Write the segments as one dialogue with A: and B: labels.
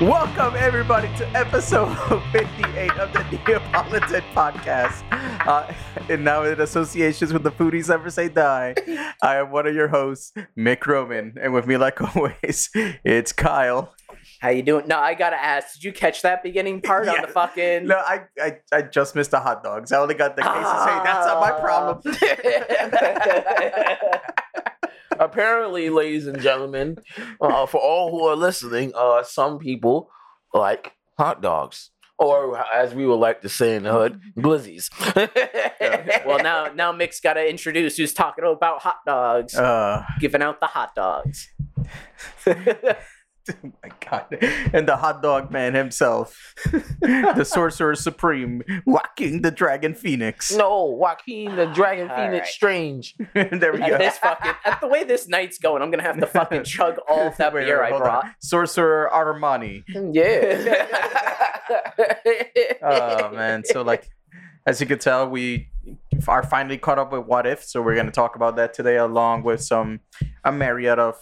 A: Welcome, everybody, to episode 58 of the Neapolitan Podcast. Uh, and now, in associations with the Foodies Never Say Die, I am one of your hosts, Mick Roman. And with me, like always, it's Kyle.
B: How you doing? No, I gotta ask. Did you catch that beginning part on
A: Yeah.
B: the fucking?
A: No, I, I, I just missed the hot dogs. I only got the quesadilla. That's not
B: Ah.
A: my problem.
C: Apparently, ladies and gentlemen, uh, for all who are listening, uh, some people like hot dogs, or as we would like to say in the hood, glizzies.
B: well, now now Mick's gotta introduce who's talking about hot dogs,
A: Uh,
B: giving out the hot dogs.
A: oh my God. And the hot dog man himself, the sorcerer supreme, walking the dragon phoenix.
C: no, Joaquin the Dragon
B: All
C: Phoenix
B: right.
C: Strange.
A: there we
B: At
A: go.
B: this fucking, at the way this night's going, I'm gonna have to fucking chug all of that
A: Wait,
B: beer
A: wait,
B: I
A: hold
B: brought.
A: on. Sorcerer Armani.
C: Yeah.
B: Uh.
A: Oh man. So like as you can tell, we are finally caught up with what if, so we're gonna talk about that today along with some a myriad of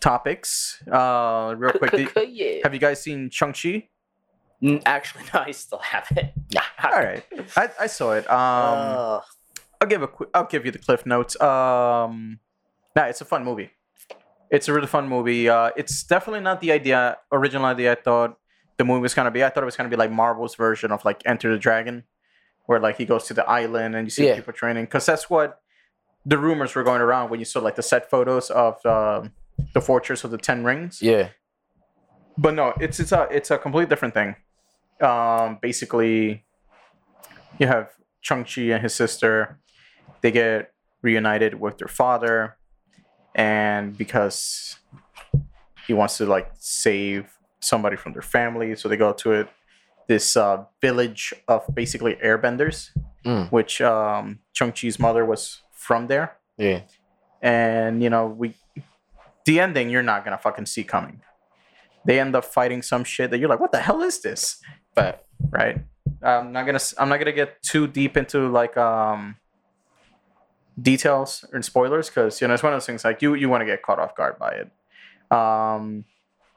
A: topics. Uh real quick. did-
C: yeah.
A: have you guys seen Chung Chi?
B: Mm, Actually, no, I still have it. Yeah.
A: Alright. I, I saw it. Um
B: Ugh.
A: I'll give a quick I'll give you the cliff notes. Um nah, it's a fun movie. It's a really fun movie. Uh it's definitely not the idea original idea I thought the movie was gonna be. I thought it was gonna be like Marvel's version of like Enter the Dragon, where like he goes to the island and you see
C: Yeah.
A: people training. Cause that's what the rumors were going around when you saw like the set photos of um the Fortress of the Ten Rings.
C: Yeah.
A: But no, it's it's a it's a complete different thing. Um, basically, you have Chung Chi and his sister. They get reunited with their father, and because he wants to like save somebody from their family, so they go to it this uh, village of basically airbenders,
C: Mm.
A: which um, Chung Chi's mother was from there
C: Yeah.
A: and you know we the ending you're not gonna fucking see coming they end up fighting some shit that you're like what the hell is this
C: But
A: right i'm not gonna s- i'm not gonna get too deep into like um details and spoilers because you know it's one of those things like you you want to get caught off guard by it um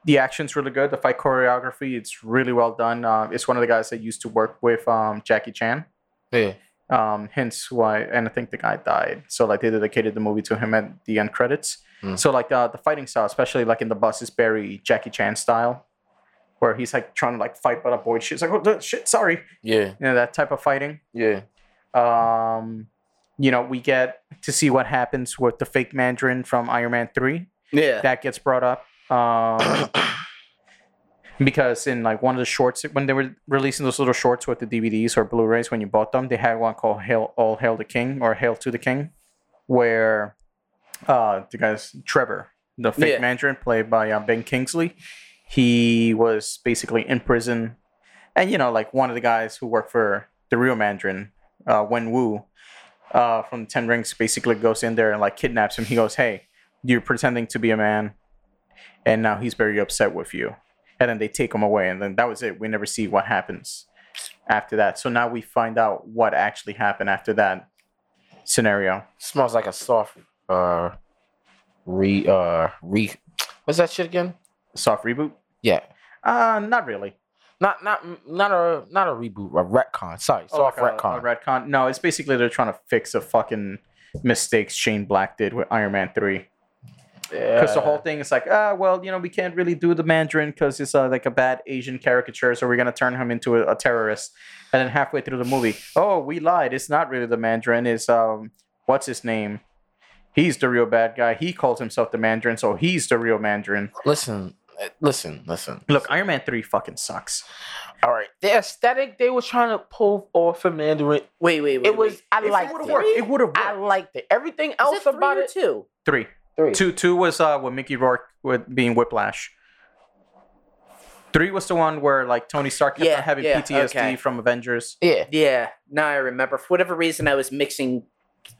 A: the action's really good the fight choreography it's really well done uh, it's one of the guys that used to work with um jackie chan
C: yeah.
A: um hence why and i think the guy died so like they dedicated the movie to him at the end credits
C: Mm.
A: so like uh, the fighting style especially like in the bus is very jackie chan style where he's like trying to like fight but avoid shit it's like oh duh, shit sorry
C: Yeah.
A: you know that type of fighting
C: Yeah.
A: um you know we get to see what happens with the fake mandarin from iron man 3
B: Yeah.
A: that gets brought up um because in like one of the shorts when they were releasing those little shorts with the DVDs or Blu-rays when you bought them, they had one called "Hail All Hail the King" or "Hail to the King," where uh, the guy's Trevor, the fake
B: Yeah.
A: Mandarin played by uh, Ben Kingsley, he was basically in prison, and you know like one of the guys who worked for the real Mandarin, uh, Wen Wu, uh, from Ten Rings, basically goes in there and like kidnaps him. He goes, "Hey, you're pretending to be a man." And now he's very upset with you and then they take him away and then that was it we never see what happens after that so now we find out what actually happened after that scenario
C: smells like a soft uh re uh re what's that shit again
A: soft reboot
C: yeah
A: uh not really
C: not not not a not a reboot a retcon sorry soft
A: Oh, like a-
C: retcon
A: uh, a retcon no it's basically they're trying to fix the fucking mistakes shane black did with iron man 3 because the whole thing is like ah well you know we can't really do the mandarin because it's uh, like a bad asian caricature so we're gonna turn him into a, a terrorist and then halfway through the movie oh we lied it's not really the mandarin it's um what's his name he's the real bad guy he calls himself the mandarin so he's the real mandarin
C: listen eh, listen listen
A: look iron man 3 fucking sucks
C: all right the aesthetic they were trying to pull off of mandarin
B: Wait, wait, wait.
C: it was
B: wait.
C: i
A: If it
C: liked
A: would've
C: it,
A: worked it would have
C: i
A: worked
C: liked it everything
B: Is
C: else
B: it three
C: about
B: or
C: it
B: two.
A: three
C: three
A: two two was uh with mickey rourke with being whiplash Three was the one where like Tony Stark kept
B: Yeah,
A: on having
B: yeah,
A: PTSD
B: okay.
A: from Avengers.
C: yeah
B: Yeah, now I remember. For whatever reason, I was mixing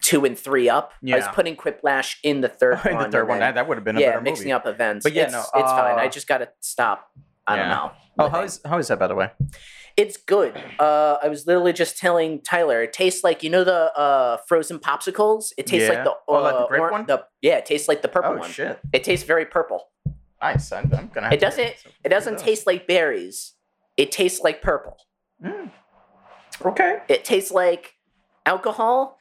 B: two and three up. I was
A: Yeah.
B: putting Quiplash in the third
A: In
B: one.
A: the third
B: and then-
A: one, that, that would have been a
B: yeah,
A: better
B: mixing
A: movie.
B: up events.
A: But yeah,
B: it's,
A: no,
B: it's fine.
A: uh,
B: I just gotta stop. I don't
A: yeah.
B: know.
A: Oh,
B: with
A: how
B: it.
A: is how is that by the way?
B: It's good. Uh, I was literally just telling Tyler. It tastes like you know the uh, frozen popsicles. It tastes
A: Yeah.
B: like the uh,
A: Oh, like the grape
B: or-
A: one?
B: the- yeah, it tastes like the purple
A: Oh
B: one.
A: shit!
B: It tastes very purple.
A: Nice. I'm, I'm gonna. Have
B: It
A: to
B: doesn't-
A: some-
B: It doesn't taste like berries. It tastes like purple.
A: Mm. Okay.
B: It tastes like alcohol,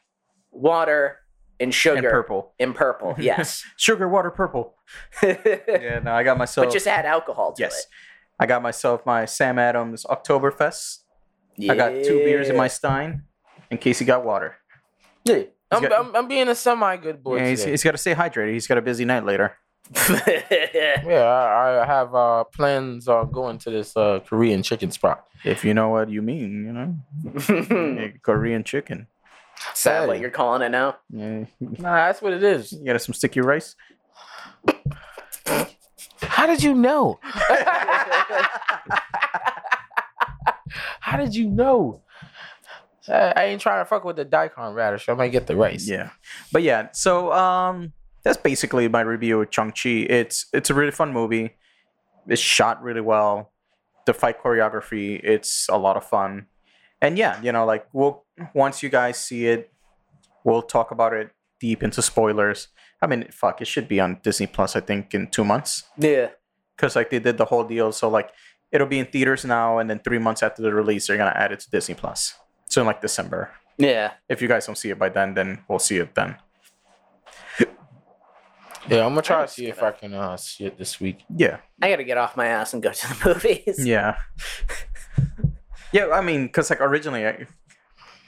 B: water, and sugar.
A: And purple.
B: And purple, yes.
A: Sugar, water, purple.
B: but
A: Yeah. No, I got myself.
B: just add alcohol to
A: yes.
B: it.
A: I got myself my Sam Adams Oktoberfest. I got two beers in my stein, in case he got water.
C: Yeah. I'm,
A: got-
C: I'm, I'm being a semi good boy.
A: Yeah, he's,
C: today.
A: he's got to stay hydrated. He's got a busy night later.
B: Yeah.
C: yeah, I, I have uh, plans on going to this uh, Korean chicken spot.
A: If you know what you mean, you know, Yeah,
B: Hmm.
A: Korean chicken.
B: Is that what you're calling it now?
A: Yeah,
C: Nah, that's what it is.
A: you got some sticky rice.
C: How did you know? How did you know? I, I ain't trying to fuck with the daikon radish. I might get the rice.
A: Yeah, but yeah. So um, that's basically my review of Chung Chi. It's it's a really fun movie. It's shot really well. The fight choreography, it's a lot of fun. And yeah, you know, like we'll once you guys see it, we'll talk about it deep into spoilers. I mean, fuck, it should be on Disney Plus. I think in two months.
B: Yeah.
A: because like they did the whole deal. So like it'll be in theaters now, and then three months after the release, they're gonna add it to Disney Plus. So in like December,
B: Yeah.
A: if you guys don't see it by then, then we'll see it then.
C: Yeah, I'm gonna try
A: I'm
C: to see if I can uh, see it this week.
A: Yeah,
B: I gotta get off my ass and go to the movies.
A: yeah, yeah. I mean, because like originally, I,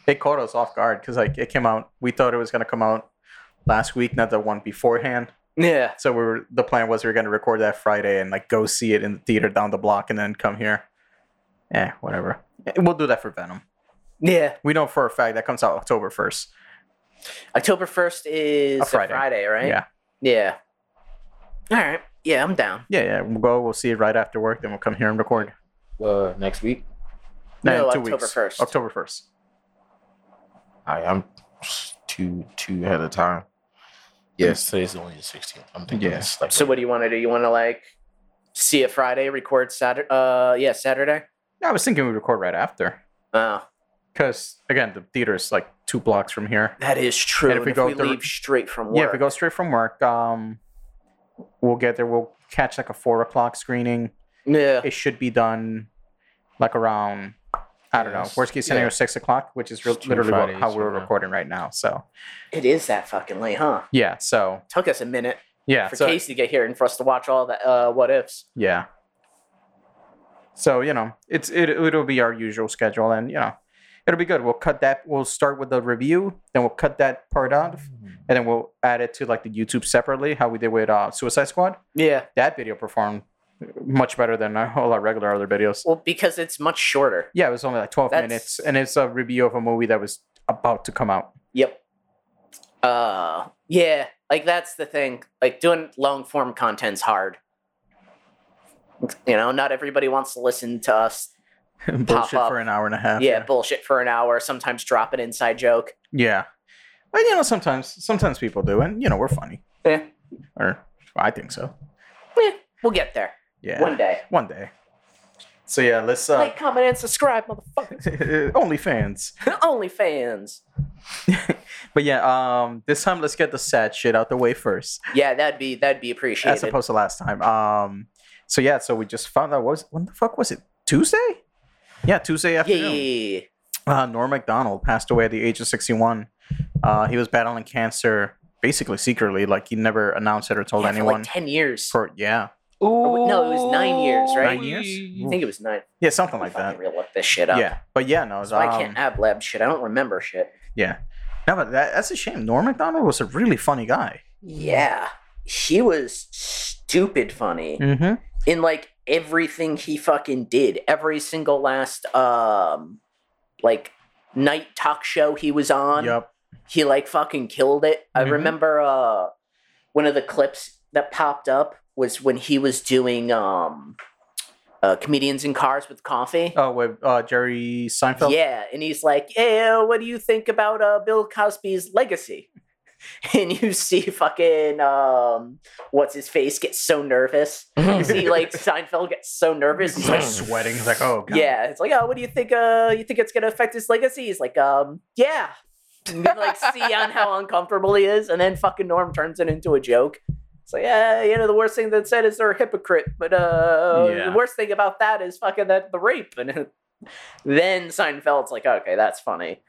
A: it caught us off guard because like it came out. We thought it was gonna come out last week, not the one beforehand.
B: Yeah.
A: So we were the plan was we were gonna record that Friday and like go see it in the theater down the block and then come here. Eh, whatever. We'll do that for Venom.
B: Yeah.
A: We know for a fact that comes out October first.
B: October 1st is
A: A
B: a
A: Friday.
B: Friday, right?
A: Yeah.
B: Yeah. All right. Yeah, I'm down.
A: Yeah, yeah. We'll go. We'll see it right after work. Then we'll come here and record.
C: Uh, next week.
B: No,
A: in
B: October 1st.
A: October first.
C: I, I'm two two ahead of time. Yes, today's only the 16th. I'm thinking
A: Yeah.
C: it's like
B: So what do you want to do? You want to like see it Friday, record Saturday? Uh, yeah, Saturday.
A: Yeah, I was thinking we record right after,
B: Oh,
A: because again, the theater is like two blocks from here.
B: that is true.
A: And if
B: And
A: we
B: if
A: go
B: we
A: through-
B: leave straight from work,
A: Yeah, if we go straight from work, um, we'll get there. We'll catch like a four o'clock screening.
B: Yeah.
A: It should be done like around. I don't know.
C: Yes.
A: Worst case scenario,
C: Yeah.
A: six o'clock, which is real
C: It's two
A: literally what,
C: Fridays
A: how we're
C: from now.
A: recording right now. So
B: it is that fucking late, huh?
A: yeah, so
B: Took us a minute
A: yeah,
B: for
A: so
B: Casey to get here and for us to watch all the uh, what ifs.
A: Yeah. So you know, it's it it'll be our usual schedule, and you know, it'll be good. We'll cut that. We'll start with the review, then we'll cut that part out, and then we'll add it to like the YouTube separately, how we did with uh, Suicide Squad.
B: Yeah.
A: That video performed much better than all our regular other videos.
B: Well, because it's much shorter.
A: Yeah, it was only like twelve
B: That's-
A: minutes, and it's a review of a movie that was about to come out.
B: Yep. Uh, yeah. Like that's the thing. Like doing long form content's hard. You know, not everybody wants to listen to us.
A: Bullshit
B: up.
A: for an hour and a half.
B: Yeah, bullshit for an hour. Sometimes drop an inside joke.
A: yeah. But you know, sometimes sometimes people do, and you know, we're funny,
B: Yeah.
A: or I think so.
B: Eh, we'll get there
A: Yeah.
B: one day.
A: One day. So yeah, let's uh
B: Like, comment, and subscribe, motherfucker.
A: OnlyFans.
B: Only fans.
A: But yeah, um this time let's get the sad shit out the way first.
B: Yeah, that'd be that'd be appreciated.
A: As opposed to last time. Um so yeah, so we just found out what was when the fuck was it? Tuesday? Yeah, Tuesday
B: yeah,
A: afternoon.
B: yeah, yeah, yeah.
A: Uh, Norm MacDonald passed away at the age of 61. Uh, he was battling cancer basically secretly. Like, he never announced it or told
B: Yeah, for
A: anyone.
B: like ten years.
A: for, yeah.
C: Ooh.
B: oh, no, it was nine years, right?
A: Nine years?
B: I think it was nine.
A: Yeah, something like
B: Fucking
A: that.
B: real look this shit up.
A: Yeah. But yeah, no. It was,
B: So I can't
A: um,
B: ab lab shit. I don't remember shit.
A: Yeah. No, but that, that's a shame. Norm MacDonald was a really funny guy.
B: Yeah. He was stupid funny
A: Mm-hmm.
B: in like everything he fucking did. Every single last um like night talk show he was on.
A: Yep.
B: He like fucking killed it. I
A: Mhm.
B: remember uh one of the clips that popped up was when he was doing um uh comedians in cars with coffee.
A: Oh, with uh, Jerry Seinfeld.
B: Yeah, and he's like, "Hey, uh, what do you think about uh, Bill Cosby's legacy?" And you see fucking um, what's his face get so nervous. You see like Seinfeld gets so nervous. He's
A: he's
B: like,
A: like sweating. He's like, oh god.
B: "Yeah." It's like, "Oh, what do you think? Uh, you think it's gonna affect his legacy?" He's like, "Um, yeah." And you, like see on how uncomfortable he is, and then fucking Norm turns it into a joke. It's like, yeah, you know, the worst thing that said is they're a hypocrite, but uh,
A: Yeah.
B: the worst thing about that is fucking that the rape. And then Seinfeld's like, okay, that's funny,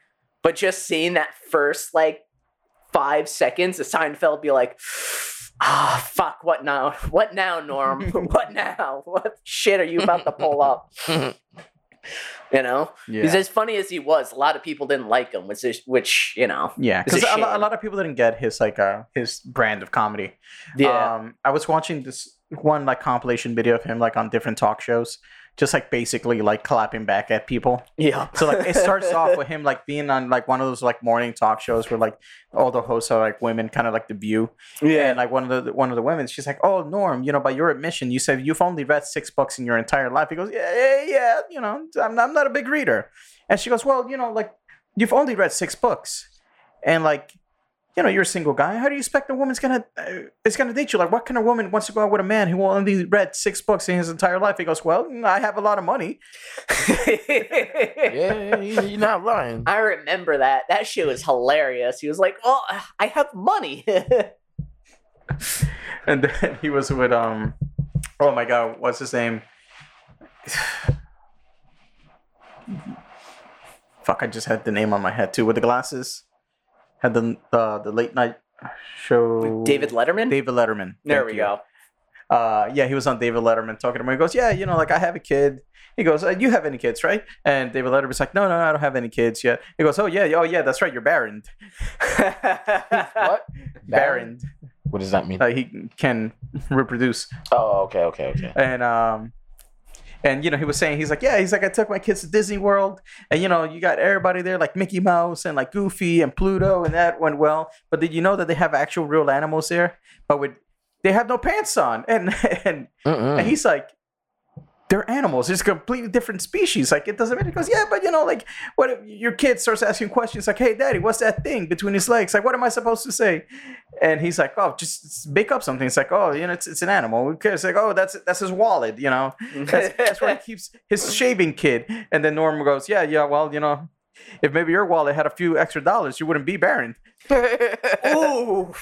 B: but just seeing that first like five seconds of Seinfeld be like, ah, fuck, what now? What now, Norm? what now? What shit are you about to pull up? You know,
A: Yeah.
B: because as funny as he was, a lot of people didn't like him, which is, which you know,
A: Yeah,
B: It's a
A: because a, lo- a
B: shame.
A: lot of people didn't get his like uh his brand of comedy.
B: Uh,
A: Um, I was watching this one like compilation video of him like on different talk shows, just like basically like clapping back at people.
B: yeah.
A: So like it starts off with him like being on like one of those like morning talk shows where like all the hosts are like women, kind of like The View.
B: yeah,
A: And like one of the one of the women, she's like, "Oh, Norm, you know, by your admission, you said you've only read six books in your entire life." He goes, "Yeah, yeah, yeah, you know, I'm I'm not a big reader." And she goes, "Well, you know, like you've only read six books, and like." You know, you're a single guy. How do you expect a woman's gonna uh, is gonna date you? Like, what kind of woman wants to go out with a man who only read six books in his entire life? He goes, "Well, I have a lot of money."
C: Yeah, you- you're not lying.
B: I remember that. That shit was hilarious. He was like, "Well, I have money."
A: And then he was with um, oh my god, what's his name? Fuck, I just had the name on my head too. With the glasses, had the uh, the late night show.
B: David Letterman.
A: David Letterman.
B: there
A: Thank
B: we
A: you.
B: go.
A: Uh, yeah, he was on David Letterman talking to him. He goes, "Yeah, you know, like I have a kid." He goes, uh, "You have any kids, right?" And David Letterman's like, "No, no, I don't have any kids yet." He goes, "Oh yeah, oh yeah, that's right, you're barren,
C: What?
A: barren.
C: What does that mean?
A: Uh, he can reproduce."
C: Oh, okay, okay, okay.
A: and um and you know he was saying he's like yeah he's like i took my kids to disney world and you know you got everybody there like mickey mouse and like goofy and pluto and that went well but did you know that they have actual real animals there but with they have no pants on and and, and
B: Hmm.
C: Mm-mm.
A: he's like they're animals. It's a completely different species. Like it doesn't matter. He goes, yeah, but you know, like what if your kid starts asking questions like, hey, daddy, what's that thing between his legs? Like, what am I supposed to say? And he's like, oh, just make up something. It's like, oh, you know, it's, it's an animal. Who cares? Like, oh, that's that's his wallet. You know, that's, that's where he keeps his shaving kit. And then Norm goes, yeah, yeah, well, you know, if maybe your wallet had a few extra dollars, you wouldn't be barren.
B: Ooh,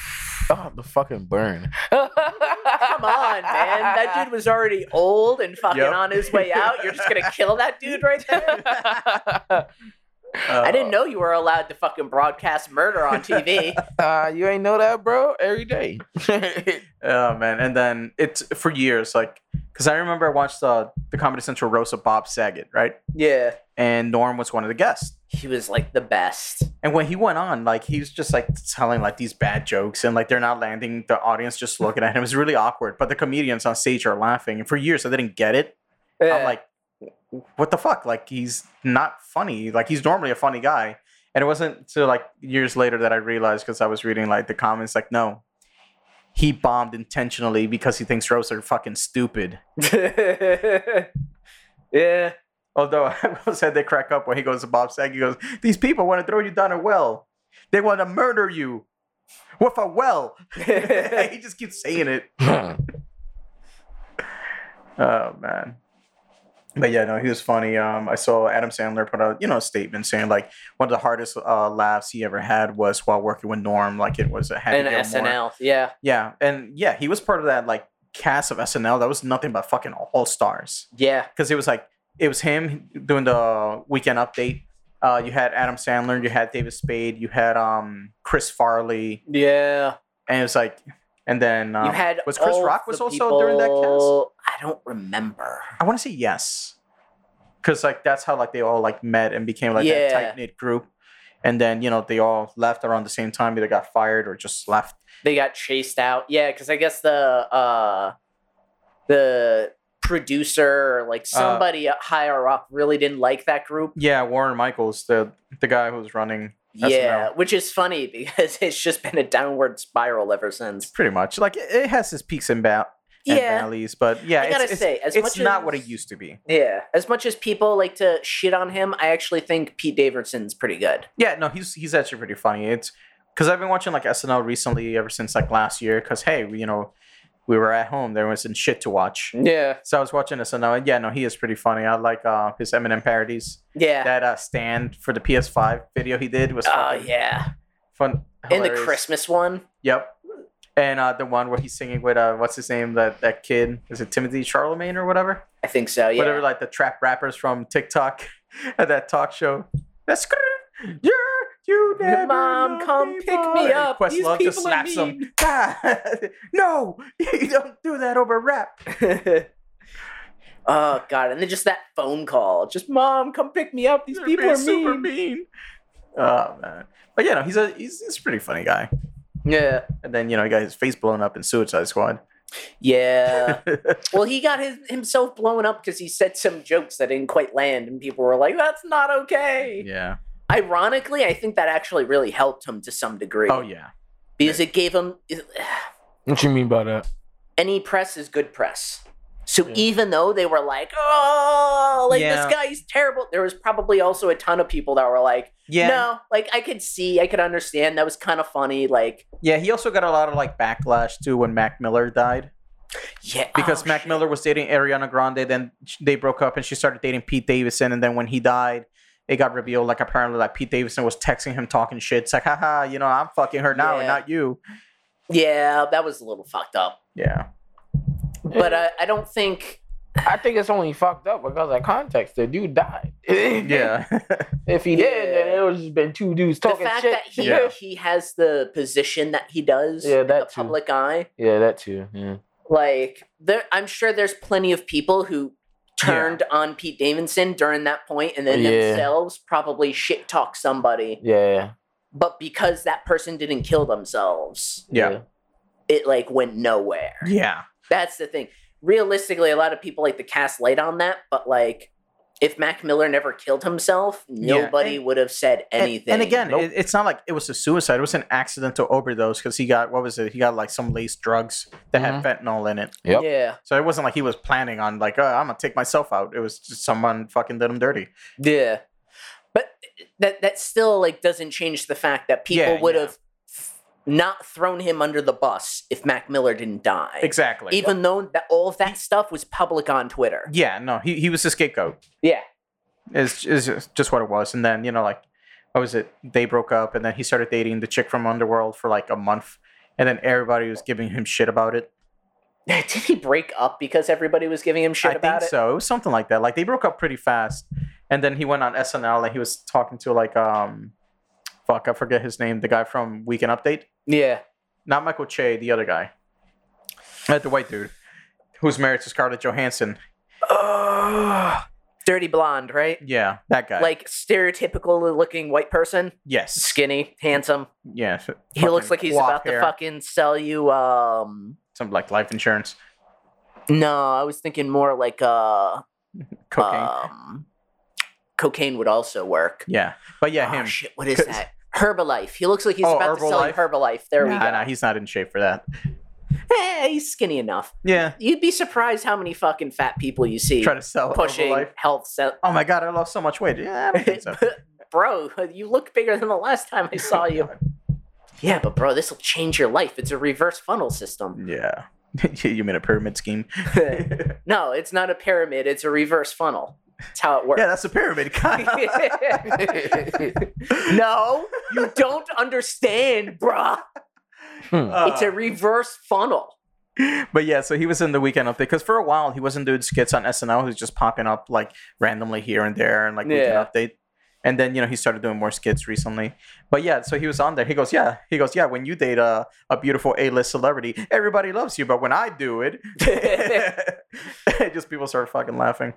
C: Oh, the fucking burn.
B: come on, man! That dude was already old and fucking
A: Yep.
B: on his way out. You're just gonna kill that dude right there. I
A: Uh,
B: didn't know you were allowed to fucking broadcast murder on TV.
C: Uh, you ain't know that, bro. Every day.
A: Oh man! And then it's for years, like, because I remember I watched uh, the Comedy Central roast of Bob Saget, right?
B: yeah,
A: And Norm was one of the guests.
B: he was like the best.
A: And when he went on, like, he was just like telling like these bad jokes, and like they're not landing. The audience just looking at him. It's really awkward. But the comedians on stage are laughing. And for years, I didn't get it. I'm like, what the fuck? Like, he's not funny. Like, he's normally a funny guy. And it wasn't until like years later that I realized because I was reading like the comments, like, no, he bombed intentionally because he thinks roasts are fucking stupid.
B: yeah.
A: Although I will say they crack up when he goes to Bob Saget. He goes, These people want to throw you down a well. They want to murder you with a well. he just keeps saying it. Oh, man. But yeah, no, he was funny. Um, I saw Adam Sandler put out, you know, a statement saying like one of the hardest uh, laughs he ever had was while working with Norm. Like it was a Happy
B: and
A: Gilmore.
B: SNL. Yeah.
A: Yeah, and yeah, he was part of that like cast of SNL that was nothing but fucking all stars.
B: Yeah.
A: because it was like it was him doing the weekend update. Uh, you had Adam Sandler, you had David Spade, you had um Chris Farley,
B: Yeah.
A: and it was like, and then um,
B: you had
A: was Chris
B: all
A: Rock was
B: the
A: also during that cast.
B: people- I don't remember.
A: I want to say yes, because like that's how like they all like met and became like
B: Yeah.
A: that tight knit group, and then you know they all left around the same time, either got fired or just left.
B: They got chased out. Yeah, because I guess the uh the producer or
A: Uh.
B: like somebody higher up really didn't like that group.
A: Yeah, Warren Michaels, the the guy who was running
B: Yeah,
A: SNL.
B: which is funny because it's just been a downward spiral ever since.
A: pretty much like it, it has its peaks and, ba- and
B: Yeah.
A: valleys, but yeah,
B: I
A: it's-
B: gotta
A: it's,
B: say, as
A: it's
B: much
A: not
B: as,
A: what it used to be.
B: Yeah, as much as people like to shit on him, I actually think Pete Davidson's pretty good.
A: Yeah, no, he's he's actually pretty funny. It's because I've been watching like SNL recently ever since like last year. Because hey, we, you know, we were at home. There wasn't shit to watch,
B: Yeah,
A: so I was watching SNL. And uh, yeah, no, he is pretty funny. I like uh, his Eminem parodies.
B: yeah,
A: That uh, stand for the PS5 video he did was
B: oh
A: fucking
B: yeah,
A: fun.
B: and the
A: hilarious.
B: Christmas one.
A: Yep. and uh, the one where he's singing with uh, what's his name? That that kid is it Timothy Charlemagne or whatever?
B: I think so. Yeah.
A: Whatever, like the trap rappers from TikTok at that talk show. That's good. Yeah, you never
B: Mom,
A: know
B: come pick
A: people.
B: me
A: And
B: up.
A: Questlove
B: These
A: just
B: people are
A: slaps him. God, no, you don't do that over rap.
B: oh god, and then just that phone call. Just mom, come pick me up. These
A: They're
B: people
A: being
B: are
A: super
B: mean.
A: mean. Oh man, but you know he's a he's, he's a pretty funny guy.
B: Yeah.
A: And then you know he got his face blown up in Suicide Squad.
B: Yeah. well, he got his himself blown up because he said some jokes that didn't quite land, and people were like, "That's not okay."
A: yeah.
B: Ironically, I think that actually really helped him to some degree
A: Oh yeah.
B: because it gave him
C: What you mean by that?
B: any press is good press. So
A: Yeah.
B: even though they were like, "Oh, like
A: Yeah.
B: this guy's terrible," there was probably also a ton of people that were like.
A: Yeah.
B: No, like I could see, I could understand. That was kind of funny. Like,
A: Yeah. He also got a lot of like backlash too when Mac Miller died
B: yeah,
A: because
B: oh,
A: Mac
B: shit.
A: Miller was dating Ariana Grande. Then sh- they broke up and she started dating Pete Davidson. And then when he died. It got revealed, like apparently, like Pete Davidson was texting him, talking shit. It's like, haha, you know, I'm fucking her now, and
B: Yeah.
A: not you.
B: Yeah, that was a little fucked up.
A: Yeah,
B: But uh, I, I don't think.
C: I think it's only fucked up because of context. The dude died.
A: yeah,
C: If he did, then
B: Yeah.
C: it would just been two dudes
B: The
C: talking
B: fact
C: shit.
B: that he
A: Yeah.
B: he has the position that he does
C: Yeah,
B: in
C: that
B: the
C: too.
B: public eye,
C: yeah, that too. Yeah.
B: like there, I'm sure there's plenty of people who turned on Pete Davidson during that point, and then
C: Oh, Yeah.
B: themselves probably shit talk somebody,
C: Yeah.
B: but because that person didn't kill themselves,
A: yeah,
B: it like went nowhere.
A: yeah.
B: That's the thing. Realistically, a lot of people like to cast light on that, but like if Mac Miller never killed himself,
A: Yeah,
B: nobody
A: and-
B: would have said
A: And-
B: anything.
A: And, again,
C: Nope.
A: it, it's not like it was a suicide. It was an accidental overdose because he got what was it? He got like some laced drugs that had
B: Mm-hmm.
A: fentanyl in it.
C: Yep.
B: yeah,
A: So it wasn't like he was planning on like, oh, I'm gonna take myself out. It was just someone fucking did him dirty.
B: yeah, but that that still like doesn't change the fact that people
A: Yeah,
B: would
A: yeah.
B: have not thrown him under the bus if Mac Miller didn't die.
A: Exactly.
B: Even though that all of that stuff was public on Twitter.
A: yeah, no, he, he was the scapegoat.
B: Yeah.
A: Is is just- just what it was. And then you know like, what was it? They broke up, and then he started dating the chick from Underworld for like a month, and then everybody was giving him shit about it.
B: Did he break up because everybody was giving him shit
A: I
B: about
A: think
B: it?
A: so. It was something like that. Like they broke up pretty fast, and then he went on SNL and he was talking to like um, fuck, I forget his name, the guy from Weekend Update,
B: Yeah.
A: not Michael Che, the other guy, Uh, the white dude who's married to Scarlett Johansson.
B: Oh, dirty blonde, right?
A: Yeah, that guy.
B: like stereotypical looking white person,
A: yes,
B: skinny, handsome.
A: yeah. so-
B: He looks
A: fucking
B: like he's
A: quaff
B: about
A: hair.
B: to fucking sell you. Um,
A: some like life insurance,
B: no, I was thinking more like uh,
A: cocaine.
B: um, cocaine would also work.
A: yeah, but yeah,
B: Oh,
A: him.
B: shit, what is
A: 'Cause-
B: that? Herbalife. He looks like he's
A: Oh,
B: about to sell you
A: Herbalife?
B: Herbalife. There we
A: Nah,
B: go.
A: nah, he's not in shape for that.
B: Eh, he's skinny enough.
A: Yeah,
B: You'd be surprised how many fucking fat people you see
A: try to sell
B: pushing
A: life.
B: health. Se-
A: Oh my god, I lost so much weight. Yeah, I don't think so.
B: bro, you look bigger than the last time I saw you. Yeah, but bro, this will change your life. It's a reverse funnel system.
A: Yeah, you mean a pyramid scheme?
B: no, it's not a pyramid. It's a reverse funnel. That's how it works.
A: Yeah, that's a pyramid. Kyle.
B: no, you don't understand, bruh. It's a reverse funnel.
A: Uh, but yeah, so he was in the weekend update because for a while he wasn't doing skits on SNL. He was just popping up like randomly here and there and like
B: Yeah.
A: weekend update. And then you know he started doing more skits recently. But yeah, so he was on there. He goes, yeah, he goes, yeah. When you date a, a beautiful A list celebrity, everybody loves you. But when I do it, just people start fucking laughing.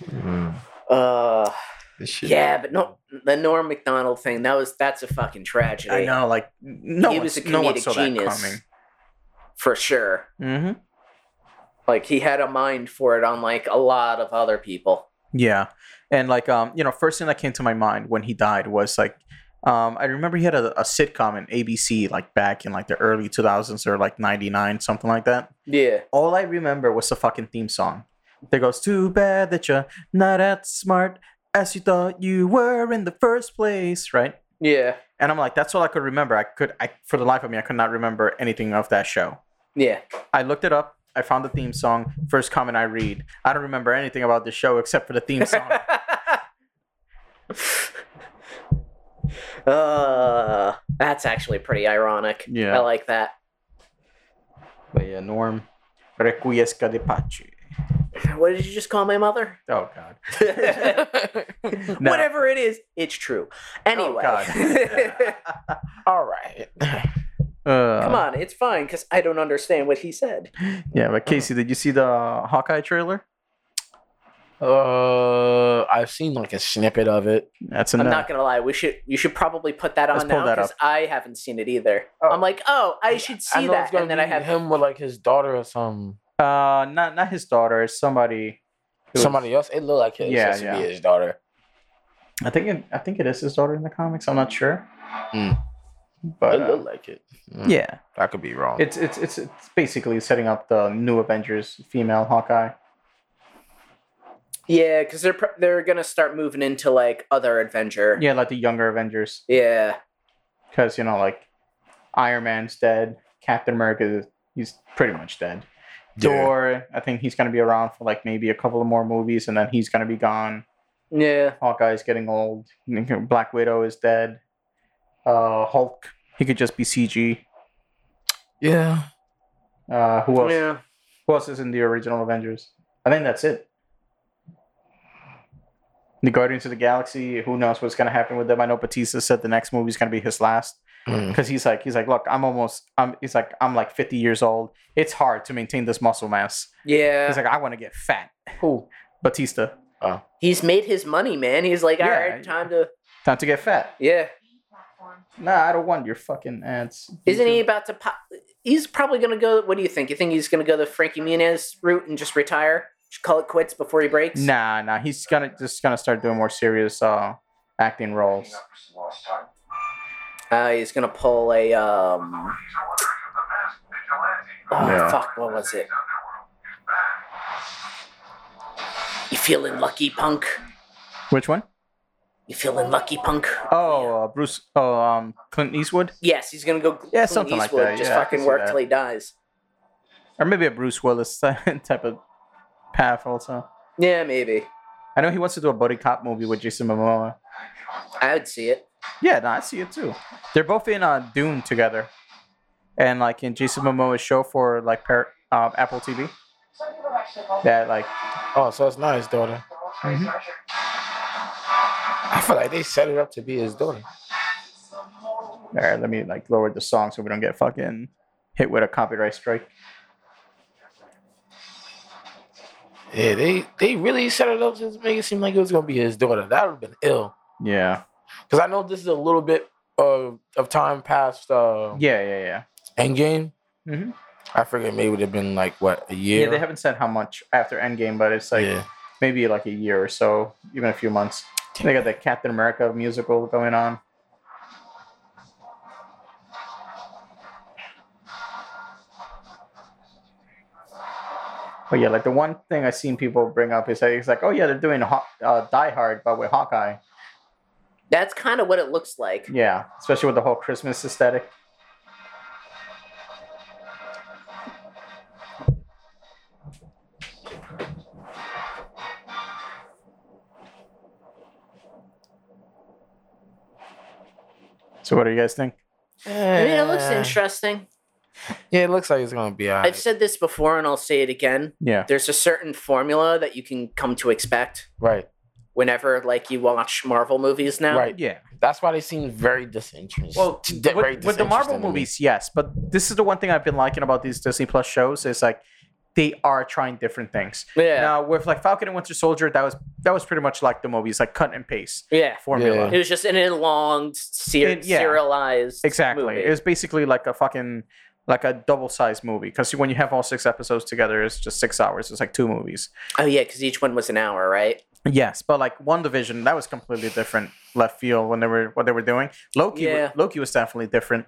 B: Uh,
C: This shit.
B: yeah, but no, the Norm Macdonald thing. That was that's a fucking tragedy.
A: I know, like no
B: He
A: one,
B: was a
A: no one
B: comedic
A: saw
B: genius.
A: that
B: for sure.
A: coming. hmm
B: Like he had a mind for it, unlike a lot of other people.
A: Yeah. And like um, you know, first thing that came to my mind when he died was like um I remember he had a, a sitcom in ABC like back in like the early 2000s or like 99 something like that.
B: Yeah,
A: All I remember was the fucking theme song. That goes too bad that you're not as smart as you thought you were in the first place, right?
B: yeah,
A: And I'm like that's all I could remember. I could I for the life of me I could not remember anything of that show.
B: yeah.
A: I looked it up. I found the theme song. First comment I read. I don't remember anything about the show except for the theme song.
B: uh, That's actually pretty ironic.
A: Yeah.
B: I like that.
A: But yeah, eh, Norm. Requiesca de pace.
B: What did you just call my mother?
A: Oh God. No. Oh,
B: Whatever it is, it's true. Anyway,
A: God.
C: All right.
A: Uh,
B: come on, it's fine because I don't understand what he said.
A: Yeah, but Casey, did you see the Hawkeye trailer?
C: Uh, I've seen like a snippet of it.
A: That's a
B: I'm
A: no.
B: not gonna lie. We should you should probably put that
A: Let's
B: on
A: pull
B: now
A: that
B: because I haven't seen it either.
A: Oh.
B: I'm like, oh, I should see
C: I know it's
B: that,
C: gonna
B: and then I
C: be
B: have
C: him with like his daughter or some
A: Uh, not not his daughter. It's somebody. who's-
C: somebody else. It looked like his.
A: Yeah,
C: Yeah, should
A: yeah.
C: be his daughter.
A: I think it, I think it is his daughter in the comics. I'm not sure.
C: Hmm.
A: But
C: it
A: uh,
C: looked like it. Mm,
A: yeah,
C: I could be wrong.
A: it's it's it's it's basically setting up the new Avengers female Hawkeye.
B: yeah, because they're pr- they're gonna start moving into like other Avenger.
A: Yeah, like the younger Avengers,
B: yeah,
A: because you know like Iron Man's dead, Captain America he's pretty much dead.
C: Yeah.
A: Thor, I think he's gonna be around for like maybe a couple of more movies, and then he's gonna be gone.
B: yeah.
A: Hawkeye's getting old. Black Widow is dead. Uh, Hulk, he could just be CG.
C: yeah.
A: Uh, who else?
B: Yeah.
A: Who else is in the original Avengers? I think that's it. The Guardians of the Galaxy. Who knows what's gonna happen with them? I know Batista said the next movie's gonna be his last
C: Mm.
A: because he's like he's like look I'm almost I'm he's like I'm like 50 years old. It's hard to maintain this muscle mass.
B: Yeah.
A: He's like I want to get fat.
C: Who?
A: Batista,
B: He's made his money, man. He's like, all
A: Yeah,
B: right,
A: I-
B: time to
A: time to get fat.
B: yeah.
A: Nah, I don't want your fucking ads.
B: Isn't he about to pop? He's probably gonna go. What do you think? You think he's gonna go the Frankie Muniz route and just retire? Just call it quits before he breaks.
A: Nah, nah. He's gonna just gonna start doing more serious uh acting roles.
B: Uh, he's gonna pull a um. Oh
A: Yeah.
B: fuck! What was it? You feeling lucky, punk?
A: Which one?
B: You feeling lucky, punk?
A: Oh, uh, Bruce. Oh, um, Clint Eastwood,
B: Yes, he's gonna go.
A: Yeah,
B: Clint
A: something like
B: Eastwood,
A: that.
B: Just
A: Yeah, I can
B: fucking
A: see
B: work
A: that.
B: till he dies.
A: or maybe a Bruce Willis type of path. Also,
B: Yeah, maybe.
A: I know he wants to do a buddy cop movie with Jason Momoa.
B: I would see it.
A: Yeah, no, I see it too. They're both in uh, Dune together, and like in Jason Momoa's show for like Par- um, Apple TV. That like
C: Oh, so it's not his daughter. Mm-hmm. I feel like they set it up to be his daughter.
A: All right, let me like lower the song so we don't get fucking hit with a copyright strike.
C: Yeah, they they really set it up to make it seem like it was gonna be his daughter. That would have been ill.
A: Yeah.
C: Because I know this is a little bit of of time past uh,
A: Yeah, yeah, yeah.
C: Endgame.
A: Mhm.
C: I figured maybe it would have been like what a year.
A: Yeah, they haven't said how much after Endgame, but it's like
C: Yeah.
A: maybe like a year or so, even a few months. They got the Captain America musical going on. But yeah, like the one thing I've seen people bring up is that it's like, oh yeah, they're doing Haw- uh, Die Hard, but with Hawkeye.
B: That's kind of what it looks like.
A: Yeah, especially with the whole Christmas aesthetic. So, what do you guys think?
B: I mean, it looks
C: Yeah.
B: interesting.
C: Yeah, it looks like it's gonna be. alright.
B: I've said this before, and I'll say it again.
A: Yeah,
B: There's a certain formula that you can come to expect
C: right,
B: whenever, like, you watch Marvel movies now.
C: right.
A: yeah.
C: That's why they seem very disinterested.
A: Well,
C: d-
A: with,
C: very
A: with the Marvel
C: disinterested to me.
A: movies, yes, but this is the one thing I've been liking about these Disney Plus shows is like they are trying different things.
B: Yeah.
A: Now with like Falcon and Winter Soldier, that was that was pretty much like the movies, like cut and paste.
B: Yeah.
A: formula.
B: It was just an enlonged, ser-
A: It- yeah.
B: serialized.
A: Exactly.
B: movie.
A: It was basically like a fucking like a double sized movie because when you have all six episodes together, it's just six hours. It's like two movies.
B: oh, yeah, because each one was an hour, right?
A: Yes, but like One Division, that was completely different left field when they were what they were doing. Loki,
B: Yeah.
A: Loki was definitely different.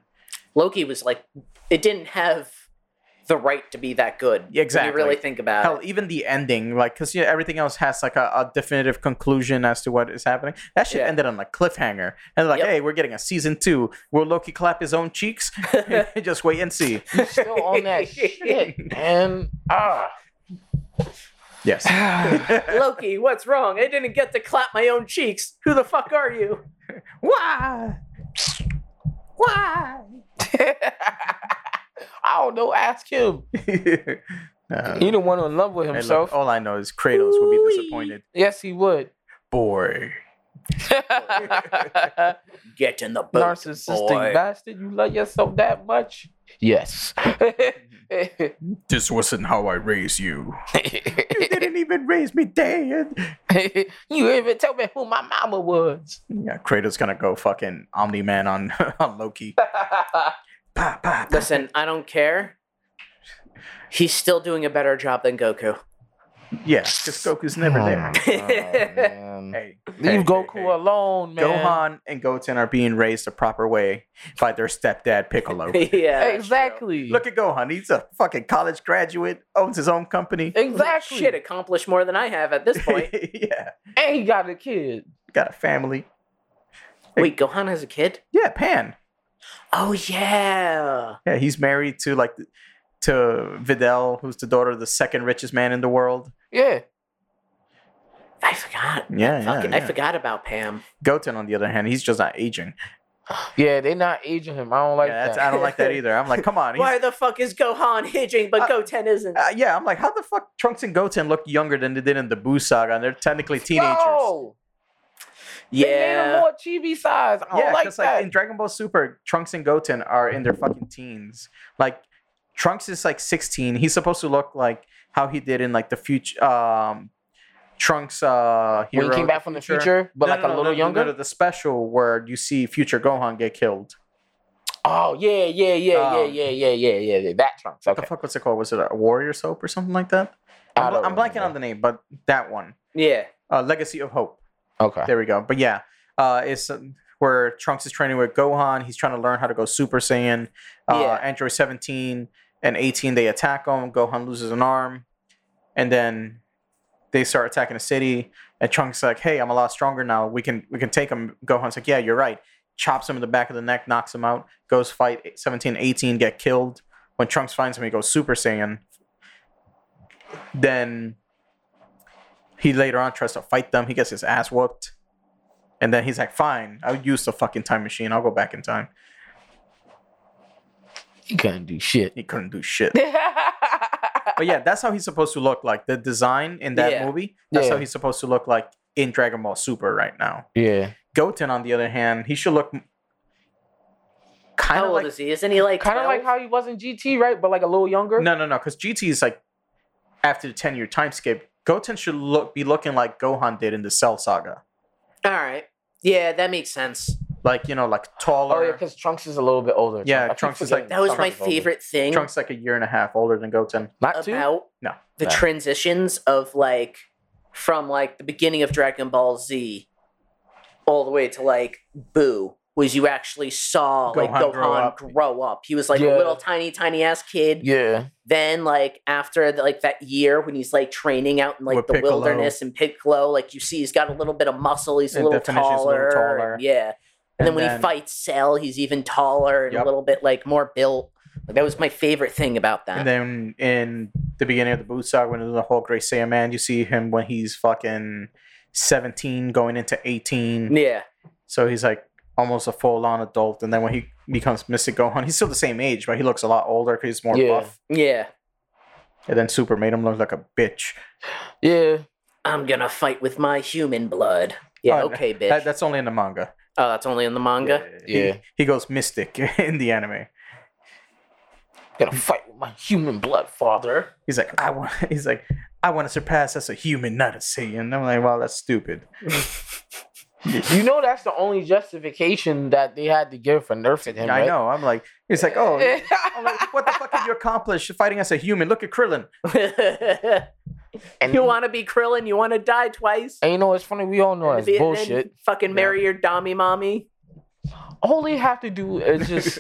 B: Loki was like, it didn't have the right to be that good. when
A: Exactly.
B: you really think about
A: Hell,
B: it.
A: even the ending, like, because yeah, everything else has like a, a definitive conclusion as to what is happening. That shit
B: Yeah.
A: ended on a cliffhanger, and like,
B: Yep.
A: hey, we're getting a season two. Will Loki clap his own cheeks? Just wait and see.
C: You still on that shit, man. Ah,
A: Yes.
B: Loki, what's wrong? I didn't get to clap my own cheeks. Who the fuck are you?
A: Wah!
B: Why?
C: I don't know. Ask him.
A: Uh,
C: He the one in love with
A: hey, look, oh.
C: himself.
A: all I know is Kratos would be
B: Ooh-wee.
A: disappointed.
C: Yes, he would.
A: Boy.
B: Get in the boat.
C: Narcissistic
B: boy.
C: bastard. You love yourself that much? Yes.
A: This wasn't how I raised you. You didn't even raise me dead.
C: you didn't even tell me who my mama was.
A: Yeah, Kratos gonna go fucking Omni Man on, on Loki. Pa, pa, pa.
B: Listen, I don't care. He's still doing a better job than Goku.
A: Yeah, because Goku's never there. Hey,
C: Leave
A: hey,
C: Goku
A: hey, hey.
C: alone, man.
A: Gohan and Goten are being raised the proper way by their stepdad Piccolo.
B: yeah.
C: Exactly.
A: Look at Gohan. He's a fucking college graduate, owns his own company.
B: Exactly.
C: exactly.
B: Shit accomplished more than I have at this point.
A: yeah,
C: And he got a kid.
A: got a family.
B: Wait, Gohan has a kid?
A: Yeah, Pan.
B: Oh yeah.
A: Yeah, he's married to like to Videl, who's the daughter of the second richest man in the world.
C: Yeah.
B: I forgot.
A: Yeah, yeah,
B: Fucking, I
A: yeah.
B: forgot about Pam.
A: Goten, on the other hand, he's just not aging.
C: Yeah, they not aging him. I don't like
A: yeah, that's,
C: that.
A: I don't like that either. I'm like, come on. He's,
B: Why the fuck is Gohan hinging but
A: Uh,
B: Goten isn't?
A: uh, yeah, I'm like, how the fuck Trunks and Goten look younger than they did in the Buu saga, and they're technically teenagers.
C: No. They made him
B: yeah.
C: more chibi size. I don't
A: yeah,
C: like
A: because like,
C: that.
A: in Dragon Ball Super, Trunks and Goten are in their fucking teens. Like Trunks is like 16. He's supposed to look like how he did in like the future. Um, Trunks uh, hero
C: when he came back from the future, but
A: No,
C: like
A: no,
C: a
A: no,
C: little
A: no,
C: younger.
A: no, the special where you see future Gohan get killed.
C: Oh yeah, yeah, yeah,
A: Um,
C: yeah, yeah, yeah, yeah, yeah, yeah. That trunks.
A: What
C: Okay.
A: the fuck was it called? Was it a Warrior Soap or something like that?
C: I
A: I'm, bl-
C: don't
A: I'm blanking
C: remember.
A: on the name, but that one,
B: Yeah.
A: uh, Legacy of Hope.
C: Okay.
A: There we go. But yeah, uh, it's uh, where Trunks is training with Gohan. He's trying to learn how to go Super Saiyan. Uh,
B: Yeah.
A: Android 17 and 18, they attack him. Gohan loses an arm. And then they start attacking the city. And Trunks like, hey, I'm a lot stronger now. We can we can take him. Gohan's like, yeah, you're right. Chops him in the back of the neck, knocks him out. Goes fight 17, 18, get killed. When Trunks finds him, he goes Super Saiyan. Then he later on tries to fight them. He gets his ass whooped. And then he's like, fine, I'll use the fucking time machine. I'll go back in time.
C: He couldn't do shit.
A: He couldn't do shit.
C: yeah,
A: but yeah, that's how he's supposed to look like. The design in that
B: Yeah.
A: movie, that's
C: Yeah.
A: how he's supposed to look like in Dragon Ball Super right now. Goten, on the other hand, he should look kind
B: How
A: of
B: old
A: like
B: is he? Isn't he like
C: kind of
B: 12?
C: like how he was in GT, right? But like a little younger.
A: no, no, no, because GT is like after the ten year time skip. Goten should look be looking like Gohan did in the Cell Saga,
B: All right. Yeah, that makes sense.
A: like you know, like
C: Oh yeah,
A: taller.
C: because Trunks is a little bit older.
A: Yeah,
C: I keep
A: Trunks is
C: forgetting
A: like-
B: That was my
C: Trunks is older.
B: favorite thing
A: Trunks like a year and a half older than Goten.
C: Not too.
B: about
A: No.
B: the
C: No.
B: transitions of like from like the beginning of Dragon Ball Z all the way to like Boo was you actually saw like Gohan
A: Gohan grow
B: grow
A: up.
B: up. He was like a
C: Yeah.
B: little tiny tiny ass kid.
C: Yeah.
B: Then like after the, like that year when he's like training out in like
A: With
B: the
A: Piccolo.
B: wilderness and Piccolo, like you see he's got a little bit of muscle. He's a
A: And
B: little
A: definition, he's a little
B: taller.
A: taller.
B: Yeah. And, then
A: And
B: when
A: then-
B: he fights Cell, he's even taller and
A: Yep.
B: a little bit like more built. Like, that was my favorite thing about that.
A: And then in the beginning of the Boot Saga, when there's the whole Great Saiyan Man, you see him when he's fucking seventeen, going into eighteen.
B: yeah.
A: So he's like almost a full on adult. And then when he becomes Mystic Gohan, he's still the same age, but he looks a lot older because he's more
C: Yeah.
A: buff.
B: Yeah.
A: And then Super made him look like a bitch.
C: Yeah.
B: I'm gonna fight with my human blood. Yeah,
A: Oh,
B: okay, bitch.
A: That, that's only in the manga.
B: oh, that's only in the manga.
A: He,
C: Yeah.
A: he goes Mystic in the anime.
C: Gotta fight with my human blood, father.
A: He's like, I want. He's like, I want to surpass as a human, not a Saiyan. I'm like, well, that's stupid.
C: You know that's the only justification that they had to give for nerfing him.
A: I
C: right?
A: know. I'm like, he's like, oh, I'm like, what the fuck did you accomplish fighting as a human? Look at Krillin.
C: and,
B: you want to be Krillin? You want to die twice?
C: and you know it's funny. We all know
B: And
C: that's
B: then
C: bullshit.
B: Fucking marry your dummy mommy.
C: All they have to do is just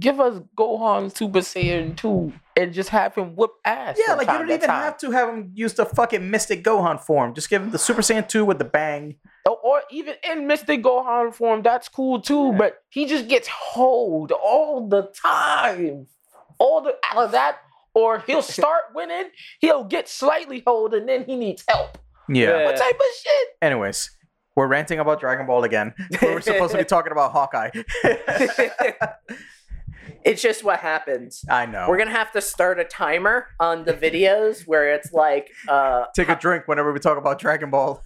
C: give us Gohan Super Saiyan two and just have him whip ass.
A: Yeah,
C: from
A: like you
C: time
A: don't
C: to
A: even
C: time.
A: have to have him use the fucking Mystic Gohan form. Just give him the Super Saiyan two with the bang.
C: Or- or even in Mystic Gohan form, that's cool too. But he just gets hold all the time, all the out of that, or he'll start winning, he'll get slightly hold, and then he needs help.
A: yeah.
C: What type of shit?
A: Anyways, We're ranting about Dragon Ball again. We We're supposed to be talking about Hawkeye.
B: it's just what happens.
A: I know.
B: We're gonna have to start a timer on the videos where it's like, uh,
A: take a drink whenever we talk about Dragon Ball.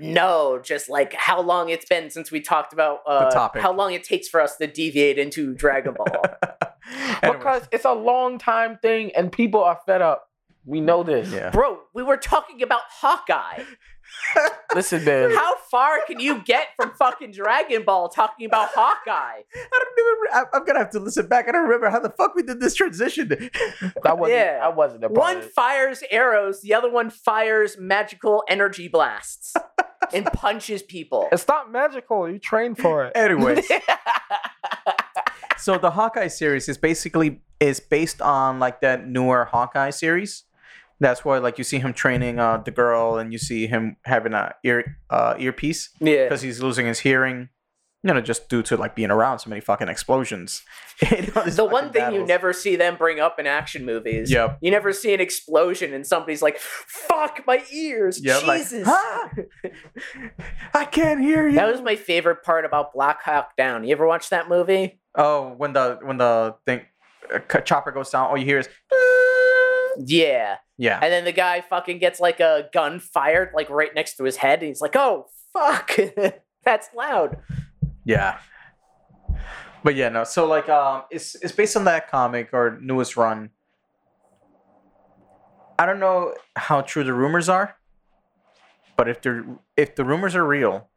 B: no, just like how long it's been since we talked about uh,
A: topic.
B: how long it takes for us to deviate into Dragon Ball.
A: Anyway,
C: Because it's a long time thing and people are fed up. We know this.
A: yeah.
B: Bro, we were talking about Hawkeye.
C: Listen, man.
B: How far can you get from fucking Dragon Ball talking about Hawkeye?
A: I don't even. I, I'm gonna have to listen back. I don't remember how the fuck we did this transition.
C: I wasn't.
B: Yeah.
C: I wasn't a part
B: One
C: of it.
B: fires arrows, the other one fires magical energy blasts and punches people.
D: It's not magical. You train for it.
A: Anyway, so the Hawkeye series is basically is based on like that newer Hawkeye series. That's why like you see him training uh, the girl, and you see him having a ear uh, earpiece
B: Yeah.
A: because he's losing his hearing. You know, just due to like being around so many fucking explosions. In all these
B: The one
A: fucking
B: thing you
A: battles.
B: never see them bring up in action movies.
A: Yep.
B: You never see an explosion and somebody's like, fuck my ears.
A: Yeah, like,
B: Jesus.
A: "Ah, I can't hear you.
B: That was my favorite part about Black Hawk Down. You ever watch that movie?
A: oh, when the when the thing uh, c- chopper goes down, all you hear is
B: Yeah.
A: yeah.
B: And then the guy fucking gets like a gun fired like right next to his head, and he's like, "Oh fuck, that's loud."
A: Yeah. But yeah, no. So like, um, it's it's based on that comic or newest run. I don't know how true the rumors are, but if the if the rumors are real,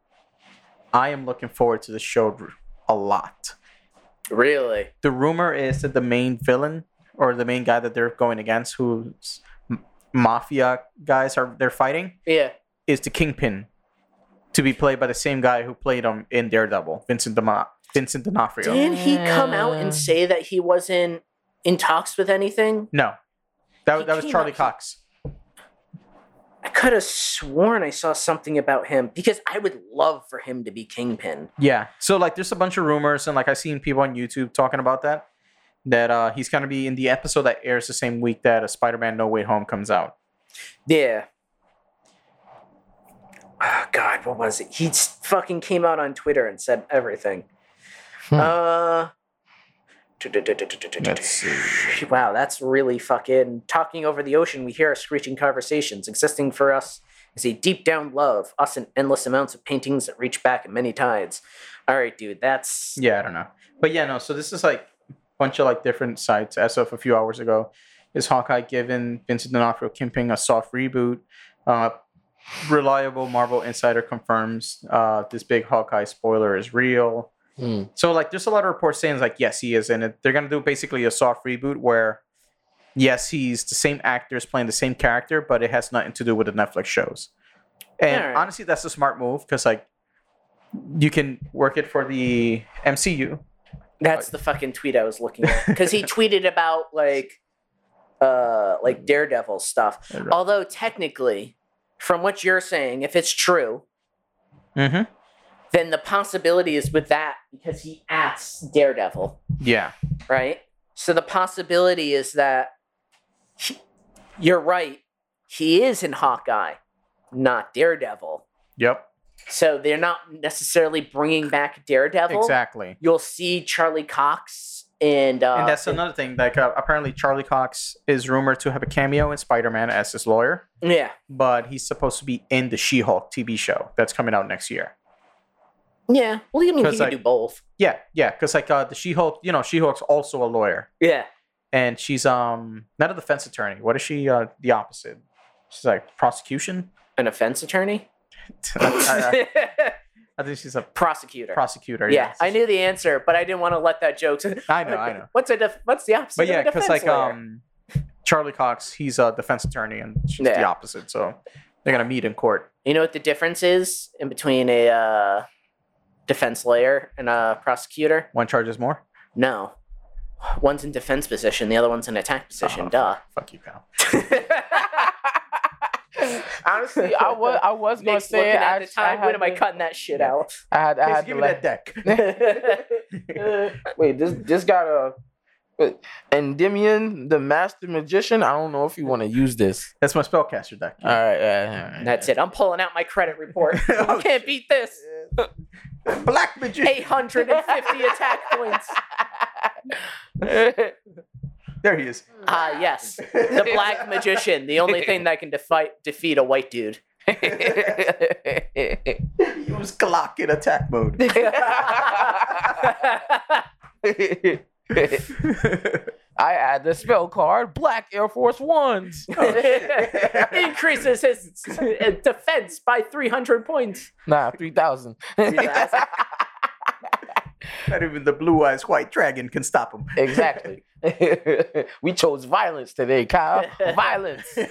A: I am looking forward to the show r- a lot.
B: Really?
A: The rumor is that the main villain or the main guy that they're going against, who's m- mafia guys are they're fighting,
B: Yeah.
A: is the Kingpin, to be played by the same guy who played him in Daredevil, Vincent D'Ama- Vincent D'Onofrio.
B: Didn't he come out and say that he wasn't in talks with anything?
A: No, that
B: He
A: was that was
B: came
A: Charlie
B: up-
A: Cox.
B: I could have sworn I saw something about him because I would love for him to be Kingpin.
A: Yeah. So like, there's a bunch of rumors, and like I've seen people on YouTube talking about that. That uh, he's gonna be in the episode that airs the same week that a Spider-Man No Way Home comes out.
B: Yeah. Oh God, what was it? He s- fucking came out on Twitter and said everything. Uh.
A: Let's see.
B: Wow, that's really fucking talking over the ocean. We hear our screeching conversations existing for us is a deep down love, us and endless amounts of paintings that reach back in many tides. All right, dude, that's
A: Yeah, I don't know. But yeah, no. So this is like a bunch of like different sites. As of a few hours ago, is Hawkeye giving Vincent D'Onofrio Kimping a soft reboot? Uh, reliable Marvel insider confirms uh, this big Hawkeye spoiler is real.
C: Mm.
A: So like, there's a lot of reports saying like, yes, he is in it. They're gonna do basically a soft reboot where, yes, he's the same actors playing the same character, but it has nothing to do with the Netflix shows. And
B: Alright.
A: honestly, that's a smart move because like, you can work it for the MCU.
B: that's the fucking tweet I was looking at because he tweeted about like, uh, like Daredevil stuff. Although technically, from what you're saying, if it's true,
A: Mm-hmm.
B: then the possibility is with that because he asks Daredevil.
A: Yeah.
B: right? So the possibility is that he- you're right. He is in Hawkeye, not Daredevil.
A: Yep.
B: So they're not necessarily bringing back Daredevil.
A: Exactly.
B: You'll see Charlie Cox and uh,
A: and that's another thing. Like, uh, apparently, Charlie Cox is rumored to have a cameo in Spider-Man as his lawyer,
B: yeah,
A: but he's supposed to be in the She-Hulk TV show that's coming out next year.
B: yeah. Well, you mean he
A: 'Cause,
B: can
A: like-
B: do both?
A: Yeah, yeah, because like uh, the She-Hulk, you know, She-Hulk's also a lawyer,
B: Yeah,
A: and she's um not a defense attorney. What is she? Uh, the opposite. She's like prosecution.
B: an offense attorney,
A: I, I- I think she's a
B: prosecutor.
A: Oh, prosecutor.
B: yeah,
A: so
B: I knew the answer, but I didn't want to let that joke.
A: she- I know, I know.
B: What's a def- what's the opposite?
A: But yeah,
B: because
A: because like um, Charlie Cox, he's a defense attorney, and she's the
B: Yeah.
A: opposite. So they're gonna meet in court.
B: You know what the difference is in between a uh, defense lawyer and a prosecutor?
A: One charges more.
B: No. One's in defense position, the other one's in attack position.
A: Oh,
C: Uh-huh.
B: Duh.
A: Fuck you, pal.
C: Honestly, I was. I was gonna
B: Nick's
C: say.
B: looking
C: I,
B: at the
C: just- I
B: time.
C: had
B: When am I
C: to-
B: cutting that shit
A: Yeah.
B: out?
C: I had. I
A: Please
C: had
A: give
C: to
A: me
C: laugh.
A: that deck.
B: yeah,
C: Wait, this this got a Endymion, the master magician. I don't know if you want to use this.
A: That's my spellcaster deck.
C: All right, all right, all right.
B: That's it. I'm pulling out my credit report.
C: Oh,
B: I can't beat this.
A: Black magician.
B: 850 attack points.
A: There he is.
B: Ah, yes. The black magician, the only thing that can defi- defeat a white dude.
A: Use Glock in attack mode.
C: Oh, I add the spell card, Black Air Force Ones.
B: Increases his uh, defense by 300 points.
C: Nah, three thousand.
A: Not even the blue eyes white dragon can stop him.
C: exactly. we chose violence today, Kyle. Violence. and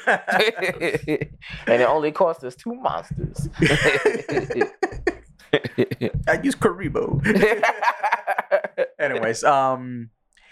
C: it only cost us two monsters.
A: I use Karibo. Anyways, um,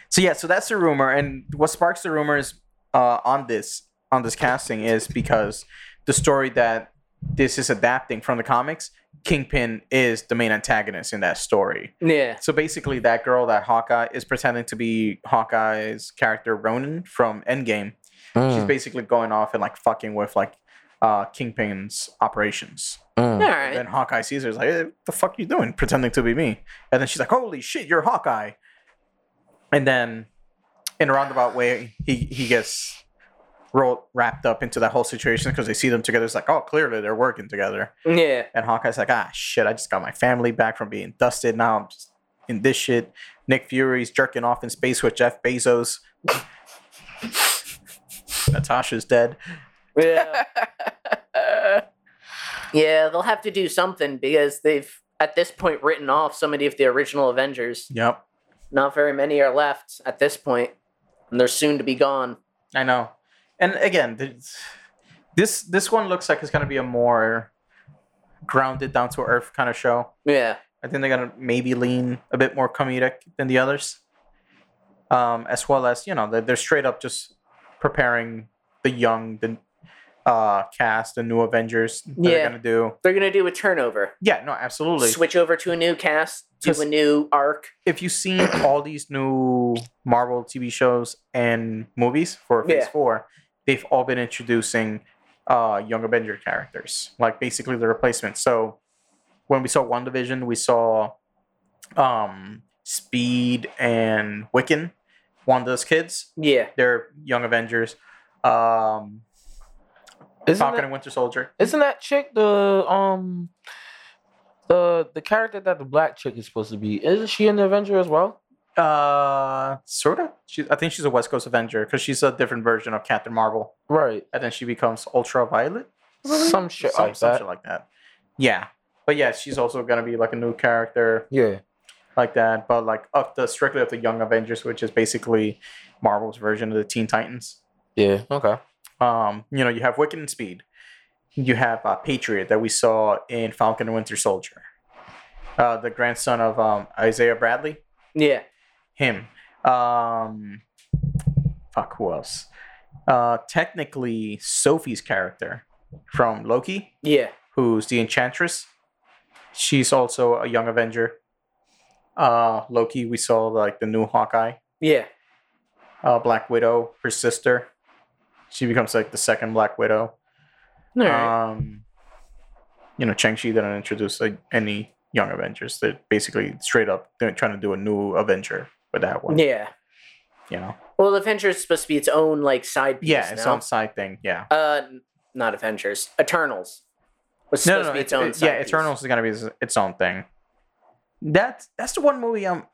A: so yeah, so that's the rumor, and what sparks the rumors uh, on this on this casting is because the story that this is adapting from the comics, Kingpin is the main antagonist in that story.
B: Yeah.
A: So basically, that girl that Hawkeye is pretending to be Hawkeye's character Ronan from Endgame. She's
C: Mm,
A: basically going off and like fucking with like uh Kingpin's operations.
B: All
C: mm.
A: And
B: right.
A: then Hawkeye sees her, is like, "Eh, what the fuck you doing pretending to be me? And then she's like, holy shit, you're Hawkeye. And then in a roundabout way, he, he gets rolled, wrapped up into that whole situation because they see them together. It's like, oh, clearly they're working together.
B: Yeah.
A: And Hawkeye's like, ah, shit, I just got my family back from being dusted. Now I'm just in this shit. Nick Fury's jerking off in space with Jeff Bezos. Natasha's dead.
B: Yeah. yeah, they'll have to do something because they've at this point written off so many of the original Avengers.
A: Yep.
B: Not very many are left at this point, and they're soon to be gone.
A: I know. And again, th- this this one looks like it's gonna be a more grounded, down to earth kind of show.
B: Yeah.
A: I think they're gonna maybe lean a bit more comedic than the others, um, as well as you know they're, they're straight up just preparing the young the uh, cast, the new Avengers that they're
B: Yeah.
A: gonna do.
B: They're going to do a turnover.
A: Yeah, no, absolutely.
B: Switch over to a new cast,
A: Just-
B: to a new arc.
A: If you've seen all these new Marvel TV shows and movies for Phase
B: Yeah.
A: Four, they've all been introducing uh, young Avenger characters, like basically the replacement. So when we saw One Division, we saw um, Speed and Wiccan, Wanda's kids.
B: Yeah.
A: They're young Avengers. Um,
C: Isn't
A: Falcon
C: that,
A: and Winter Soldier.
C: isn't that chick the um the the character that the black chick is supposed to be? Isn't she an Avenger as well?
A: Uh, sort of. She, I think she's a West Coast Avenger because she's a different version of Captain Marvel.
C: Right.
A: and then she becomes ultraviolet
C: Some shit
A: some,
C: like
A: some
C: that.
A: shit like that yeah but yeah she's also gonna be like a new character
C: yeah.
A: like that but like of the strictly of the young avengers which is basically marvel's version of the teen titans
C: Yeah. Okay.
A: um you know you have wicked and speed you have uh, patriot that we saw in falcon and winter soldier uh the grandson of um isaiah bradley
B: Yeah.
A: him um fuck who else uh technically sophie's character from loki
B: Yeah.
A: who's the Enchantress. She's also a young Avenger. Uh, Loki, we saw like the new Hawkeye.
B: Yeah.
A: Uh, Black Widow, her sister. She becomes like the second Black Widow.
B: All right.
A: Um, you know, Chang Chi didn't introduce like any young Avengers. They're basically straight up they're trying to do a new Avenger with that one.
B: yeah.
A: You know,
B: Well, Avengers is supposed to be its own like side piece.
A: yeah, it's
B: now.
A: on side thing. Yeah,
B: Uh, n- not Avengers. Eternals. Was
A: no,
B: supposed
A: no,
B: to be
A: it's,
B: its own.
A: it-
B: side
A: yeah,
B: piece.
A: Eternals is gonna be its- its own thing. That's that's the one movie I'm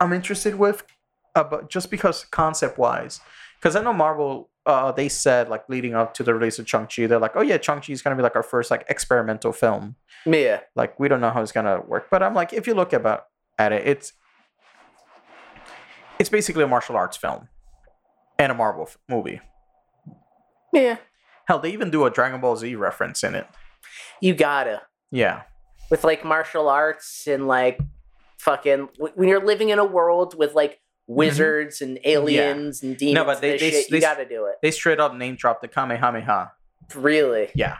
A: I'm interested with, uh, but just because concept wise, because I know Marvel, uh, they said like leading up to the release of Chung Chi, they're like, oh yeah, Chung Chi is gonna be like our first like experimental film.
B: Yeah.
A: Like we don't know how it's gonna work, but I'm like, if you look about at it, it's it's basically a martial arts film and a Marvel f- movie.
B: Yeah.
A: Hell, they even do a Dragon Ball Z reference in it.
B: You gotta
A: Yeah,
B: with like martial arts and like fucking w- when you're living in a world with like wizards and aliens and demons.
A: Mm-hmm. No,
B: and
A: but they-
B: this
A: they-
B: shit,
A: they-
B: you gotta do it.
A: they straight up name drop the Kamehameha.
B: Really,
A: Yeah.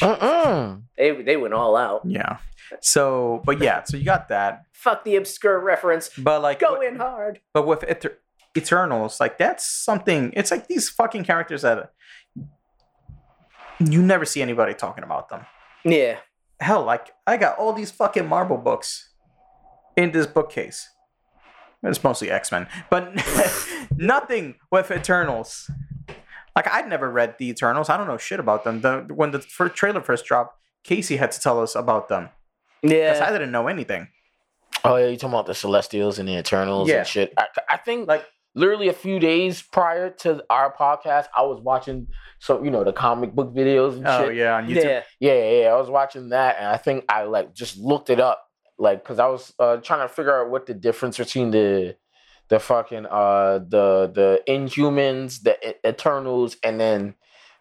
C: Mm-mm.
B: they they went all out.
A: Yeah. So, but yeah, so you got that.
B: Fuck the obscure reference.
A: But like,
B: Go in hard.
A: but with Eter- Eternals, like that's something. It's like these fucking characters that you never see anybody talking about them.
B: Yeah.
A: Hell, like I got all these fucking Marvel books in this bookcase. It's mostly X Men, but nothing with Eternals. Like I'd never read the Eternals. I don't know shit about them. The, when the first trailer first dropped, Casey had to tell us about them because I
B: Yeah.
A: didn't know anything.
C: Oh yeah, you talking about the Celestials and the Eternals
A: Yeah.
C: and shit. I, I think
A: Like-
C: like literally a few days prior to our podcast, I was watching some you know the comic book videos and
A: Oh
C: shit.
A: yeah, on YouTube.
B: Yeah.
C: Yeah. yeah, yeah, I was watching that, and I think I like just looked it up, like because I was uh, trying to figure out what the difference between the the fucking uh the the Inhumans, the E- Eternals, and then.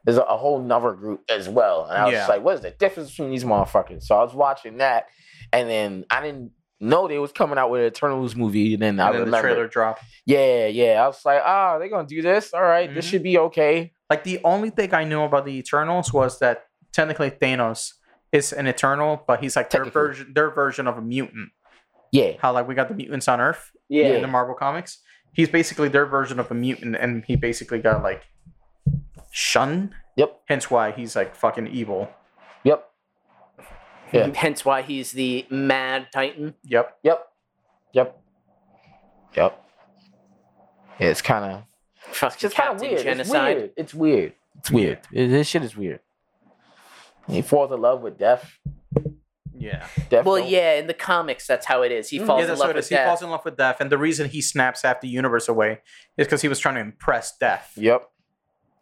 C: There's a a whole nother group as well. And I was
A: Yeah.
C: just like, what is the difference between these motherfuckers? So I was watching that and then I didn't know they was coming out with an Eternals movie. And then I
A: And then the
C: remembered.
A: trailer dropped.
C: Yeah, yeah. I was like, ah, they're gonna do this. All right, this
A: Mhm.
C: should be okay.
A: Like the only thing I knew about the Eternals was that technically Thanos is an Eternal, but he's like their
C: Technically.
A: version, their version of a mutant.
C: Yeah.
A: How like we got the mutants on Earth in
B: Yeah.
A: the Marvel comics. He's basically their version of a mutant, and he basically got like shunned.
C: Yep.
A: Hence why he's like fucking evil.
C: Yep. Yeah.
B: Hence why he's the Mad Titan.
A: Yep.
C: Yep. Yep. Yep. Yeah, it's kind of
B: Fucking
C: it's just kind of
B: Captain
C: weird.
B: Genocide.
C: It's weird. It's weird. It's weird. It- this shit is weird. He falls in love with death.
A: Yeah.
C: death
B: Well,
C: don't-
B: yeah, in the comics, that's how it is. He
C: Mhm.
B: falls
A: yeah,
B: in
A: that's
B: love
A: what it
B: with
A: is. He
B: death.
A: falls in love with Death, and the reason he snaps half the universe away is because he was trying to impress Death.
C: Yep.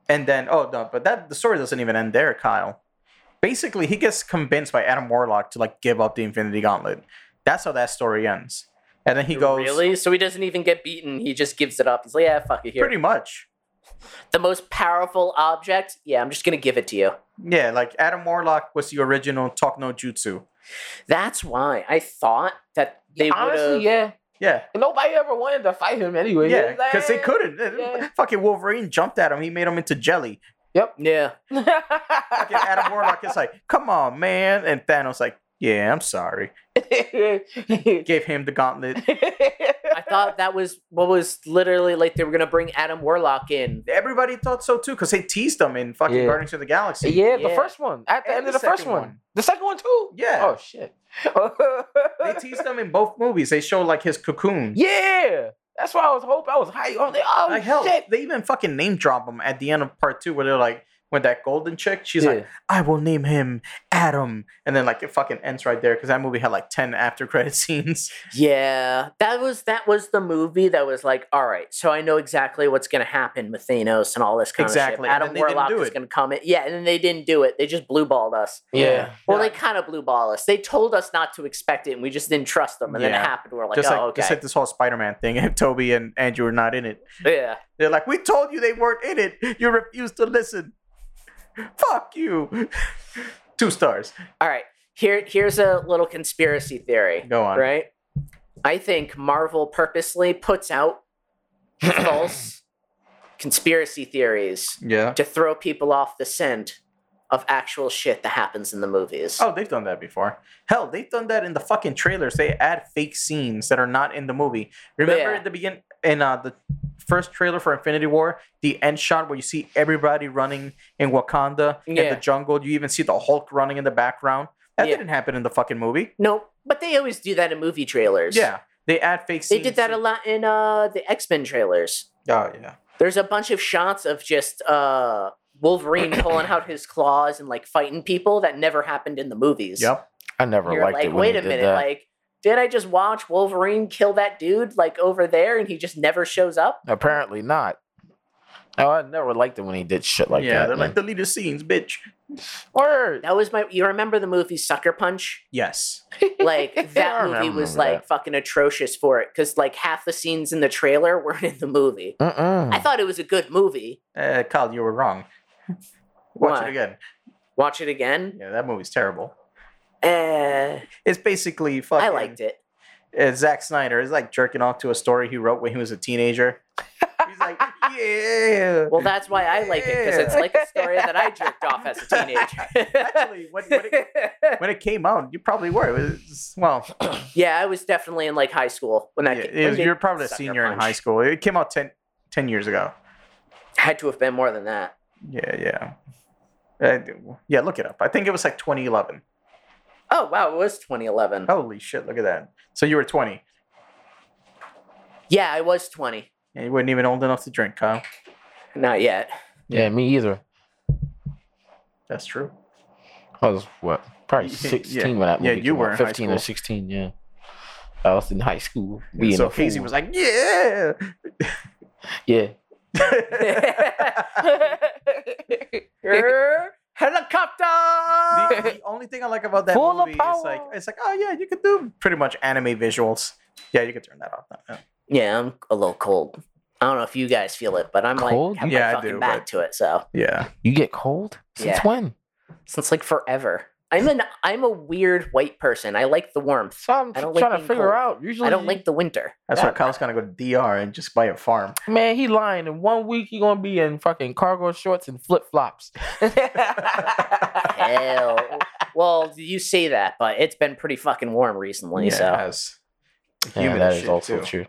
A: And then, oh no, but that the story doesn't even end there, Kyle. Basically, he gets convinced by Adam Warlock to like give up the Infinity Gauntlet. That's how that story ends. And then he goes,
B: Really? So he doesn't even get beaten. He just gives it up. He's like, yeah, fuck it. Here.
A: pretty much.
B: the most powerful object? Yeah, I'm just going to give it to you.
A: Yeah, like Adam Warlock was the original Talk No Jutsu.
B: That's why I thought that they would
C: Honestly,
B: have.
C: yeah.
A: Yeah,
C: And nobody ever wanted to fight him anyway. He
A: yeah,
C: was like,
A: because they
C: "Eh."
A: couldn't.
C: yeah.
A: Fucking Wolverine jumped at him. He made him into jelly.
B: Yeah.
A: Fucking Adam Warlock is like, "Come on, man!" And Thanos like, "Yeah, I'm sorry." Gave him the gauntlet.
B: I thought that was what was literally like they were going to bring Adam Warlock in.
A: Everybody thought so too, because they teased them in fucking
C: Yeah.
A: Guardians of the Galaxy.
C: Yeah, the
B: Yeah.
C: first one. At the
A: And
C: end
A: the
C: of the first
A: second
C: one.
A: one.
C: The second one too.
A: Yeah.
C: Oh shit.
A: they teased them in both movies. They show like his cocoon.
C: yeah. That's why I was hoping I was high. I was like, oh
A: like hell,
C: shit.
A: they even fucking name drop him at the end of part two, where they're like, when that golden chick, she's like, "I will name him Adam," and then like it fucking ends right there because that movie had like ten after credit scenes.
B: Yeah, that was that was the movie that was like, all right, so I know exactly what's going to happen with Thanos and all this kind
A: Exactly,
B: of shit.
A: and then
B: Adam
A: they didn't
B: Warlock
A: do
B: is
A: it.
B: going to come in. Yeah, and then they didn't do it. They just blue balled us.
C: yeah.
B: Well, they
A: Yeah.
B: kind of blue ball us. They told us not to expect it, and we just didn't trust them. And then
A: Yeah.
B: it happened. We're like,
A: just
B: oh,
A: like
B: okay.
A: just like this whole Spider-Man thing. If Toby and Andrew were not in it,
B: yeah.
A: they're like, "We told you they weren't in it. You refused to listen. Fuck you." Two stars.
B: All right. Here, here's a little conspiracy theory.
A: Go on.
B: Right. I think Marvel purposely puts out false conspiracy theories
A: Yeah.
B: to throw people off the scent of actual shit that happens in the movies.
A: Oh, they've done that before. Hell, they've done that in the fucking trailers. They add fake scenes that are not in the movie. Remember
B: Yeah.
A: at the begin in uh, the first trailer for Infinity War, the end shot where you see everybody running in Wakanda in
B: Yeah.
A: the jungle. You even see the Hulk running in the background. That
B: Yeah.
A: didn't happen in the fucking movie.
B: No, but they always do that in movie trailers.
A: Yeah, they add fake.
B: They
A: scenes.
B: did that a lot in uh, the X Men trailers.
A: Oh yeah.
B: There's a bunch of shots of just uh, Wolverine pulling out his claws and like fighting people that never happened in the movies.
A: Yep.
C: I never
B: You're
C: liked
B: like,
C: it.
B: wait a minute, like, did I just watch Wolverine kill that dude like over there and he just never shows up?
C: Apparently not. Oh, I never liked it when he did shit like
A: yeah,
C: that.
A: they're like
C: man.
A: deleted scenes, bitch.
C: Word.
B: That was my. You remember the movie Sucker Punch?
A: Yes.
B: Like
C: I
B: that movie was
C: remember
B: like
C: that.
B: fucking atrocious for it because like half the scenes in the trailer weren't in the movie. I
A: Hmm.
C: Mm-mm.
B: thought it was a good movie.
A: Uh, Kyle, you were wrong. Watch
B: Why?
A: it again.
B: Watch it again.
A: Yeah, that movie's terrible.
B: Eh,
A: It's basically fucking.
B: I liked it.
A: uh, Zack Snyder is like jerking off to a story he wrote when he was a teenager. He's like, yeah.
B: Well, that's why I like it because it's like a story that I jerked off as a teenager.
A: Actually, when, when, it, when it came out, you probably were. It was, well,
B: yeah, I was definitely in like high school when
A: yeah,
B: that.
A: it
B: when
A: was-
B: they-
A: you were probably a
B: Sucker
A: senior in
B: Punch.
A: high school. It came out 10, ten years ago.
B: Had to have been more than that.
A: Yeah, yeah, Uh, yeah. Look it up. I think it was like 2011.
B: Oh wow, it was 2011.
A: Holy shit! Look at that. So you were 20,
B: Yeah, I was 20.
A: and you weren't even old enough to drink, Kyle.
B: Not yet.
C: Yeah, me either.
A: That's true.
C: I was what? Probably
A: Yeah,
C: 16
A: yeah.
C: when that movie
A: Yeah, you
C: came out.
A: were in high
C: 15 or
A: school.
C: 16, yeah. I was in high school. Being
A: so
C: a
A: Casey
C: fool.
A: was like, "Yeah."
C: Yeah.
B: Er, Helicopter.
A: the, the only thing I like about that
C: Full of
A: movie is like
C: power.
A: it's like oh yeah you could do pretty much anime visuals. Yeah, you could turn that off. Yeah.
B: Yeah, I'm a little cold. I don't know if you guys feel it, but I'm
C: Cold?
B: like have
A: Yeah, I
B: my fucking
A: do,
B: back
A: but-
B: to it. So
A: Yeah.
C: You get cold? Since
B: Yeah.
C: when?
B: since like forever, I'm an I'm a weird white person. I like the warmth.
C: So I'm
B: I don't like
C: trying to
B: being
C: figure
B: cold.
C: out. Usually,
B: I don't like the winter.
A: That's why
C: Yeah.
A: Kyle's gonna go to DR and just buy a farm.
C: Man, he lying. In one week, he gonna be in fucking cargo shorts and flip flops.
B: Hell. well, you say that, but it's been pretty fucking warm recently.
A: it
B: So
A: has
C: Yeah,
A: human
C: that
A: shit
C: is also
A: too.
C: true.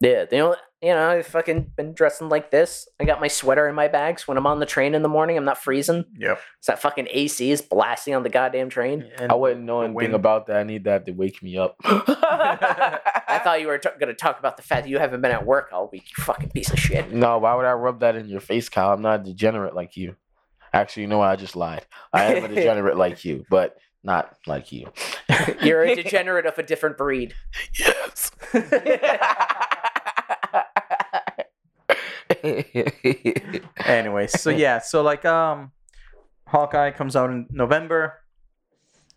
B: yeah, you know, you know, I've fucking been dressing like this. I got my sweater in my bags when I'm on the train in the morning. I'm not freezing.
A: Yep.
B: So that fucking AC is blasting on the goddamn train.
A: And
C: I wouldn't know
A: the
C: anything
A: wind.
C: about that. I need that to wake me up.
B: I thought you were t- going to talk about the fact that you haven't been at work all week, you fucking piece of shit.
C: no, why would I rub that in your face, Kyle? I'm not a degenerate like you. Actually, you know what? I just lied. I am a degenerate like you, but not like you.
B: You're a degenerate of a different breed.
C: Yes.
A: Anyway, so yeah, so like um, Hawkeye comes out in November,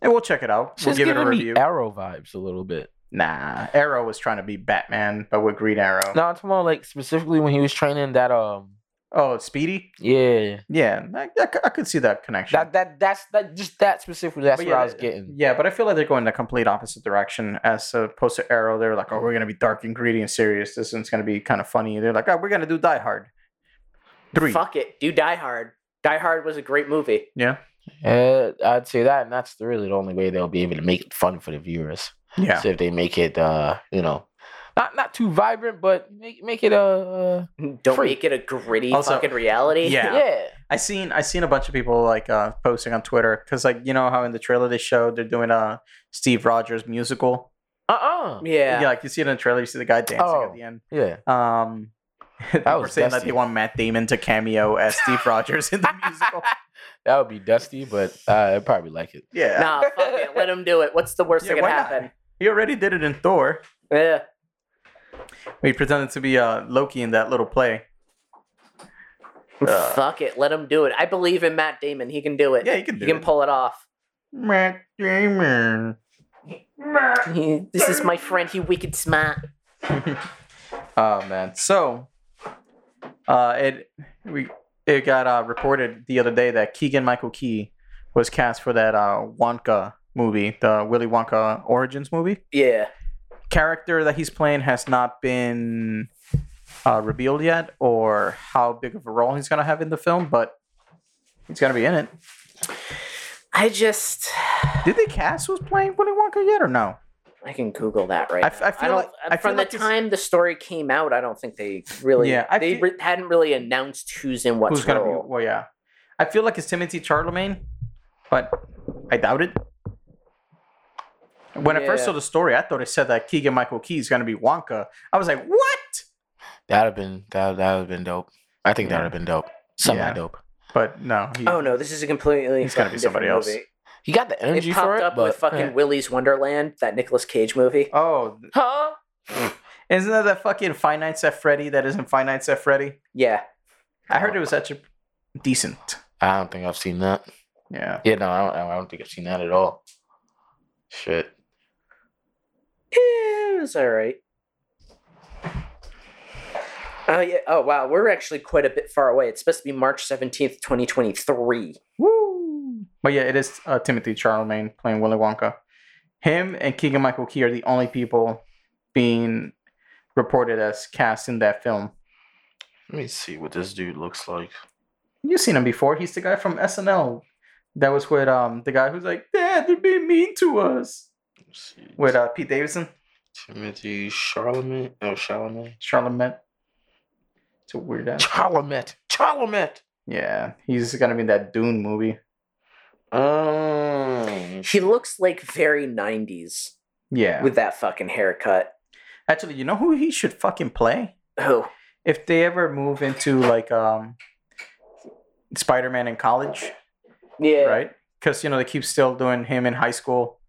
A: and we'll check it out.
C: She's
A: we'll give it a
C: giving
A: review.
C: me arrow vibes a little bit.
A: nah, Arrow was trying to be Batman, but with Green Arrow.
C: No, I'm talking about like specifically when he was training that um
A: Oh, Speedy.
C: yeah
A: Yeah, I, I c- I could see that connection.
C: that that that's that just that specifically that's
A: But
C: what
A: yeah,
C: I was
A: that-
C: getting.
A: Yeah, but I feel like they're going the complete opposite direction as opposed to Arrow. They're like, oh, we're gonna be dark and gritty and serious. This one's gonna be kind of funny. They're like, oh, we're gonna do Die Hard. Three.
B: Fuck it. Do Die Hard. Die Hard was a great movie.
A: Yeah.
C: Uh, I'd say that, and that's really the only way they'll be able to make it fun for the viewers.
A: Yeah.
C: So if they make it, uh, you know, not not too vibrant, but make make it uh,
B: Don't
C: Free.
B: make it a gritty
A: Also-
B: fucking reality.
A: Yeah.
C: yeah. yeah.
A: I seen I seen a bunch of people like uh, posting on Twitter because like you know how in the trailer they showed they're doing a Steve Rogers musical.
C: Uh uh
A: Yeah.
B: Yeah.
A: like you see it in the trailer, you see the guy dancing
C: Oh.
A: at the end.
C: Yeah.
A: Um, they were
C: was
A: saying that
C: dusty.
A: they want Matt Damon to cameo as Steve Rogers in the musical.
C: That would be dusty, but uh, I'd probably like it.
A: Yeah,
B: Nah, fuck it. Let him do it. What's the worst
A: Yeah,
B: that could
A: why not?
B: happen?
A: he already did it in Thor.
B: Yeah.
A: He pretended to be uh, Loki in that little play. Uh,
B: Fuck it. Let him do it. I believe in Matt Damon. He can do it.
A: yeah, you can do
B: he can
A: it.
B: pull it off.
A: Matt Damon.
B: He- this is my friend. He wicked smart.
A: Oh man. So, uh, it we it got uh, reported the other day that Keegan Michael Key was cast for that uh, Wonka movie, the Willy Wonka Origins movie.
B: Yeah.
A: Character that he's playing has not been uh, revealed yet, or how big of a role he's gonna have in the film, but he's gonna be in it.
B: I just.
A: Did they cast who's playing Willy Wonka yet, or no?
B: I can Google that right
A: I
B: I
A: f- I feel
B: don't,
A: like- I
B: from
A: feel like
B: the
A: it's-
B: time the story came out, I don't think they really.
A: Yeah, I
B: they
A: feel-
B: re- hadn't really announced who's in what
A: who's gonna be?
B: role.
A: Well, yeah, I feel like it's Timothy Charlemagne, but I doubt it. When I first
B: Yeah.
A: saw the story, I thought it said that Keegan Michael Key is gonna be Wonka. I was like, what?
C: That'd have been that that would have been dope. I think
A: Yeah.
C: that'd have been dope. Semi
A: Yeah.
C: dope.
A: But no, he,
B: Oh no, this is a completely.
A: It's gotta be
B: fucking
A: somebody
B: different
A: else.
B: movie.
C: He got the energy
B: It
C: for
B: popped
C: it,
B: up
C: but eh.
B: with fucking
A: Uh.
C: yeah.
B: Willy's Wonderland, that Nicolas Cage movie.
A: Oh, th-
B: Huh?
A: isn't that that fucking Five Nights at Freddy? That isn't Five Nights at Freddy.
B: Yeah.
A: I heard it was actually decent.
C: I don't think I've seen that.
A: Yeah.
C: Yeah, no, I don't, I don't think I've seen that at all. Shit.
B: It was all right. Oh yeah. Oh wow, we're actually quite a bit far away. It's supposed to be March seventeenth, twenty twenty three.
A: Woo. But yeah, it is uh, Timothy Charlemagne playing Willy Wonka. Him and Keegan Michael Key are the only people being reported as cast in that film.
C: Let me see what this dude looks like.
A: You've seen him before. He's the guy from SNL. That was with um the guy who's like, Dad, they're being mean to us.
C: Let's see.
A: With uh, Pete Davidson,
C: Timothy Charlemagne. Oh, Charlemagne.
A: Charlemagne. It's a weird ass.
C: Chalamet. Chalamet.
A: Yeah, he's gonna be in that Dune movie.
C: Um,
B: He looks like very 90s
A: Yeah.
B: with that fucking haircut.
A: Actually, you know who he should fucking play?
B: Oh,
A: If they ever move into like um Spider Man in college,
B: yeah.
A: right? Because you know they keep still doing him in high school,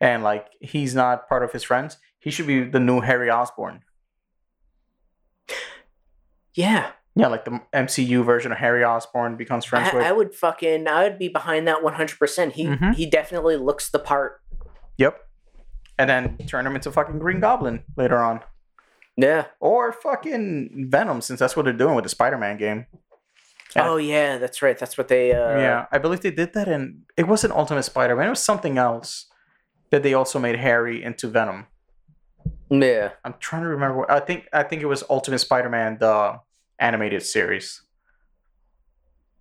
A: and like he's not part of his friends. He should be the new Harry Osborn.
B: Yeah.
A: Yeah, like the MCU version of Harry Osborn becomes friends
B: I,
A: with.
B: I would fucking I would be behind that 100%. He
A: Mhm.
B: he definitely looks the part.
A: yep. And then turn him into fucking Green Goblin later on,
B: Yeah.
A: or fucking Venom, since that's what they're doing with the Spider Man game. Yeah.
B: Oh yeah, that's right. That's what they uh
A: yeah, I believe they did that, and it wasn't Ultimate Spider Man. It was something else that they also made Harry into Venom.
B: Yeah.
A: I'm trying to remember. What, I think I think it was Ultimate Spider Man, the animated series,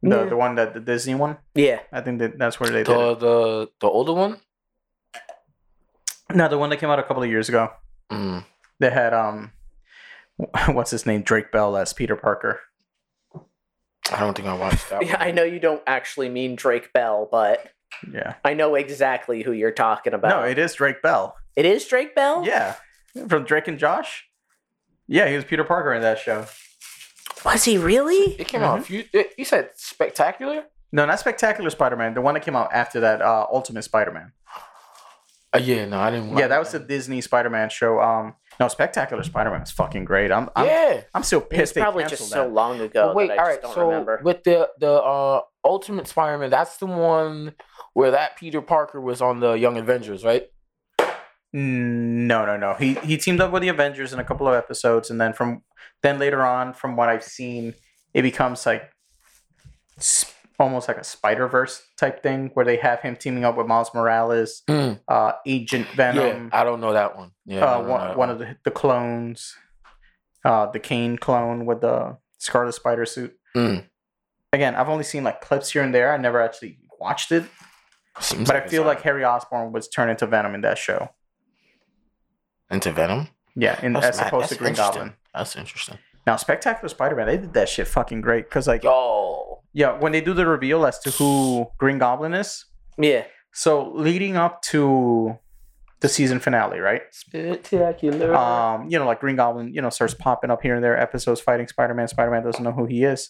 A: the
B: Yeah.
A: the one that the Disney one.
B: Yeah.
A: I think that that's where they did
C: the, the the older one.
A: it. No, the one that came out a couple of years ago.
C: Mm.
A: They had um, what's his name, Drake Bell as Peter Parker.
C: I don't think I watched
A: Oh.
C: that.
B: Yeah,
C: one.
B: I know you don't actually mean Drake Bell, but
A: Yeah.
B: I know exactly who you're talking about.
A: No, it is Drake Bell.
B: it is Drake Bell?
A: Yeah, from Drake and Josh. Yeah, he was Peter Parker in that show.
B: Was he really?
C: It came out. A few, it- you said spectacular.
A: No, not Spectacular Spider-Man. The one that came out after that, uh, Ultimate Spider-Man.
C: Uh, yeah, no, I didn't.
A: Yeah, that was the Disney Spider-Man show. Um, no, Spectacular Spider-Man is fucking great. I'm, I'm,
C: yeah.
A: I'm still
B: It was
A: pissed.
B: probably
A: they
B: just so
A: canceled
B: long ago.
C: But wait,
B: that I
C: all
B: just
C: right.
B: don't
C: So
B: remember.
C: with the the uh, Ultimate Spider-Man, that's the one where that Peter Parker was on the Young Avengers, right?
A: that. Mm, No, no, no. He he teamed up with the Avengers in a couple of episodes, and then from then later on, from what I've seen, it becomes like s- almost like a Spider Verse type thing where they have him teaming up with Miles Morales,
C: Mm.
A: uh, Agent
C: yeah,
A: Venom,
C: I don't know that one.
A: um,
C: Yeah, I
A: uh,
C: don't know
A: one,
C: that
A: one of the, the clones, uh, the Kane clone with the Scarlet Spider suit.
C: Mm.
A: Again, I've only seen like clips here and there. I never actually watched it,
C: Seems
A: but I
C: it's uh,
A: feel
C: on-
A: like Harry Osborn was turned into Venom in that show.
C: into Venom.
A: Yeah, in,
C: That's
A: as
C: mad-
A: opposed to
C: that's
A: Green
C: interesting.
A: Goblin.
C: That's interesting.
A: Now, Spectacular Spider-Man, they did that shit fucking great. Cause like,
C: Yo,
A: yeah, when they do the reveal as to who Green Goblin is,
B: yeah.
A: so leading up to the season finale, right?
B: Uh-huh.
C: spectacular.
A: um, you know, like Green Goblin, you know, starts popping up here and there, episodes fighting Spider Man. Spider Man doesn't know who he is.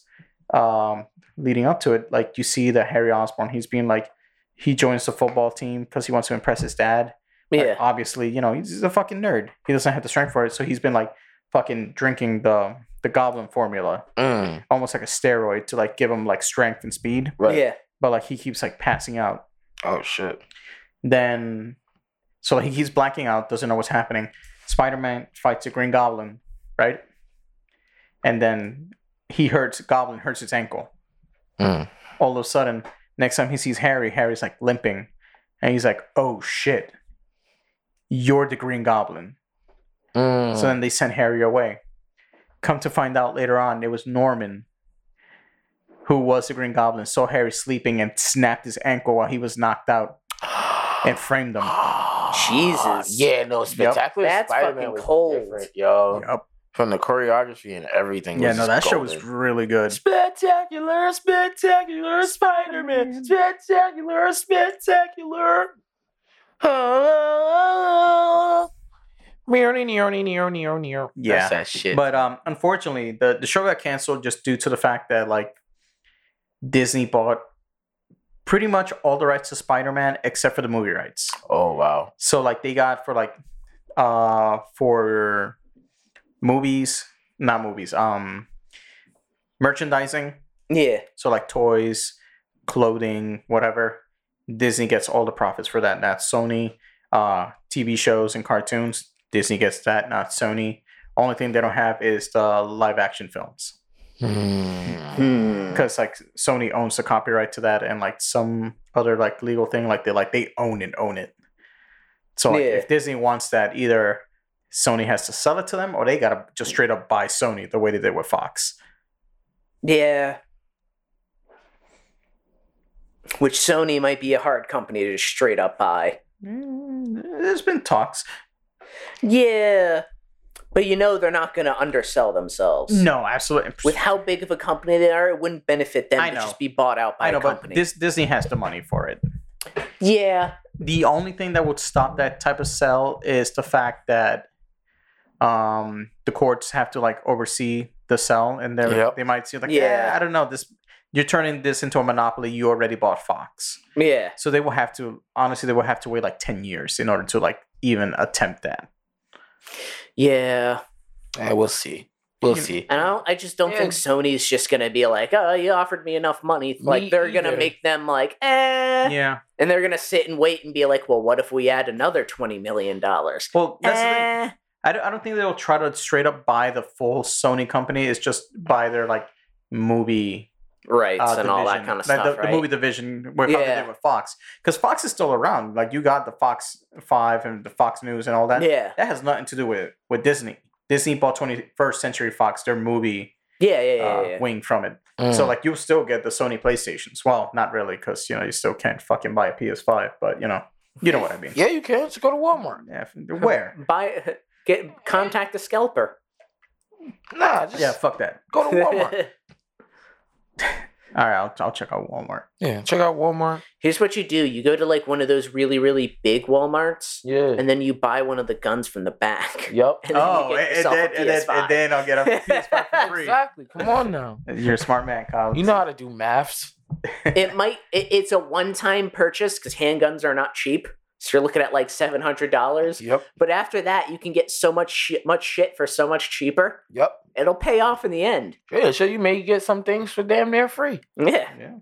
A: Um, leading up to it, like you see that Harry Osborn, he's being like, he joins the football team because he wants to impress his dad. Like,
B: Yeah.
A: obviously, you know, he's, he's a fucking nerd. He doesn't have the strength for it, so he's been like fucking drinking the the Goblin formula,
C: Mm,
A: almost like a steroid to like give him like strength and speed.
C: right.
B: Yeah.
A: But like he keeps like passing out
C: Oh shit.
A: then so he, he's blacking out doesn't know what's happening spider-man fights a green goblin right and then he hurts goblin hurts his ankle
C: Mm.
A: all of a sudden next time he sees harry harry's like limping and he's like oh shit you're the green goblin
C: Mm.
A: so then they sent harry away come to find out later on it was norman who was the green goblin saw harry sleeping and snapped his ankle while he was knocked out and framed him
B: Jesus.
C: Yeah, no, spectacular.
B: That's
C: Spider-Man
B: fucking
C: was
B: cold.
C: different, yo.
A: Yup.
C: From the choreography and everything.
A: Yeah,
C: was
A: no,
C: just
A: that show was
C: golden.
A: really good.
C: spectacular, spectacular Spider-Man, spectacular, spectacular. Ah. Meow, meow, meow, meow, meow, meow.
A: Yeah.
C: That's that shit.
A: But um, unfortunately, the the show got canceled just due to the fact that like Disney bought pretty much all the rights to Spider Man except for the movie rights.
C: oh wow.
A: So like they got for like uh for movies, not movies, um merchandising.
B: Yeah.
A: So like toys, clothing, whatever. Disney gets all the profits for that. Not Sony. Uh, TV shows and cartoons. Disney gets that. Not Sony. Only thing they don't have is the live action films
C: Hmm.
B: Hmm.
A: because like Sony owns the copyright to that and like some other like legal thing. Like they like they own and own it. So like
B: Yeah.
A: if Disney wants that, either Sony has to sell it to them or they gotta just straight up buy Sony the way they did with Fox.
B: Yeah. Which Sony might be a hard company to straight up buy.
A: Mm, there's been talks.
B: Yeah. But you know they're not going to undersell themselves.
A: No, absolutely.
B: With how big of a company they are, it wouldn't benefit them
A: I
B: to
A: know.
B: just be bought out by
A: I know,
B: a
A: but
B: company.
A: this Disney has the money for it.
B: yeah,
A: the only thing that would stop that type of sell is the fact that um the courts have to like oversee the sell and they are
C: Yep.
A: they might see like
B: Yeah.
A: yeah i don't know this you're turning this into a monopoly you already bought fox
B: yeah.
A: so they will have to honestly they will have to wait like 10 years in order to like even attempt that
B: Yeah,
C: I will see. We'll
A: You-
C: see.
B: and I, don't, I just don't think Sony's just gonna be like, "Oh, you offered me enough money." Like
C: Me
B: they're gonna
C: either.
B: make them like, "Eh,"
A: yeah
B: and they're gonna sit and wait and be like, "Well, what if we add another twenty million dollars?"
A: well that's the thing.
B: Eh.
A: I don't, I don't think they'll try to straight up buy the full sony company it's just buy their like movie
B: rights
A: uh,
B: and all that
A: division.
B: kind of
A: Like
B: stuff,
A: The,
B: right?
A: the movie division, with how they
B: Yeah.
A: did with Fox, because Fox is still around. Like you got the Fox Five and the Fox News and all that.
B: yeah,
A: That has nothing to do with with Disney. Disney bought 21st Century Fox their movie
B: yeah, yeah,
A: uh,
B: yeah. Hmm. yeah.
A: wing from it. So like you'll still get the Sony PlayStations. Well, not really, because you know you still can't fucking buy a PS5. But you know, you know what I mean.
C: yeah, you can. Just go to Walmart.
A: Yeah. Where?
B: Buy, get contact the scalper.
C: Nah, just
A: Yeah. Fuck that.
C: go to Walmart.
A: All right. I'll, I'll check out Walmart.
C: yeah, check out Walmart.
B: Here's what you do: you go to like one of those really, really big WalMarts,
C: Yeah.
B: and then you buy one of the guns from the back.
C: Yep.
B: And then
A: Oh,
B: you get
A: and, and
B: yourself
A: then,
B: a
A: and, then,
B: PS5.
A: and then I'll get a PS5 for free.
C: Exactly. Come on now.
A: You're a smart man, Kyle.
C: You know how to do maths.
B: it might. It, it's a one-time purchase because handguns are not cheap. So you're looking at like seven hundred dollars.
C: Yep.
B: But after that, you can get so much shit, much shit for so much cheaper.
C: Yep.
B: It'll pay off in the end.
C: Yeah, so you may get some things for damn near free.
B: Yeah,
A: Yeah.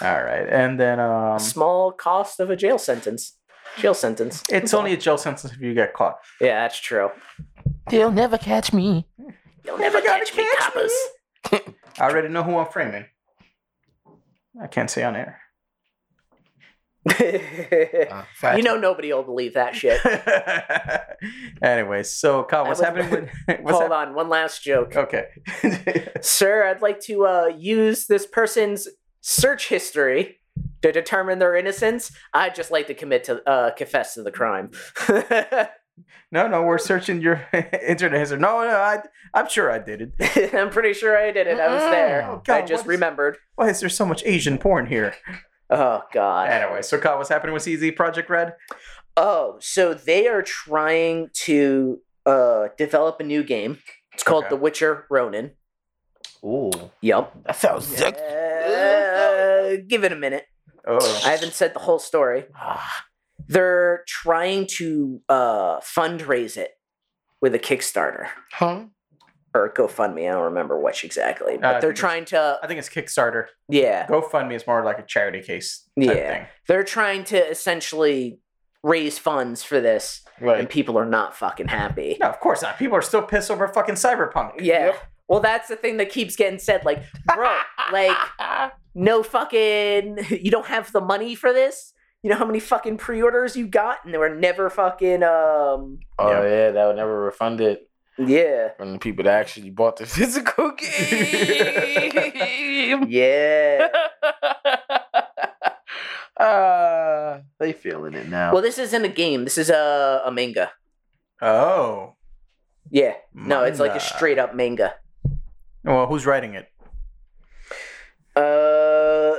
A: All right, and then um,
B: a small cost of a jail sentence. Jail sentence.
A: it's only a jail sentence if you get caught.
B: Yeah, that's true.
C: They'll never catch me.
B: You'll
A: Never
B: never
A: gonna
B: catch me,
A: catch
B: coppers.
A: I already know who I'm framing. I can't say on air.
C: Uh,
B: you know nobody will believe that shit.
A: anyway, so Kyle, Oh, what's
B: was-
A: happening with what's
B: Hold
A: happening?
B: on, one last joke.
A: Okay.
B: Sir, I'd like to uh, use this person's search history to determine their innocence. I'd just like to commit to uh, confess to the crime.
A: no, no, we're searching your internet history. No, no, I, I'm sure I did it.
B: I'm pretty sure I did it. I was there.
A: Oh, God,
B: I just
A: what's-
B: remembered.
A: Why is there so much Asian porn here?
B: Oh God.
A: Anyway, so Kyle, what's happening with CZ Project Red?
B: Oh, so they are trying to uh, develop a new game. It's called
A: Okay.
B: The Witcher Ronin.
C: Ooh,
B: Yep.
C: that sounds sick.
B: Uh, give it a minute.
A: Oh,
B: I haven't said the whole story.
C: Ah,
B: They're trying to uh, fundraise it with a Kickstarter
C: Huh?
B: or GoFundMe. I don't remember which exactly,
A: I
B: but they're
A: think it's-
B: trying to.
A: I think it's Kickstarter.
B: Yeah,
A: GoFundMe is more like a charity case type
B: Yeah.
A: thing.
B: they're trying to essentially raise funds for this, and
C: Right.
B: people are not fucking happy.
A: No, of course not. People are still pissed over fucking Cyberpunk.
B: Yeah. Well, that's the thing that keeps getting said. Like, bro, like,
C: Oh,
B: no fucking, you don't have the money for this. You know how many fucking pre-orders you got, and they were never fucking. um
C: Oh
A: Yeah.
C: yeah, that would never refund it
B: Yeah.
C: from the people that actually bought the physical game.
B: Yeah.
C: uh, they feeling it now.
B: well, this isn't a game. This is a, a manga.
A: Oh.
B: Yeah. No, it's like a
A: Manga.
B: straight up manga.
A: Well, who's writing it?
B: Uh,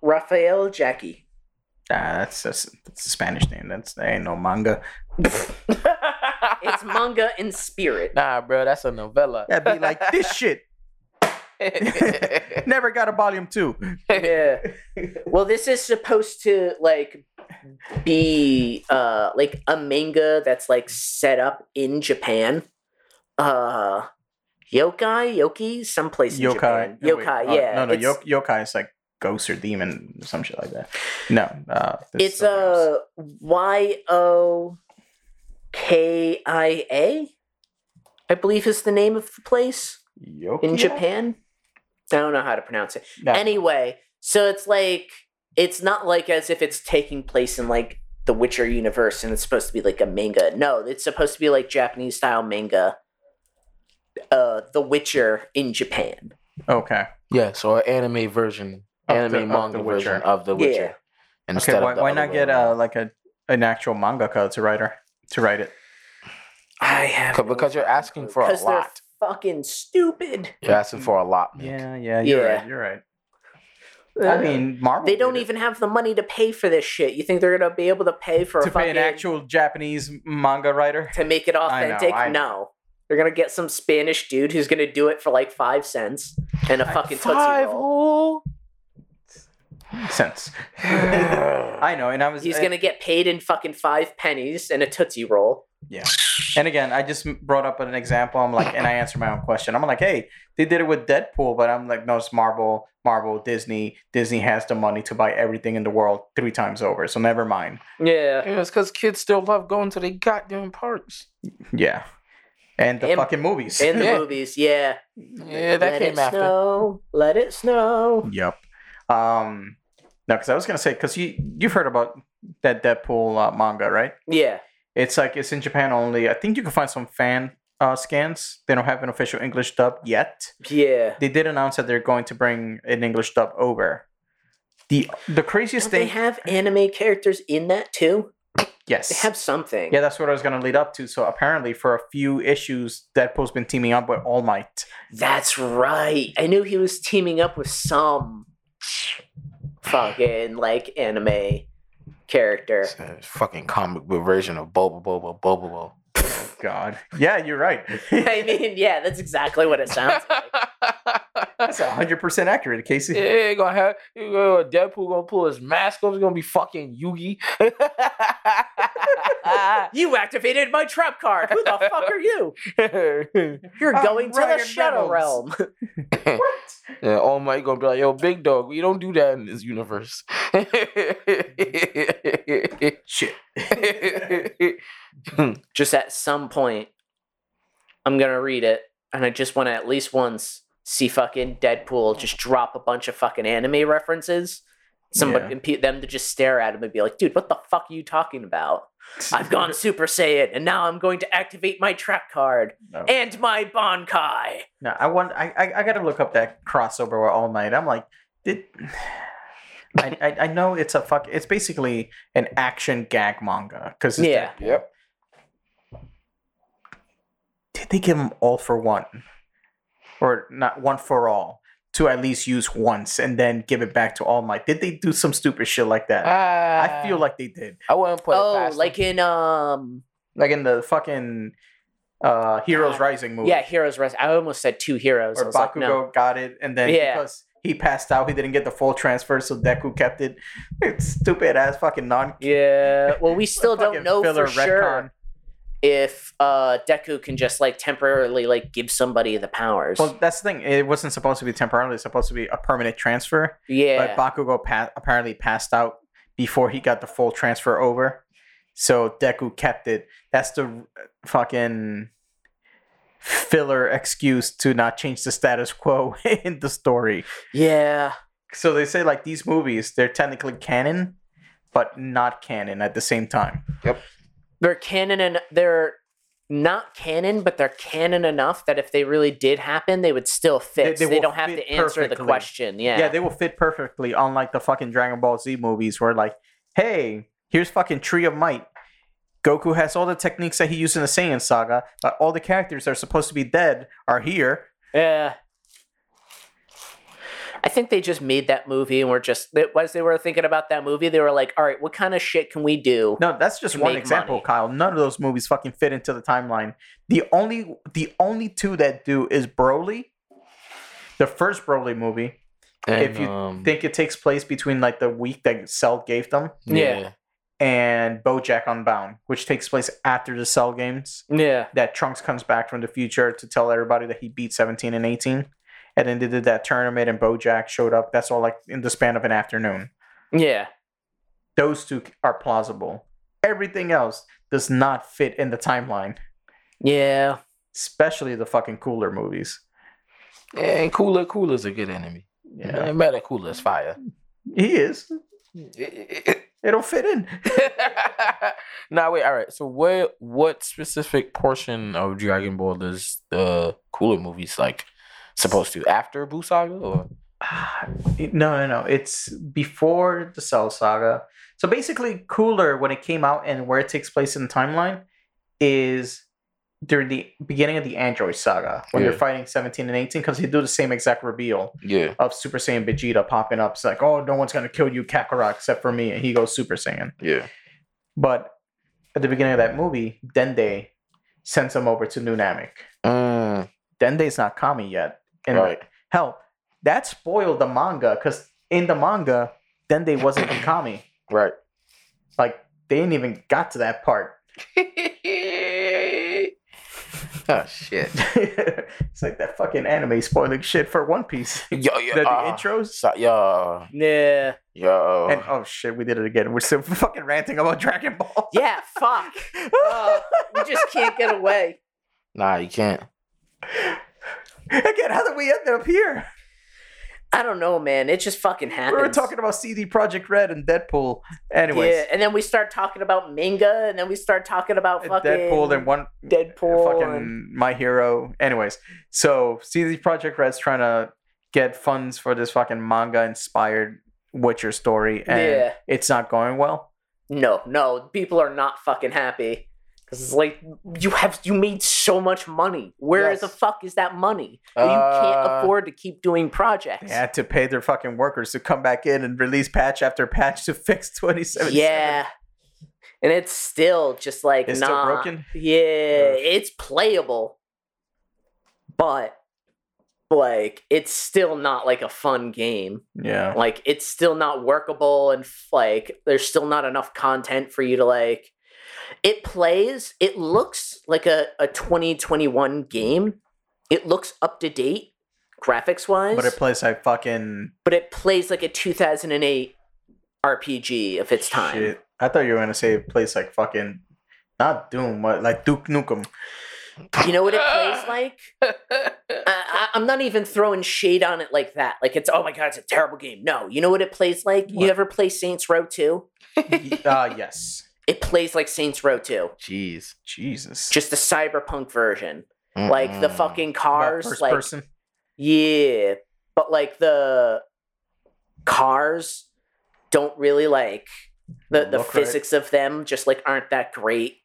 B: Raphael Jackie.
A: Ah, that's just that's a Spanish name. That's that ain't no manga.
B: It's manga in spirit.
C: nah, bro, that's a novella.
A: That'd be like this shit. Never got a volume two.
B: yeah. Well, this is supposed to like be uh like a manga that's like set up in Japan. Uh Yokai, Yoki, someplace in Japan.
A: Yokai. Wait,
B: Yokai,
A: oh,
B: yeah.
A: No, no,
B: it's,
A: yo- yokai is like ghost or demon, some shit like that. No, uh, this is
B: It's
A: something else.
B: a Y O K I A, I believe is the name of the place
A: Yokai?
B: in Japan. I don't know how to pronounce it.
A: No.
B: anyway so it's like it's not like as if it's taking place in like the witcher universe and it's supposed to be like a manga no it's supposed to be like japanese style manga uh the witcher in japan
A: Okay.
C: yeah, so an anime version,
A: Of the-
C: anime
A: of
C: manga
A: The Witcher.
C: version of The
B: Yeah.
C: Witcher.
A: Okay.
C: Instead
A: Why,
C: of the
A: why
C: other
A: not uh,
C: way
A: get
C: around.
A: uh, like a an actual mangaka to writer to write it?
B: I have
C: C-
B: no
C: because you're asking for a
B: because they're
C: lot.
B: fucking stupid.
C: You're asking for a lot, Nick.
A: Yeah, yeah, you're
B: Yeah. Uh,
A: right. You're right. I mean, Marvel.
B: they don't
A: did it.
B: even have the money to pay for this shit. You think they're gonna be able to pay for
A: to
B: a fucking,
A: pay an actual Japanese manga writer.
B: to make it
A: I know,
B: authentic?
A: I know.
B: No, they're gonna get some Spanish dude who's gonna do it for like five cents and a fucking
C: Five
B: tootsie roll.
C: whole.
A: Sense.
C: I
A: I know, and I was.
B: He's
A: I-
B: gonna get paid in fucking five pennies and a tootsie roll.
A: Yeah. And again, I just m- brought up an example. I'm like, and I answered my own question. I'm like, hey, they did it with Deadpool, but I'm like, no, it's Marvel, Marvel, Disney. Disney has the money to buy everything in the world three times over, so never mind.
B: Yeah.
C: Yeah, it's because kids still love going to the goddamn parks.
A: Yeah. And the
B: And-
A: fucking movies.
B: In the
C: Yeah.
B: movies, yeah.
C: Yeah, that
B: Let
C: came
B: it
C: after.
B: snow. Let it snow.
A: yep. Um, no, because I was gonna say, because you you've heard about that Deadpool uh, manga, right?
B: Yeah.
A: It's like it's in Japan only. I think you can find some fan uh, scans. They don't have an official English dub yet.
B: Yeah.
A: they did announce that they're going to bring an English dub over. The the craziest
B: Don't Oh, they
A: thing,
B: have anime characters in that too? They
A: yes,
B: have something.
A: yeah, that's what I was gonna lead up to. So apparently, for a few issues, Deadpool's been teaming up with All Might.
B: That's right. I knew he was teaming up with some fucking like anime character.
C: It's a fucking comic book version of Boba Boba Boba
A: God, yeah, you're right.
B: I mean, yeah, that's exactly what it sounds like.
C: Boba.
A: That's hundred percent accurate, Casey.
C: Yeah, he gonna have he gonna, Deadpool gonna pull his mask up. He's gonna be fucking Yugi.
B: You activated my trap card. Who the fuck are you? You're
A: I'm
B: going to
A: Ryan
B: the Shadow
A: Reynolds.
B: Realm.
C: yeah, All Might gonna be like, "Yo, big dog, we don't do that in this universe."
A: Shit.
B: Just at some point, I'm gonna read it, and I just want to at least once see fucking Deadpool just drop a bunch of fucking anime references. Somebody
A: Yeah.
B: and pe- them to just stare at him and be like, "Dude, what the fuck are you talking about?" I've gone Super Saiyan, and now I'm going to activate my trap card
A: No.
B: and my Bonkai.
A: No, I want. I, I I gotta look up that crossover with All Might. I'm like, did. I, I, I know it's a fuck. It's basically an action gag manga because
B: Yeah.
C: yep.
A: did they give him all for one or not one for all to at least use once and then give it back to all might did they do some stupid shit like that
B: Uh,
A: i feel like they did
C: I wouldn't put it
B: oh,
C: past
B: like in
C: him.
B: um,
A: like in the fucking uh heroes rising movie
B: yeah, Heroes Rest. I almost said two heroes. I
A: or
B: was like,
A: bakugo
B: no.
A: got it and then
B: Yeah.
A: because he passed out he didn't get the full transfer so deku kept it it's stupid ass fucking non
B: Yeah. Well, we still
A: fucking
B: don't know for
A: filler retcon.
B: sure if uh, Deku can just like temporarily like give somebody the powers.
A: well that's the thing it wasn't supposed to be temporarily it's supposed to be a permanent transfer
B: yeah.
A: But Bakugo pa- apparently passed out before he got the full transfer over. So Deku kept it. That's the uh, fucking filler excuse to not change the status quo in the story.
B: yeah.
A: So they say like these movies, they're technically canon, but not canon at the same time.
B: They're canon and they're not canon, but they're canon enough that if they really did happen, they would still fit.
A: they
B: so They,
A: will
B: don't have
A: fit
B: to answer the
A: perfectly.
B: question. Yeah.
A: Yeah. they will fit perfectly, unlike the fucking Dragon Ball Z movies where like, hey, here's fucking Tree of Might. Goku has all the techniques that he used in the Saiyan saga, but all the characters that are supposed to be dead are here.
B: Yeah. I think they just made that movie and were just that- as they were thinking about that movie, they were like, "All right, what kind of shit can we do?"
A: No, that's just
B: to
A: one
B: make
A: example,
B: money.
A: Kyle. None of those movies fucking fit into the timeline. The only the only two that do is Broly, the first Broly movie.
C: And,
A: if you
C: um,
A: think it takes place between like the week that Cell gave them
C: um,
B: Yeah.
A: and BoJack Unbound, which takes place after the Cell games.
B: Yeah.
A: That Trunks comes back from the future to tell everybody that he beat seventeen and eighteen, and then they did that tournament and BoJack showed up. That's all like in the span of an afternoon.
B: Yeah.
A: Those two are plausible. Everything else does not fit in the timeline.
B: Yeah.
A: especially the fucking cooler movies.
C: yeah, and Cooler Cooler's a good enemy.
A: Yeah,
C: Yeah, Meta Cooler's fire.
A: he is. It'll fit in.
C: nah, wait. All right. So, what what specific portion of Dragon Ball is the cooler movies like supposed to after Buu Saga? Or
A: Ah, No, no, no. It's before the Cell Saga. So basically, cooler when it came out and where it takes place in the timeline is during the beginning of the Android saga when they're
C: Yeah.
A: fighting 17 and 18 because they do the same exact reveal
C: Yeah.
A: of Super Saiyan Vegeta popping up. It's like, oh, no one's gonna kill you, Kakarot, except for me, and he goes Super Saiyan.
C: Yeah.
A: But at the beginning of that movie, Dende sends him over to New Namek.
C: Mm,
A: Dende's not Kami yet, and
C: right.
A: hell, that spoiled the manga because in the manga, Dende wasn't from Kami.
C: Right.
A: Like they didn't even got to that part.
C: oh shit.
A: it's like that fucking anime spoiling shit for One Piece.
C: Yo, yo,
A: the, the
C: uh,
A: intros
C: so- yo,
B: Yeah.
C: yo.
A: and oh shit, we did it again. We're still fucking ranting about Dragon Ball.
B: Yeah, fuck. Uh, we just can't get away.
C: nah, you can't.
A: Again, how did we end up here?
B: I don't know, man. It just fucking happens.
A: We were talking about CD Project Red and Deadpool. Anyways,
B: Yeah, and then we start talking about manga, and then we start talking about fucking
A: Deadpool and one
B: Deadpool
A: fucking
B: and-
A: My Hero. Anyways, so CD Project Red's trying to get funds for this fucking manga inspired Witcher story, and
B: Yeah.
A: it's not going well.
B: No, no, people are not fucking happy because it's like you have you made so much money. Where
C: Yes.
B: the fuck is that money? That you
C: Uh,
B: can't afford to keep doing projects.
A: They had to pay their fucking workers to come back in and release patch after patch to fix 2077.
B: Yeah. And it's still just like
A: It's
B: nah.
A: still broken?
B: Yeah,
A: Ugh.
B: it's playable, but like it's still not like a fun game.
A: Yeah.
B: Like it's still not workable, and f- like there's still not enough content for you to like. It plays. It looks like a a 2021 game. It looks up to date graphics wise,
A: But it plays like fucking
B: but it plays like a 2008 RPG of its time.
A: shit. I thought you were gonna say it plays like fucking not Doom, but like Duke Nukem.
B: You know what it plays like? I, I, I'm not even throwing shade on it like that. Like it's oh my god, it's a terrible game. No, you know what it plays like? You
A: What?
B: ever play Saints Row 2?
A: uh yes.
B: It plays like Saints Row 2,
C: Jeez.
A: Jesus.
B: just the cyberpunk version.
C: mm,
B: Like the
C: Mm-mm.
B: fucking
A: Not
B: cars,
A: first
B: like
A: person.
B: yeah, but like the cars don't really like the the
A: Look right.
B: physics of them just like aren't that great.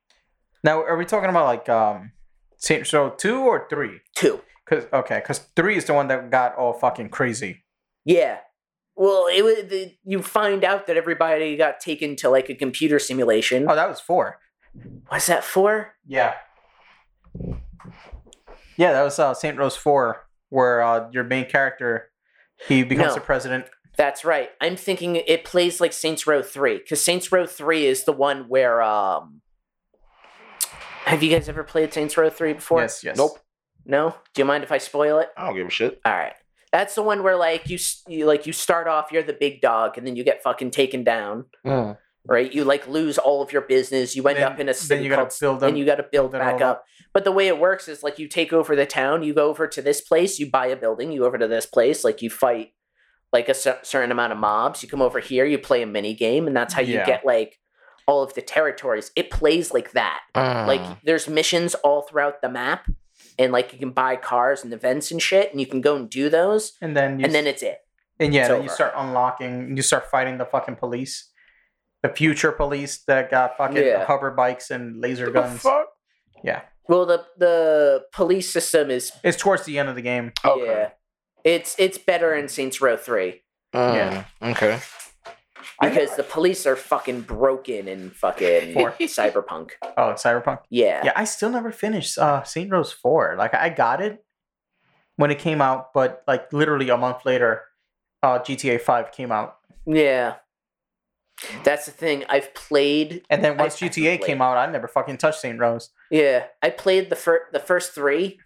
A: Now, are we talking about like um Saints Row two or three?
B: Two,
A: Cause okay, cause three is the one that got all fucking crazy.
B: yeah. Well, it was the, you find out that everybody got taken to like a computer simulation.
A: Oh, that was four.
B: What's that for?
A: Yeah. Yeah, that was uh, Saint Rose four, where uh, your main character he becomes
B: No.
A: the president.
B: That's right. I'm thinking it plays like Saints Row 3 cuz Saints Row 3 is the one where um Have you guys ever played Saints Row 3 before?
A: Yes, yes.
C: Nope.
B: No? Do you mind if I spoil it?
C: I don't give a shit.
B: All right. That's the one where like you, s- you like you start off you're the big dog and then you get fucking taken down,
C: Mm,
B: right? You like lose all of your business. You end
A: Then-
B: up in a
A: Then
B: city
A: you
B: called
A: gotta build them.
B: and you got to build
A: then
B: back
A: all
B: up. But the way it works is like you take over the town, you go over to this place, you buy a building, you go over to this place, like you fight like a cer- certain amount of mobs. You come over here, you play a mini game, and that's how you
A: Yeah.
B: get like all of the territories. It plays like that.
C: mm.
A: Mm.
B: Like there's missions all throughout the map, and like you can buy cars and events and shit, and you can go and do those,
A: and then you
B: and then it's it.
A: and yeah,
B: it's
A: then you
B: over.
A: start unlocking. You start fighting the fucking police, the future police that got fucking
B: Yeah.
A: hover bikes and laser
C: the
A: guns.
C: fuck?
A: Yeah,
B: Well, the the police system is
A: it's towards the end of the game.
B: yeah, it's it's better in Saints Row Three.
A: Yeah.
C: Mm, Okay.
B: because the police are fucking broken and fucking
A: Four.
B: cyberpunk.
A: Oh, it's Cyberpunk.
B: Yeah.
A: Yeah, I still never finished uh Saint Rose 4. Like I got it when it came out, but like literally a month later, uh GTA 5 came out.
B: Yeah. That's the thing. I've played
A: And then
B: I-
A: once
B: I
A: GTA
B: haven't
A: came out, I never fucking touched Saint Rose.
B: yeah, I played the fir- the first 3.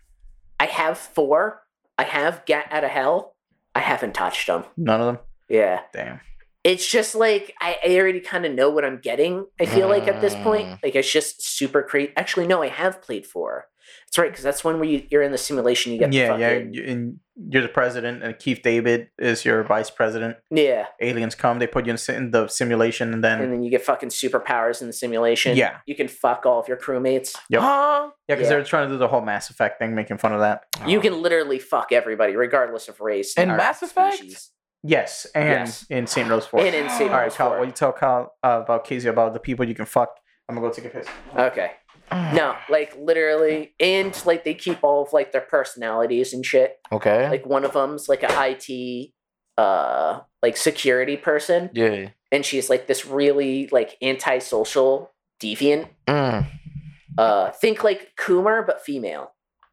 B: I have 4. I have Get Out of Hell. I haven't touched them.
A: None of them.
B: Yeah.
A: Damn.
B: It's just like I, I already kind of know what I'm getting. I feel like at this point,
C: Mm.
B: like it's just super crazy. Actually, no, I have played 4. That's right cuz that's one where you, you're in the simulation you get
A: yeah, yeah.
B: fucking,
A: you- And you're the president, and Keith David is your vice president.
B: yeah.
A: Aliens come, they put you in, si- in the simulation, and then
B: and then you get fucking superpowers in the simulation.
A: Yeah.
B: You can fuck all of your crewmates.
A: Yep.
C: Huh?
A: yeah, because
B: yeah.
A: they're trying to do the whole Mass Effect thing, making fun of that.
B: You
C: Oh.
B: can literally fuck everybody, regardless of race
C: In
B: or
C: Mass Effect?
B: species.
A: Yes, and
B: Yes.
A: in Saint Rose 4.
B: And in Saint
A: All right,
B: Rose
A: Kyle,
B: four.
A: what you tell Kyle uh, about Casey about the people you can fuck? I'm gonna go take a piss.
B: Okay. No, like literally, and like they keep all of like their personalities and shit.
C: Okay.
B: Like one of them's like a IT, uh, like security person,
C: yeah.
B: and she's like this really like antisocial deviant.
C: Mm.
B: Uh, think like Coomer but female.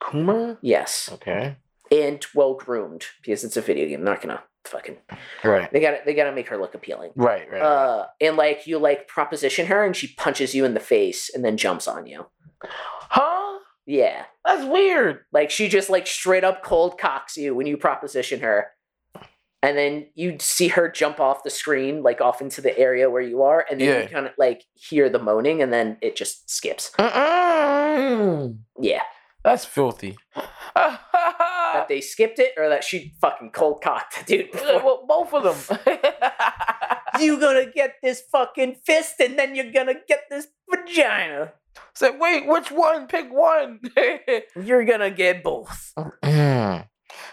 C: Kuma.
B: Yes,
C: Okay.
B: and well groomed because it's a video game. They're not gonna fucking.
C: Right.
B: They gotta they gotta make her look appealing.
C: Right. Right. right.
B: Uh, and like you like proposition her, and she punches you in the face, and then jumps on you.
C: huh?
B: Yeah.
C: That's weird.
B: Like she just like straight up cold cocks you when you proposition her. And then you see her jump off the screen, like off into the area where you are, and then
C: Yeah.
B: you kind of like hear the moaning, and then it just skips.
C: Mm-mm.
B: Yeah,
C: That's filthy.
B: that they skipped it, or that she fucking cold cocked the dude.
C: Yeah,
B: before.
C: well, both of them.
B: you gonna get this fucking fist, and then you're gonna get this vagina.
C: Said, wait, which one? Pick one.
B: You're gonna get both.
C: Mm.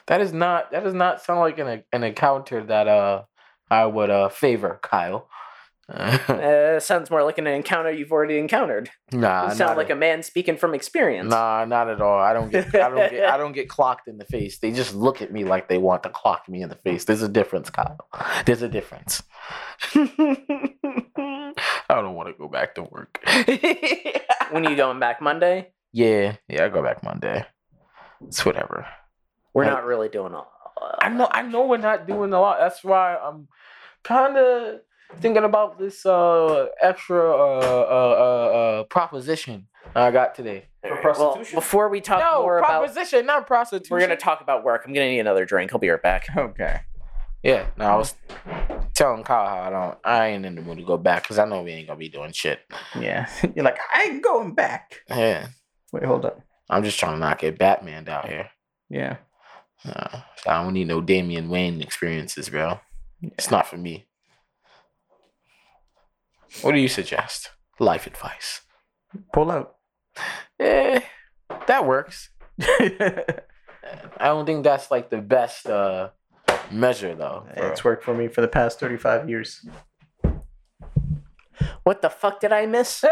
C: that is not. That does not sound like an an encounter that uh I would uh favor, Kyle. nah,
B: Uh, sounds more like an encounter you've already encountered. You
C: not
B: sound like a
C: at-
B: man speaking from experience.
C: Nah, not at all. I don't get. I don't get. I don't get clocked in the face. They just look at me like they want to clock me in the face. There's a difference, Kyle. There's a difference. I don't want to go back to work.
B: When are you going back Monday?
C: yeah, yeah. I go back Monday. It's whatever.
B: We're
C: I-
B: not really doing all. Uh,
C: I know I know we're not doing a lot. That's why I'm kind of thinking about this uh extra uh uh uh, uh proposition I got today.
B: All right, well, before we talk more
C: no,
B: about,
C: proposition, not prostitution.
B: we're gonna talk about work. I'm gonna need another drink. I'll be right back.
A: Okay.
C: Yeah, no, I was telling Kyle how I don't I ain't in the mood to go back because I know we ain't gonna be doing shit.
A: Yeah. You're like, I ain't going back.
C: Yeah.
A: Wait, hold up.
C: I'm just trying to not get Batman out here.
A: Yeah.
C: Uh, I don't need no Damian Wayne experiences, bro. It's not for me. What do you suggest? Life advice.
A: Pull out.
C: Eh, that works. I don't think that's like the best uh measure though. for-
A: it's worked for me for the past 35 years.
B: What the fuck did I miss?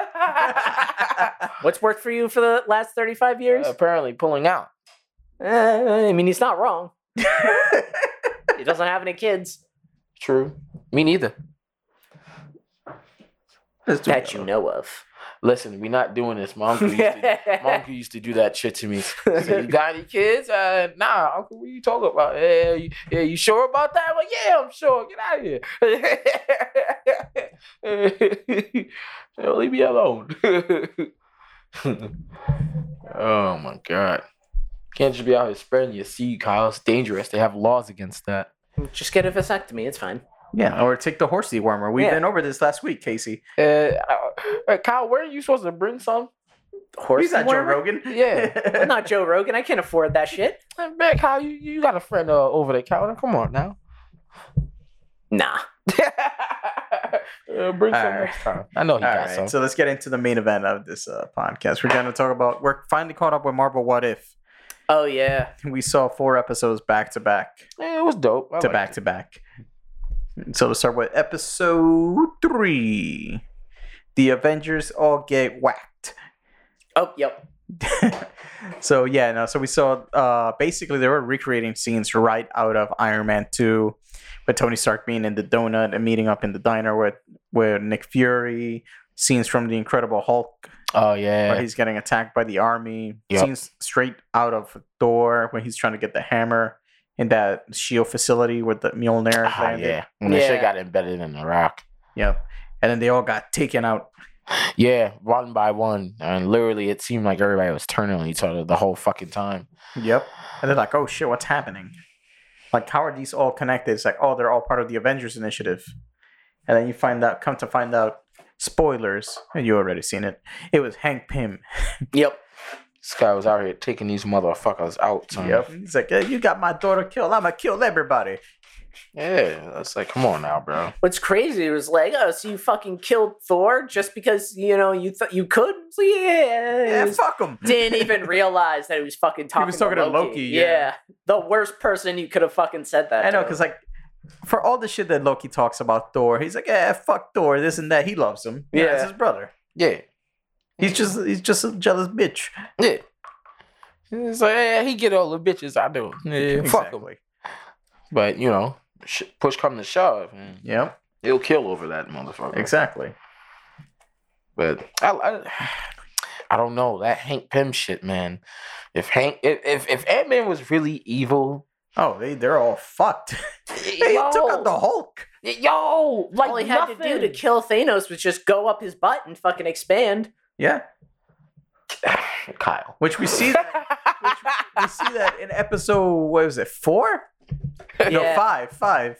B: What's worked for you for the last 35 years?
C: apparently pulling out.
B: Uh, I mean, he's not wrong. he doesn't have any kids
C: True. Me neither.
A: Let's do
B: that
A: that.
B: you know of.
C: Listen, we're not doing this. My uncle used to, my uncle used to do that shit to me. So, you got any kids? Uh, nah, uncle. What you talking about? Yeah, you, yeah, you sure about that? Well, yeah, I'm sure. Get out of here. Yeah, leave me alone. oh my god. Can't you be out here spreading your seed, Kyle? It's dangerous. They have laws against that.
B: Just get a vasectomy. It's fine.
A: yeah, or take the horse dewormer. We've
B: Yeah.
A: been over this last week, Casey.
C: Uh, uh, Kyle, where are you supposed to bring some?
B: Horse
A: He's not Joe
B: dewormer?
A: Rogan.
C: Yeah.
B: I'm not Joe Rogan. I can't afford that shit.
C: Man, Kyle, you, you got a friend uh, over the counter. Come on now.
B: Nah.
C: Uh, bring some
A: All
C: next time. I know he
A: All
C: got
A: right,
C: some.
A: so let's get into the main event of this uh, podcast. We're going to talk about we're finally caught up with Marvel. What if
B: Oh yeah.
A: we saw four episodes back to back
C: Yeah, it was dope. I
A: to
C: liked
A: back
C: it.
A: to back? So let's start with episode three. The Avengers all get whacked.
B: Oh yep.
A: so yeah, no. So we saw uh, basically they were recreating scenes right out of Iron Man two, with Tony Stark being in the donut and meeting up in the diner with with Nick Fury. Scenes from the Incredible Hulk
C: Oh
A: where
C: yeah.
A: he's getting attacked by the army.
C: Yep.
A: Scenes straight out of Thor when he's trying to get the hammer in that shield facility with the Mjolnir.
C: Ah,
A: landing.
C: yeah. When that shit
B: Yeah.
C: got embedded in the rock.
A: Yep. And then they all got taken out.
C: Yeah, one by one. And literally it seemed like everybody was turning on each other the whole fucking time.
A: Yep. And they're like, oh shit, what's happening? Like, how are these all connected? It's like, oh, they're all part of the Avengers initiative. And then you find out, come to find out, spoilers, and you already seen it. It was Hank Pym.
B: Yep.
C: This guy was out here taking these motherfuckers out. Son.
A: Yep. He's like, "Eh, you got my daughter killed. I'm gonna kill everybody.
C: Yeah. That's like, come on now, bro.
B: What's crazy was like, oh, so you fucking killed Thor just because you know you thought you could? So, yeah.
A: Yeah,
B: It was-
A: fuck him.
B: Didn't even realize that he was fucking talking.
A: He was talking to Loki, yeah.
B: the worst person you could have fucking said that.
A: I know,
B: to.
A: because like for all the shit that Loki talks about Thor, he's like, yeah, fuck Thor, this and that. He loves him. Yeah,
B: Yeah.
A: it's his brother.
C: Yeah.
A: He's just he's just a jealous bitch.
C: Yeah. It's like, yeah, he get all the bitches I do. Yeah, fuck him. But you know, sh- push come to shove, man.
A: Yep.
C: he'll kill over that motherfucker.
A: Exactly.
C: But I, I, I don't know that Hank Pym shit, man. If Hank, if if, if Ant Man was really evil,
A: Oh, they they're all fucked. They took out the Hulk.
C: yo, like
B: All he had
C: nothing.
B: to do to kill Thanos was just go up his butt and fucking expand.
A: Yeah,
C: Kyle.
A: which we see that, we see that in episode what was it four? No,
B: Yeah.
A: five, five.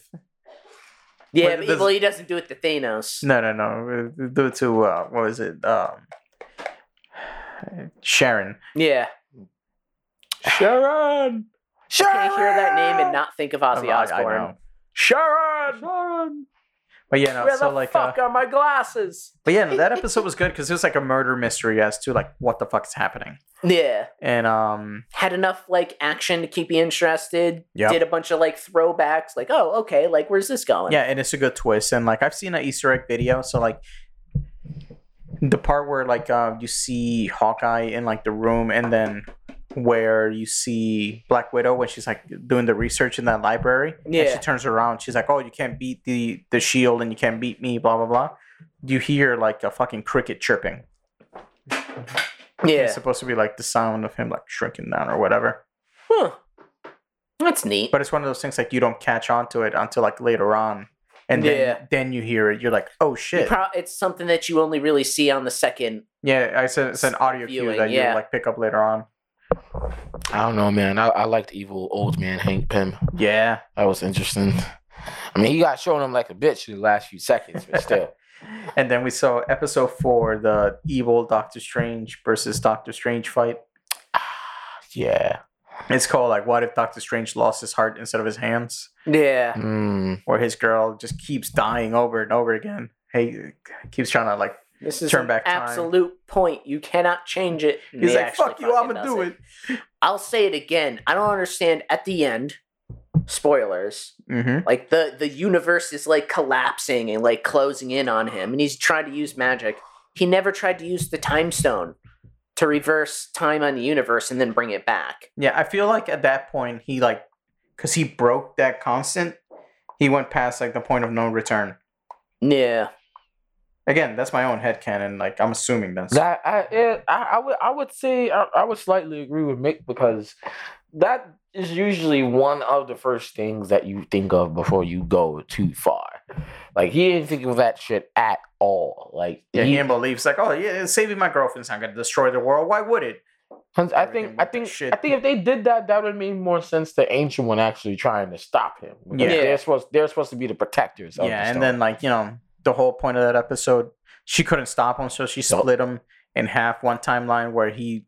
B: Yeah,
A: Wait,
B: but
A: does-
B: well, he doesn't do it to Thanos.
A: No, no, no. we- we Do it to uh, what was it? Um, Sharon.
B: Yeah,
C: Sharon.
B: I
C: Sharon.
B: can't hear that name and not think of Ozzy
A: Oh, I- I
B: Osbourne.
A: know.
C: Sharon.
A: But yeah, no,
B: Where
A: so
B: the
A: like, uh,
B: fuck are my glasses?
A: but yeah, no, that episode was good because it was like a murder mystery as to like what the fuck's happening.
B: Yeah,
A: And um,
B: had enough like action to keep you interested.
A: Yep.
B: Did a bunch of like throwbacks, like oh okay, like where's this going?
A: yeah, and it's a good twist. And like, I've seen an Easter egg video, so like, the part where like uh, you see Hawkeye in like the room, and then where you see Black Widow when she's like doing the research in that library, and
B: Yeah.
A: she turns around, she's like, "Oh, you can't beat the the shield, and you can't beat me," blah blah blah. You hear like a fucking cricket chirping.
B: yeah.
A: It's supposed to be like the sound of him like shrinking down or whatever.
B: Huh. That's neat.
A: but it's one of those things like you don't catch on to it until like later on and then
B: Yeah.
A: then you hear it you're like oh shit
B: Pro- it's something that you only really see on the second.
A: yeah i said it's an audio
B: Viewing,
A: cue that
B: yeah.
A: you like pick up later on
C: I don't know, man. I, I liked evil old man Hank Pym.
A: yeah
C: That was interesting. I mean, he got shown him like a bitch in the last few seconds, but still.
A: and then we saw episode four the evil doctor strange versus doctor strange fight
C: yeah.
A: it's called like what if doctor strange lost his heart instead of his hands
B: Yeah.
C: Mm.
A: or his girl just keeps dying over and over again hey keeps trying to like
B: This is
A: Turn
B: an
A: back time.
B: absolute point. You cannot change it. And
A: he's
B: they
A: like
B: actually
A: fuck you
B: fucking
A: i'm gonna
B: does
A: do it,
B: I'll say it again. I don't understand at the end. Spoilers.
A: Mm-hmm.
B: Like the the universe is like collapsing and like closing in on him and he's trying to use magic. He never tried to use the time stone to reverse time on the universe and then bring it back.
A: yeah i feel like at that point he like because he broke that constant he went past like the point of no return
B: Yeah.
A: Again, that's my own headcanon. Like, I'm assuming that's.
C: That I, yeah, I I would I would say I, I would slightly agree with Mick because that is usually one of the first things that you think of before you go too far. Like he didn't think of that shit at all. Like
A: yeah,
B: Mm-hmm.
C: he-
A: Ian believes, like, oh, yeah, saving my girlfriend's not going to destroy the world. Why would it?
C: Hence, I
A: Everything
C: think
A: with
C: I
A: that
C: think
A: shit.
C: I think if they did that, that would make more sense to Ancient One actually trying to stop him. Because
A: Yeah.
C: they're supposed they're supposed to be the protectors. Of the
A: yeah, and
C: stone.
A: then, like, you know, the whole point of that episode, she couldn't stop him, so she
C: Nope.
A: split him in half one timeline where he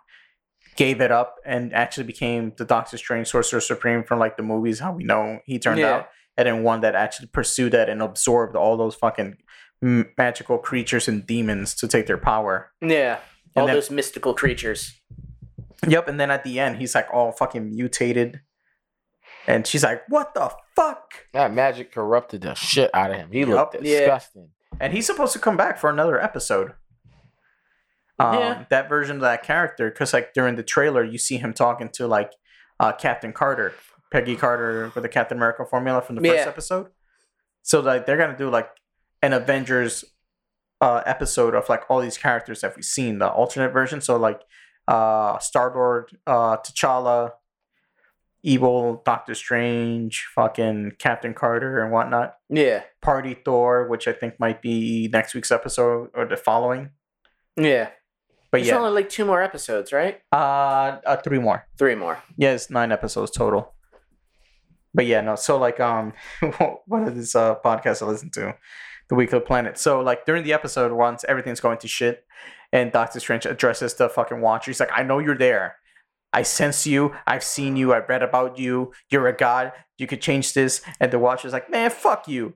A: gave it up and actually became the Doctor Strange Sorcerer Supreme from, like, the movies, how we know he turned
B: Yeah.
A: out. And then one that actually pursued that and absorbed all those fucking m- magical creatures and demons to take their power.
B: Yeah.
A: And
B: All
A: then-
B: those mystical creatures.
A: Yep, and then at the end, he's like all fucking mutated, and she's like, "What the fuck?"
C: that magic corrupted the shit out of him. He
A: Yup.
C: looked
B: Yeah.
C: disgusting.
A: And he's supposed to come back for another episode. Um,
B: Yeah.
A: that version of that character, because like during the trailer, you see him talking to like uh, Captain Carter, Peggy Carter with the Captain America formula from the first
B: Yeah.
A: episode. So like they're gonna do like an Avengers uh, episode of like all these characters that we've seen, the alternate version. So like uh, Star Lord, uh, T'Challa, Evil Doctor Strange, fucking Captain Carter, and whatnot.
B: Yeah.
A: Party Thor, which I think might be next week's episode or the following.
B: Yeah.
A: But
B: There's
A: yeah,
B: only like two more episodes, right?
A: uh, uh, three more.
B: Three more.
A: Yes, nine episodes total. But yeah, no. So like, um, one of these uh podcasts I listen to, The Weekly Planet. So like during the episode, once everything's going to shit, and Doctor Strange addresses the fucking Watcher. He's like, "I know you're there. I sense you. I've seen you. I've read about you. You're a god. You could change this." And the Watcher's like, "Man, fuck you.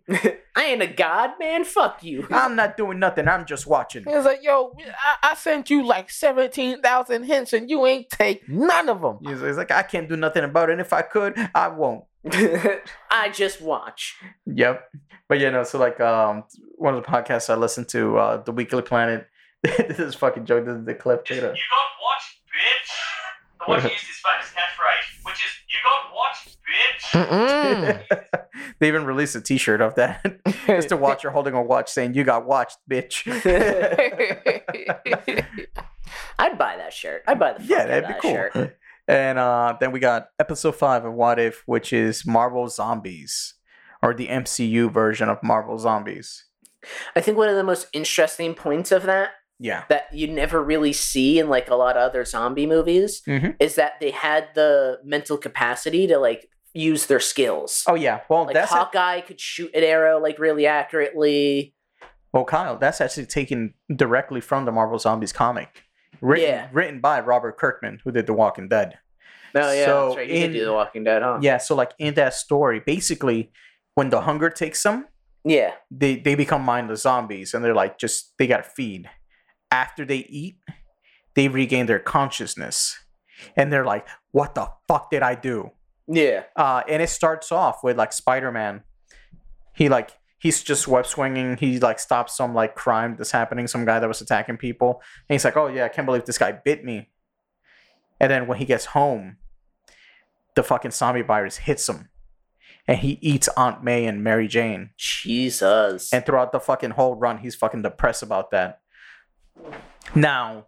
B: I ain't a god, man. Fuck you.
A: I'm not doing nothing. I'm just watching."
C: He was like, "Yo, I, I sent you like seventeen thousand hints, and you ain't take none of them."
A: He's, he's like, I can't do nothing about it. And if I could, I won't.
B: I just watch.
A: Yep. But you know, so like um, one of the podcasts I listened to, uh, The Weekly Planet, this is fucking joke. This is the clip. Check
E: You
A: it out.
E: got watched, bitch. I want you to use this famous catchphrase, which is "You got watched, bitch."
C: Mm-mm.
A: they even released a T-shirt of that. it's the watcher holding a watch saying, "You got watched, bitch."
B: I'd buy that shirt. I'd buy the fuck
A: yeah,
B: out of
A: that'd be
B: that
A: cool.
B: shirt.
A: And uh, then we got episode five of What If, which is Marvel Zombies, or the MCU version of Marvel Zombies.
B: I think one of the most interesting points of that
A: Yeah,
B: that you never really see in like a lot of other zombie movies
A: Mhm.
B: is that they had the mental capacity to like use their skills.
A: Oh yeah. Well,
B: like
A: that's
B: Hawkeye could shoot an arrow like really accurately.
A: well, Kyle. That's actually taken directly from the Marvel Zombies comic, written
B: Yeah.
A: written by Robert Kirkman, who did The Walking Dead.
B: No, Oh, yeah,
A: So
B: that's right. You
A: in-
B: could do The Walking Dead, huh?
A: Yeah. So like in that story, basically, when the hunger takes them,
B: yeah,
A: they they become mindless zombies, and they're like just they gotta feed. After they eat, they regain their consciousness, and they're like, "What the fuck did I do?"
B: yeah.
A: uh, and it starts off with like spider-man he like he's just web swinging he like stops some like crime that's happening some guy that was attacking people and he's like oh yeah i can't believe this guy bit me and then when he gets home the fucking zombie virus hits him and he eats aunt may and mary jane
B: Jesus.
A: and throughout the fucking whole run, he's fucking depressed about that. Now,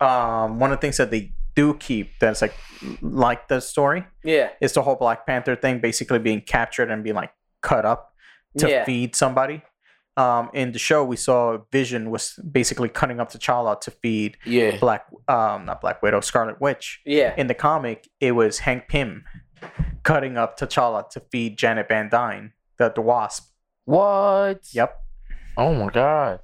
A: um, one of the things that they do keep that's like like the story
B: yeah,
A: is the whole Black Panther thing, basically being captured and being like cut up to
B: yeah.
A: feed somebody. Um, in the show, we saw Vision was basically cutting up T'Challa to feed
C: Yeah.
A: Black, um, not Black Widow, Scarlet Witch.
B: yeah.
A: In the comic, it was Hank Pym cutting up T'Challa to feed Janet Van Dyne, the, the Wasp.
C: What?
A: Yep.
C: Oh my god.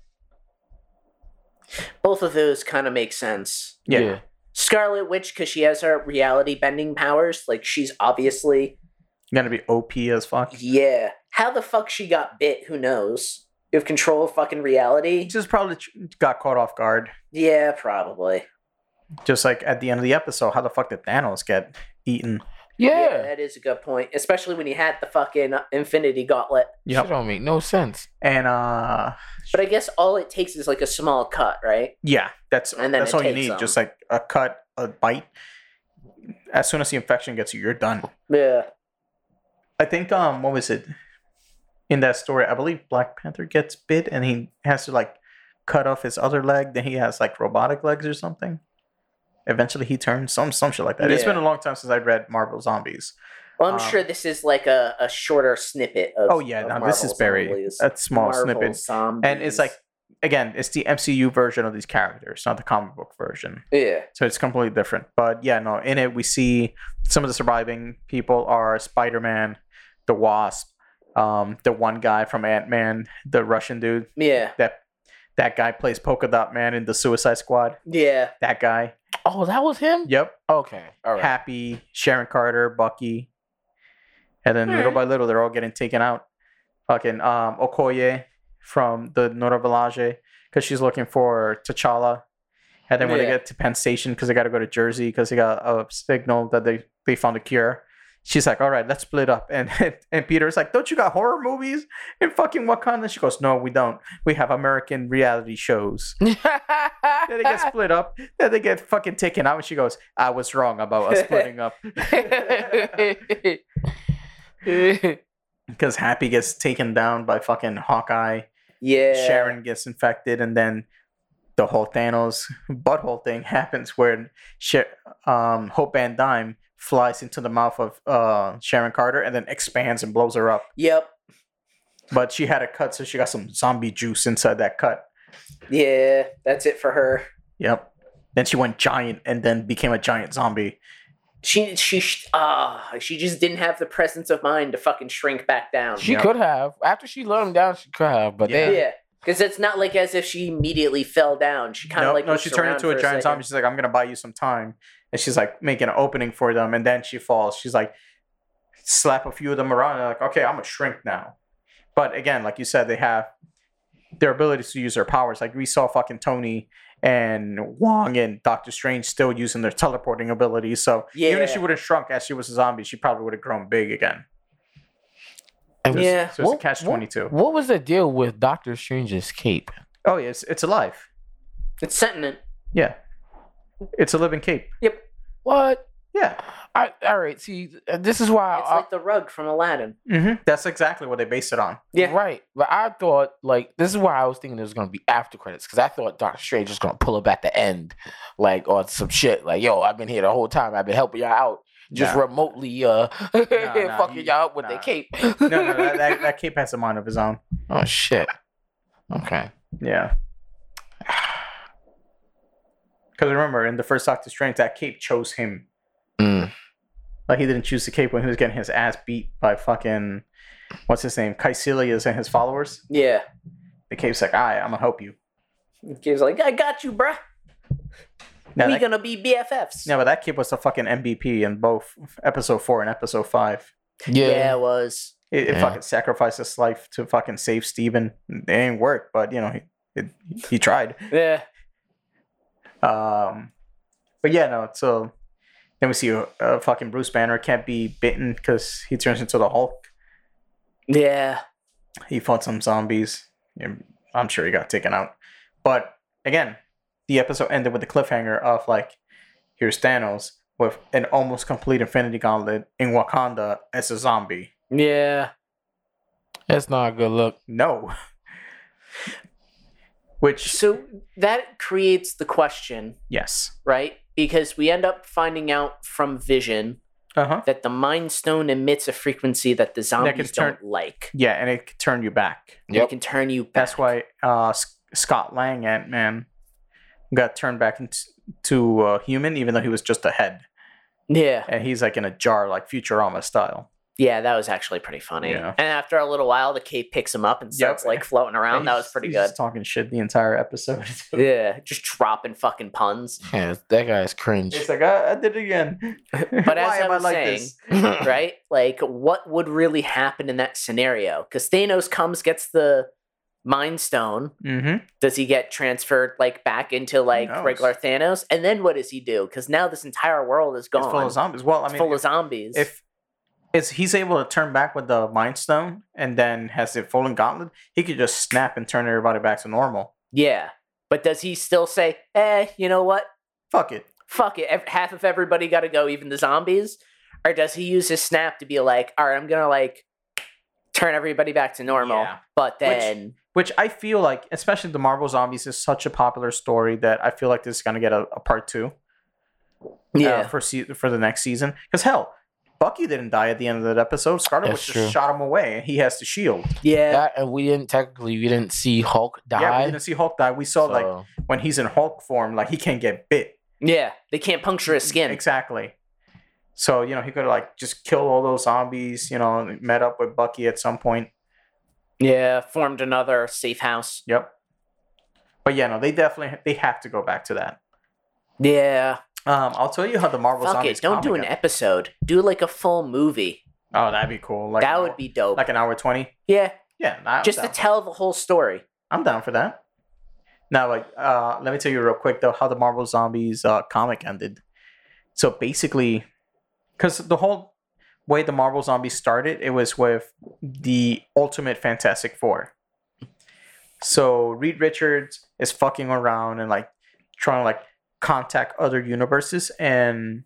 B: Both of those kind of make sense.
A: Yeah.
B: Scarlet Witch, because she has her reality bending powers, like she's obviously
A: gonna be OP as fuck.
B: yeah. How the fuck she got bit? Who knows? You have control of fucking
A: He
B: reality.
A: just probably tr- got caught off guard.
B: Yeah, probably.
A: Just like at the end of the episode, how the fuck did Thanos get eaten?
B: Yeah,
C: Yeah.
B: that is a good point, especially when he had the fucking Infinity Gauntlet.
C: yeah. Shit don't make no sense.
A: And uh,
B: But I guess all it takes is like a small cut, right?
A: yeah, that's
B: And then
A: that's
B: it
A: all you
B: takes
A: need.
B: them.
A: Just like a cut, a bite. As soon as the infection gets you, you're done.
B: Yeah.
A: I think um, what was it? In that story, I believe Black Panther gets bit and he has to like cut off his other leg. Then he has like robotic legs or something. Eventually, he turns some some shit like that. It's
B: Yeah.
A: been a long time since I read Marvel Zombies.
B: Well, I'm
A: Um,
B: sure this is like a, a shorter snippet of.
A: Oh yeah,
B: of
A: no, this is
B: Marvel
A: very
B: zombies.
A: a small
B: Marvel
A: snippet.
B: zombies.
A: and it's like again it's the mcu version of these characters not the comic book version
B: yeah,
A: so it's completely different but yeah no in it we see some of the surviving people are spider-man the wasp um, the one guy from ant-man the russian dude
B: yeah,
A: that that guy plays polka dot man in the suicide squad
B: yeah,
A: that guy
C: Oh, that was him?
A: yep
C: Okay. All right.
A: happy sharon carter bucky and then little
B: Alright.
A: by little they're all getting taken out fucking um okoye from the nora Village because she's looking for t'challa and then when they
B: Yeah.
A: get to penn station because they got to go to jersey because they got a signal that they they found a cure she's like all right let's split up and and peter's like don't you got horror movies in fucking wakanda she goes no we don't we have american reality shows then they get split up then they get fucking taken out and she goes i was wrong about us splitting up because Happy gets taken down by fucking Hawkeye.
B: yeah.
A: Sharon gets infected, and then the whole Thanos butthole thing happens where Sha- um, Hope Van Dyne flies into the mouth of uh, Sharon Carter and then expands and blows her up.
B: Yep.
A: But she had a cut, so she got some zombie juice inside that cut.
B: Yeah, that's it for her.
A: Yep. Then she went giant and then became a giant zombie.
B: She she sh- ah, she just didn't have the presence of mind to fucking shrink back down.
C: She
A: Yep.
C: could have. After she let him down, she could have. But
A: Yeah.
C: then
B: Yeah, because it's not like as if she immediately fell down. She kind of
A: No,
B: like
A: no,
B: looks
A: she turned
B: around
A: into a
B: for
A: giant zombie.
B: second.
A: She's like, I'm gonna buy you some time, and she's like making an opening for them, and then she falls. She's like, slap a few of them around, and like, okay, I'm gonna shrink now. But again, like you said, they have their abilities to use their powers. Like we saw fucking Tony and Wong and Doctor Strange still using their teleporting abilities. So even if
B: Yeah.
A: she would have shrunk as she was a zombie, she probably would have grown big again.
C: And-
B: Yeah.
A: So it's a
C: What-
A: catch
C: what-
A: twenty two.
C: What was the deal with Doctor Strange's cape?
A: Oh yeah, it's it's alive.
B: It's sentiment.
A: Yeah. It's a living cape.
B: Yep.
C: What?
A: Yeah.
C: I, all right. See, this is why.
B: It's
C: I,
B: like the rug from Aladdin.
A: hmm That's exactly what they based it on.
B: Yeah.
C: Right. But I thought like this is why I was thinking there was gonna be after credits because I thought Doctor Strange was gonna pull up at the end, like on some shit like yo I've been here the whole time I've been helping y'all out just
A: Nah.
C: remotely uh
A: nah,
C: fucking
A: he-
C: y'all up with their
A: nah.
C: cape.
A: No, no, that, that, that cape has a mind of his own.
C: oh shit. Okay.
A: Yeah. Because remember, in the first Doctor Strange, that cape chose him.
C: Mm.
A: Like he didn't choose the cape when he was getting his ass beat by fucking what's his name, Caecilius and his followers.
B: Yeah.
A: The cape's like, "All right, I'm gonna help you."
B: Kid's like, I got you, bruh.
A: No,
B: we
A: that,
B: gonna be BFFs.
A: no, but that cape was the fucking MVP in both episode four and episode five.
C: Yeah.
B: Yeah, it was.
A: It, it
C: Yeah.
A: fucking sacrificed its life to fucking save Steven. It didn't work, but you know he it, he tried.
B: Yeah.
A: Um, but yeah, no. So then we see uh, fucking Bruce Banner can't be bitten because he turns into the Hulk.
B: Yeah.
A: He fought some zombies. Yeah, I'm sure he got taken out. But again, the episode ended with the cliffhanger of like, here's Thanos with an almost complete Infinity Gauntlet in Wakanda as a zombie.
B: Yeah.
C: That's not a good look.
A: No. Which
B: So that creates the question,
A: yes.
B: right? Because we end up finding out from Vision
A: Uh huh.
B: that the Mind Stone emits a frequency that the
A: That can
B: zombies
A: turn-
B: don't like.
A: Yeah, and it could turn you back.
B: And
C: Yep.
B: It can turn you back.
A: That's why uh, S- Scott Lang, Ant Man, got turned back into uh, human, even though he was just a head,
B: Yeah.
A: and he's like in a jar, like Futurama style.
B: Yeah, that was actually pretty funny.
A: Yeah.
B: And after a little while, the cape picks him up and starts
A: Yep.
B: like floating around.
A: And
B: That
A: he's-
B: was pretty
A: he's
B: good.
A: Just talking shit the entire episode.
B: Yeah, just dropping fucking puns.
C: Yeah, that guy's cringe.
A: it's like I, I did it again.
B: But as I was saying, right? Like, what would really happen in that scenario? Because Thanos comes, gets the Mind Stone.
A: Mm-hmm.
B: Does he get transferred like back into like
A: knows?
B: regular Thanos? And then what does he do? Because now this entire world is gone.
A: It's full of zombies. Well, I mean, if,
B: zombies.
A: if it's he's able to turn back with the Mind Stone and then has the Fallen Gauntlet, he could just snap and turn everybody back to normal.
B: yeah, but does he still say, "Eh, you know what?
A: Fuck it.
B: Fuck it. ev- Half of everybody got to go, even the zombies." Or does he use his snap to be like, "All right, I'm gonna like turn everybody back to normal,"
A: Yeah.
B: but then.
A: which I feel like, especially the Marvel Zombies, is such a popular story that I feel like this is gonna get a, a part two. uh, for se- for the next season, because hell, Bucky didn't die at the end of that episode. Scarlet Witch
C: That's
A: just
C: true.
A: shot him away, and he has the shield.
B: yeah.
C: that, and we didn't technically we didn't see Hulk die.
A: Yeah, we didn't see Hulk die. We saw like
C: so-
A: when he's in Hulk form, like he can't get bit.
B: Yeah, they can't puncture his skin.
A: Exactly. So you know he could like just kill all those zombies. You know, and met up with Bucky at some point.
B: Yeah, formed another safe house.
A: Yep. But yeah, no, they definitely they have to go back to that.
B: Yeah.
A: Um, I'll tell you how the Marvel
B: Fuck
A: zombies.
B: it. Don't do
A: comic
B: an
A: got-
B: episode. Do like a full movie.
A: Oh, that'd be cool. Like
B: that
A: an
B: would
A: hour-
B: be dope.
A: like an hour twenty.
B: yeah,
A: Yeah, nah, I'm
B: just
A: down.
B: to tell the whole story.
A: I'm down for that. Now, like, uh, let me tell you real quick though how the Marvel Zombies uh, comic ended. So basically, because the whole way the Marvel Zombies started, it was with the Ultimate Fantastic Four. So Reed Richards is fucking around and like trying to like contact other universes, and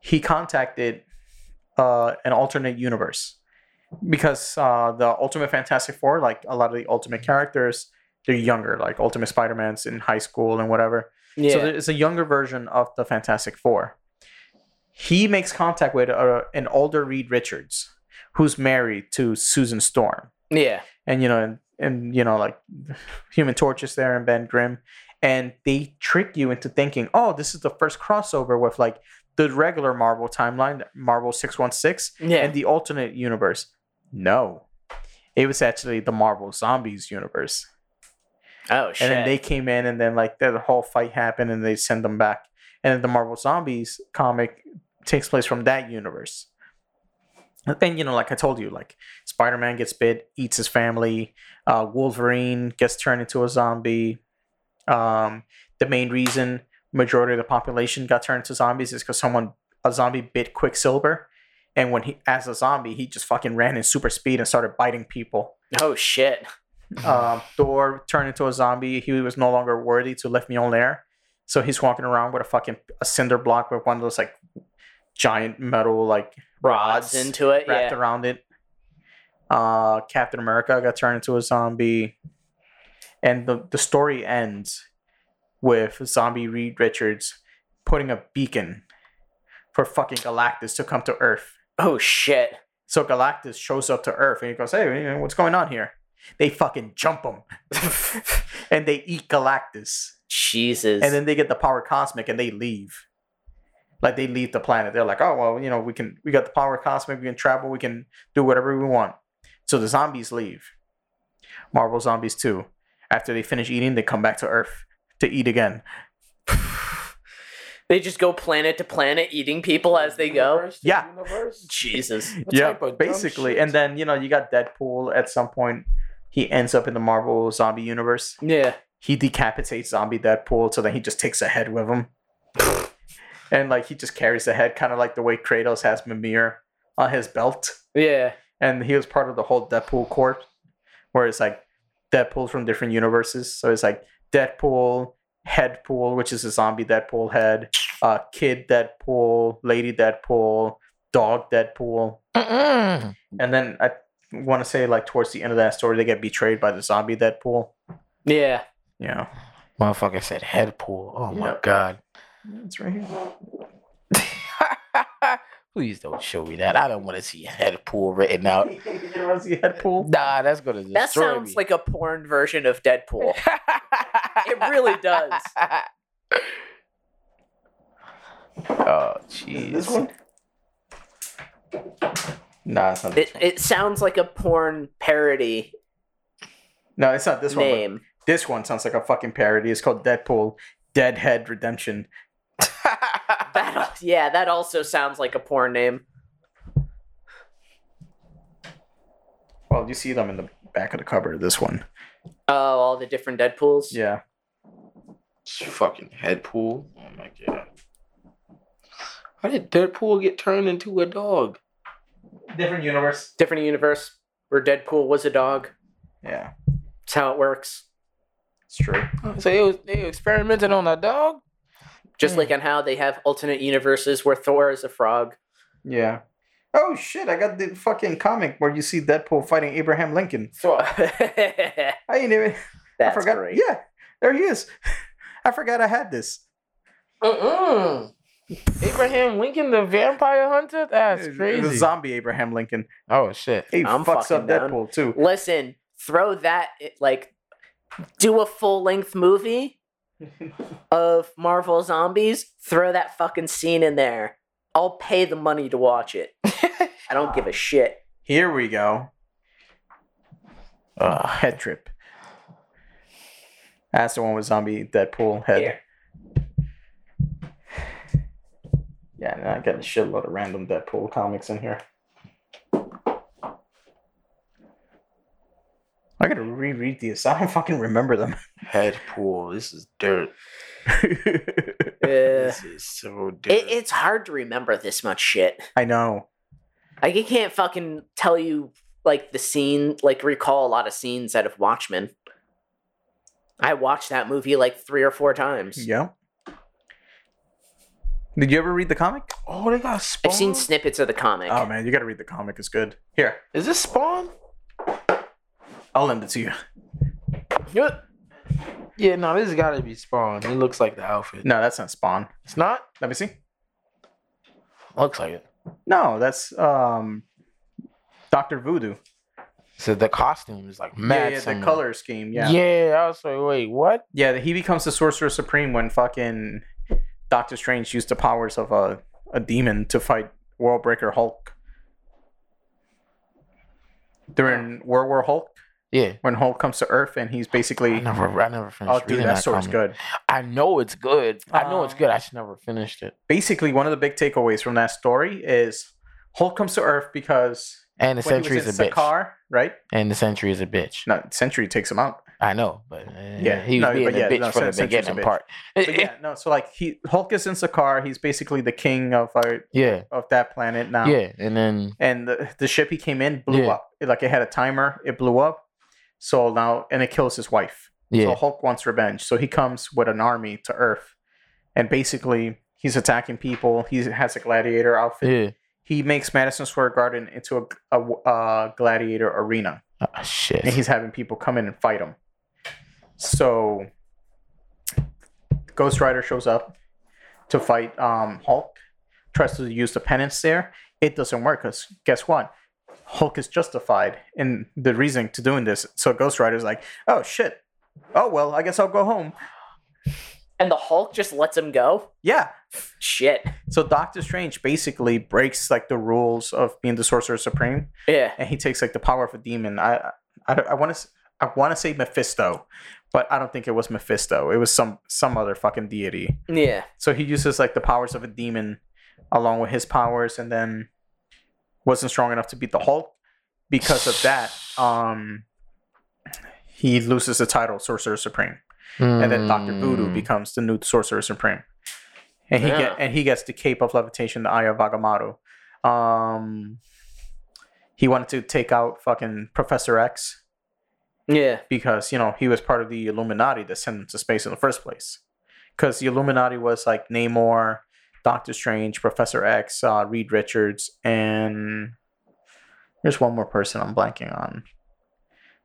A: he contacted uh, an alternate universe because uh, the Ultimate Fantastic Four, like a lot of the Ultimate characters, they're younger. Like Ultimate Spider Man's in high school and whatever.
B: Yeah.
A: So there- it's a younger version of the Fantastic Four. He makes contact with uh, an older Reed Richards, who's married to Susan Storm,
B: yeah.
A: and you know, and, and you know, like Human Torch is there and Ben Grimm, and they trick you into thinking, oh, this is the first crossover with like the regular Marvel timeline, Marvel six one six
B: Yeah.
A: and the alternate universe. No, it was actually the Marvel Zombies universe.
B: oh shit.
A: And then they came in, and then like the whole fight happened, and they send them back. And then the Marvel Zombies comic takes place from that universe. And you know, like I told you, like Spider Man gets bit, eats his family. Uh, Wolverine gets turned into a zombie. Um, the main reason majority of the population got turned into zombies is because someone a zombie bit Quicksilver, and when he as a zombie, he just fucking ran in super speed and started biting people.
B: oh shit.
A: Um, Thor turned into a zombie. He was no longer worthy to lift me on air. So he's walking around with a fucking a cinder block with one of those like giant metal like rods
B: rods into it.
A: wrapped
B: Yeah.
A: around it. Uh, Captain America got turned into a zombie, and the the story ends with zombie Reed Richards putting a beacon for fucking Galactus to come to Earth.
B: Oh shit.
A: So Galactus shows up to Earth and he goes, "Hey, you know, what's going on here?" They fucking jump him, and they eat Galactus,
B: Jesus.
A: and then they get the power cosmic and they leave. Like they leave the planet. They're like, "Oh well, you know, we can we got the power cosmic. We can travel. We can do whatever we want." So the zombies leave. Marvel zombies too. After they finish eating, they come back to Earth to eat again.
B: they just go planet to planet eating people as they go.
C: Universe to
A: Yeah.
C: universe?
B: Jesus.
C: What
A: yeah,
C: type of dumb
A: basically.
C: shit?
A: And then you know you got Deadpool. At some point, he ends up in the Marvel zombie universe.
B: Yeah.
A: he decapitates zombie Deadpool, so then he just takes a head with him. and like he just carries the head, kind of like the way Kratos has Mimir on his belt.
B: Yeah.
A: And he was part of the whole Deadpool corps, where it's like Deadpool from different universes. So it's like Deadpool, Headpool, which is a zombie Deadpool head, uh, Kid Deadpool, Lady Deadpool, Dog Deadpool.
C: Mm-mm.
A: And then I want to say, like, towards the end of that story, they get betrayed by the zombie Deadpool.
B: Yeah.
A: Yeah.
C: Motherfucker said head pool. Oh my
A: Yeah.
C: god.
A: It's right here.
C: Please don't show me that. I don't want to see head pool written out.
A: You want to see Headpool?
C: Nah, that's gonna destroy
B: That sounds
C: me.
B: like a porn version of Deadpool. it really does.
C: Oh jeez.
A: No, it's not.
B: It, it sounds like a porn parody
A: no, it's not this one. but
B: name.
A: This one sounds like a fucking parody. It's called Deadpool Deadhead Redemption.
B: That al- yeah, that also sounds like a porn name.
A: Well, you see them in the back of the cover of this one.
B: Oh, all the different Deadpools.
A: Yeah.
C: Fucking head pool. Oh my god. How did Deadpool get turned into a dog?
A: Different universe.
B: Different universe where Deadpool was a dog.
A: Yeah,
B: That's how it works.
A: it's true.
C: So they was, they experimented on a dog.
B: Just
C: Hmm.
B: like on how they have alternate universes where Thor is a frog.
A: Yeah. Oh shit! I got the fucking comic where you see Deadpool fighting Abraham Lincoln.
C: So
B: That's
A: I ain't even. I forgot.
B: great.
A: Yeah, there he is. I forgot I had this.
C: Mm-mm. Abraham Lincoln, the vampire hunter? That's
A: It was
C: crazy.
A: Zombie Abraham Lincoln.
C: oh, shit.
A: He
B: I'm
A: fucks
B: fucking
A: up
B: down.
A: Deadpool too.
B: Listen, throw that like do a full length movie of Marvel zombies, throw that fucking scene in there. I'll pay the money to watch it. I don't give a shit.
A: Here we go.
C: Ugh.
A: Head trip. That's the one with zombie Deadpool head.
B: Here.
A: Yeah, and I got a shitload of random Deadpool comics in here. I gotta reread these. I don't fucking remember them.
C: head pool. This is dirt.
B: Uh,
C: This is so dirt.
B: it, it's hard to remember this much shit.
A: I know.
B: Like I can't fucking tell you like the scene, like recall a lot of scenes out of Watchmen. I watched that movie like three or four times.
A: Yeah. Did you ever read the comic?
C: oh, they got spawn.
B: I've seen snippets of the comic.
A: Oh man, you gotta read the comic. It's good. Here,
C: is this spawn?
A: I'll lend it to you.
B: Yup.
C: Yeah, no, this has got to be spawn. It looks like the outfit.
A: No, that's not Spawn.
C: It's not.
A: Let me see.
C: Looks like it.
A: No, that's um, Doctor Voodoo.
C: So the costume is like
A: Yeah,
C: mad.
A: yeah, the
C: similar.
A: color scheme. Yeah.
C: Yeah. I was like, wait, what?
A: Yeah, he becomes the Sorcerer Supreme when fucking Doctor Strange used the powers of a, a demon to fight Worldbreaker Hulk. During World War Hulk,
C: Yeah.
A: when Hulk comes to Earth and he's
C: I
A: basically
C: never, I never finished
A: Oh
C: reading
A: dude, that story's
C: comic.
A: good.
C: I know it's good. I know it's
A: Um,
C: good. I just never finished it.
A: Basically one of the big takeaways from that story is Hulk comes to Earth because
C: And the
A: when he
C: sentry
A: was
C: is a
A: in
C: bitch.
A: Sakaar, right?
C: And the sentry is a bitch.
A: No, Century takes him out.
C: I know, but uh,
A: Yeah,
C: yeah, he was
A: no,
C: being
A: but yeah,
C: a bitch
A: no,
C: from the
A: Sen- Sentry's a
C: beginning
A: bitch.
C: part.
A: But yeah, no, so like he Hulk is in Sakaar, he's basically the king of uh,
C: yeah,
A: of that planet now.
C: yeah, and then
A: and the, the ship he came in blew
C: Yeah.
A: up. It, like it had a timer, it blew up. So now, and it kills his wife. So
C: Yeah.
A: Hulk wants revenge. So he comes with an army to Earth, and basically he's attacking people. He has a gladiator outfit.
C: Yeah.
A: He makes Madison Square Garden into a, a, uh gladiator arena,
C: Ah, shit.
A: and he's having people come in and fight him. So Ghost Rider shows up to fight um, Hulk. Tries to use the penance there. It doesn't work because guess what? Hulk is justified in the reason to doing this. So Ghost Rider's like, oh shit. Oh well, I guess I'll go home.
B: And the Hulk just lets him go?
A: Yeah.
B: Shit.
A: So Doctor Strange basically breaks like the rules of being the Sorcerer Supreme,
B: Yeah.
A: and he takes like the power of a demon. I I, I want to I want to say Mephisto, but I don't think it was Mephisto. It was some some other fucking deity.
B: Yeah.
A: So he uses like the powers of a demon along with his powers, and then wasn't strong enough to beat the Hulk. Because of that, um, he loses the title Sorcerer Supreme and then Doctor
C: Hmm.
A: Voodoo becomes the new Sorcerer Supreme, and he
C: Mm. Yeah.
A: get and he gets the Cape of Levitation, the Eye of Agamotto. Um, he wanted to take out fucking Professor X
B: Yeah.
A: because you know he was part of the Illuminati that sent him to space in the first place. Because the Illuminati was like Namor, Doctor Strange, Professor X, uh, Reed Richards, and there's one more person I'm blanking on.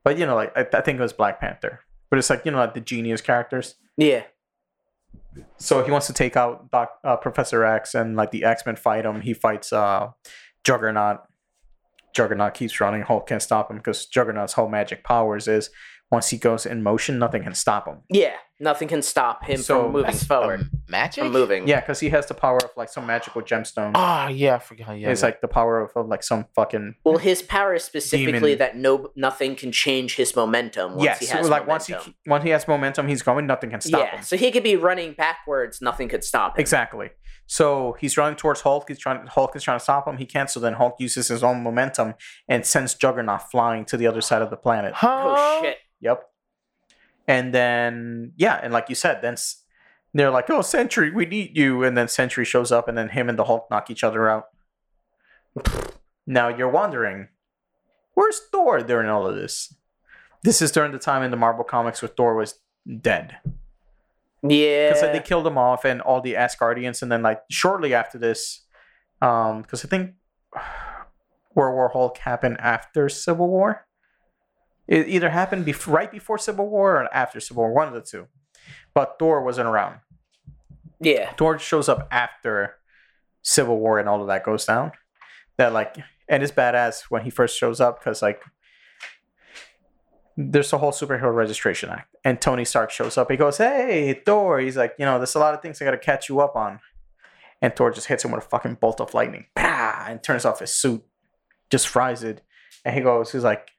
A: But you know, like I, I think it was Black Panther. But it's like you know, like the genius characters.
B: Yeah.
A: So he wants to take out Doc, uh, Professor X and like the X Men fight him. He fights uh, Juggernaut. Juggernaut keeps running. Hulk can't stop him because Juggernaut's whole magic powers is once he goes in motion, nothing can stop him.
B: Yeah. Nothing can stop him
A: So um,
B: from moving
C: That's
B: forward.
C: a magic?
B: From moving.
A: Yeah, because he has the power of like some magical gemstone.
C: Ah, yeah, I forgot. Yeah,
A: it's
C: yeah.
A: like the power of, of like some fucking
B: Well, his power is specifically
A: Demon.
B: that no nothing can change his momentum once
A: yes.
B: he has
A: like
B: momentum.
A: once he once he has momentum, he's going. Nothing can stop
B: yeah,
A: him.
B: so he could be running backwards, nothing could stop him.
A: Exactly. So he's running towards Hulk. He's trying. Hulk is trying to stop him. He can't. So then Hulk uses his own momentum and sends Juggernaut flying to the other side of the planet.
B: Oh
C: Huh?
B: shit.
A: Yep. And then yeah, and like you said, then s- they're like, "Oh, Sentry, we need you." And then Sentry shows up, and then him and the Hulk knock each other out. now you're wondering, where's Thor during all of this? This is during the time in the Marvel comics where Thor was dead
B: Yeah.
A: because they killed him off and all the Asgardians, and then like shortly after this, um, because I think World War Hulk happened after Civil War. It either happened bef- right before Civil War or after Civil War, one of the two. But Thor wasn't around.
B: yeah.
A: Thor shows up after Civil War and all of that goes down. That like, and it's badass when he first shows up because like, there's the whole superhero registration act, and Tony Stark shows up. He goes, "Hey, Thor." He's like, you know, there's a lot of things I got to catch you up on, and Thor just hits him with a fucking bolt of lightning, Pah! and turns off his suit, just fries it, and he goes, he's like,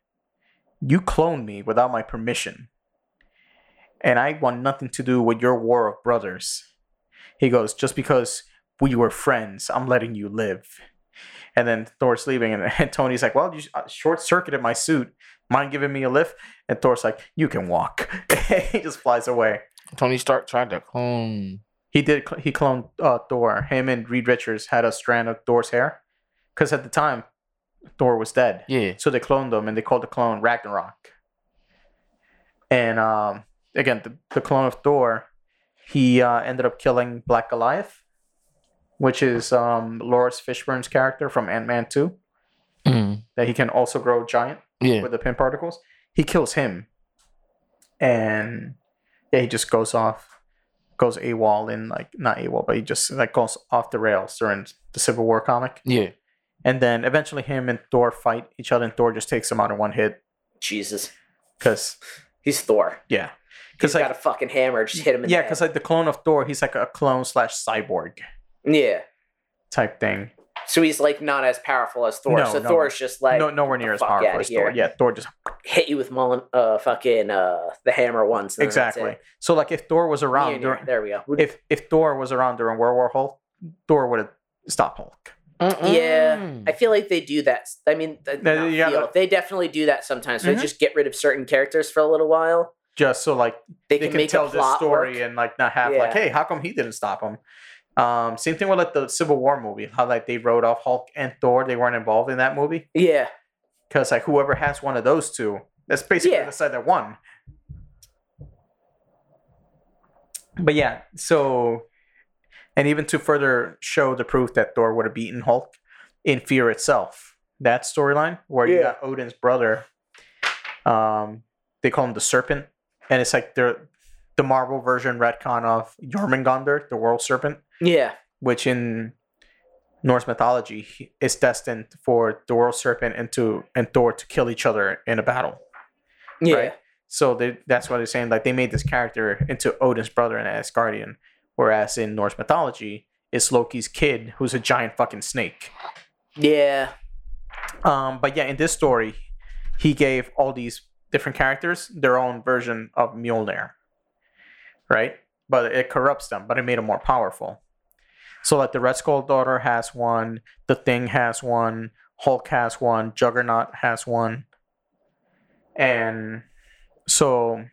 A: "You cloned me without my permission." And I want nothing to do with your war of brothers. He goes, just because we were friends, I'm letting you live. And then Thor's leaving, and, and Tony's like, well, you short circuited my suit. Mind giving me a lift? And Thor's like, you can walk. he just flies away.
C: Tony Stark tried to clone.
A: He did. cl- He cloned uh, Thor. Him and Reed Richards had a strand of Thor's hair, because at the time, Thor was dead.
C: Yeah.
A: So they cloned him, and they called the clone Ragnarok. And um, again, the, the clone of Thor, he uh, ended up killing Black Goliath, which is um, Lawrence Fishburne's character from Ant Man Two,
C: Mm.
A: that he can also grow giant
C: Yeah.
A: with the pin particles. He kills him, and yeah, he just goes off, goes AWOL in like not AWOL, but he just like goes off the rails during the Civil War comic.
C: Yeah.
A: And then eventually, him and Thor fight each other, and Thor just takes him out in one hit.
B: Jesus.
A: Because
B: He's Thor.
A: yeah,
B: He's
A: because like
B: got a fucking hammer, just hit him in
A: yeah,
B: the head.
A: because like the clone of Thor, he's like a clone slash cyborg
B: Yeah.
A: type thing.
B: So he's like not as powerful as Thor.
A: No,
B: so
A: no.
B: Thor's just like
A: no, nowhere near
B: the
A: as
B: fuck
A: powerful
B: outta
A: as
B: here.
A: Thor. Yeah, Thor just
B: hit you with Mullen, uh fucking uh the hammer once. and then that's
A: exactly.
B: it.
A: So like if Thor was around
B: Mjolnir.
A: during
B: There we go.
A: if if Thor was around during World War Hulk, Thor would have stopped Hulk.
B: Yeah, I feel like they do that. I mean, th-
A: They-
B: not
A: you gotta-
B: feel- they definitely do that sometimes. They
A: Mhm.
B: just get rid of certain characters for a little while.
A: Just so like
B: They,
A: they,
B: can,
A: can,
B: make
A: tell
B: a
A: this
B: plot
A: story
B: work.
A: and like not have like,
B: Yeah.
A: hey, how come he didn't stop him? Um, same thing with like the Civil War movie, how like they wrote off Hulk and Thor, they weren't involved in that movie
B: yeah,
A: because like whoever has one of those two That's basically
B: Yeah.
A: the side that won. But yeah, so and even to further show the proof that Thor would have beaten Hulk in Fear itself. That storyline where you
B: Yeah.
A: got Odin's brother, um, they call him the Serpent, and it's like they're the Marvel version retcon of Jormungandr, the World Serpent
B: Yeah.
A: which in Norse mythology he- is destined for the world serpent and to and Thor to kill each other in a battle.
B: Yeah.
A: Right. So they, that's why they're saying like they made this character into Odin's brother and Asgardian, whereas in Norse mythology it's Loki's kid who's a giant fucking snake.
B: Yeah.
A: Um, but yeah, in this story, he gave all these different characters their own version of Mjolnir, right? But it corrupts them, but it made them more powerful. So like the Red Skull daughter has one, the Thing has one, Hulk has one, Juggernaut has one, and so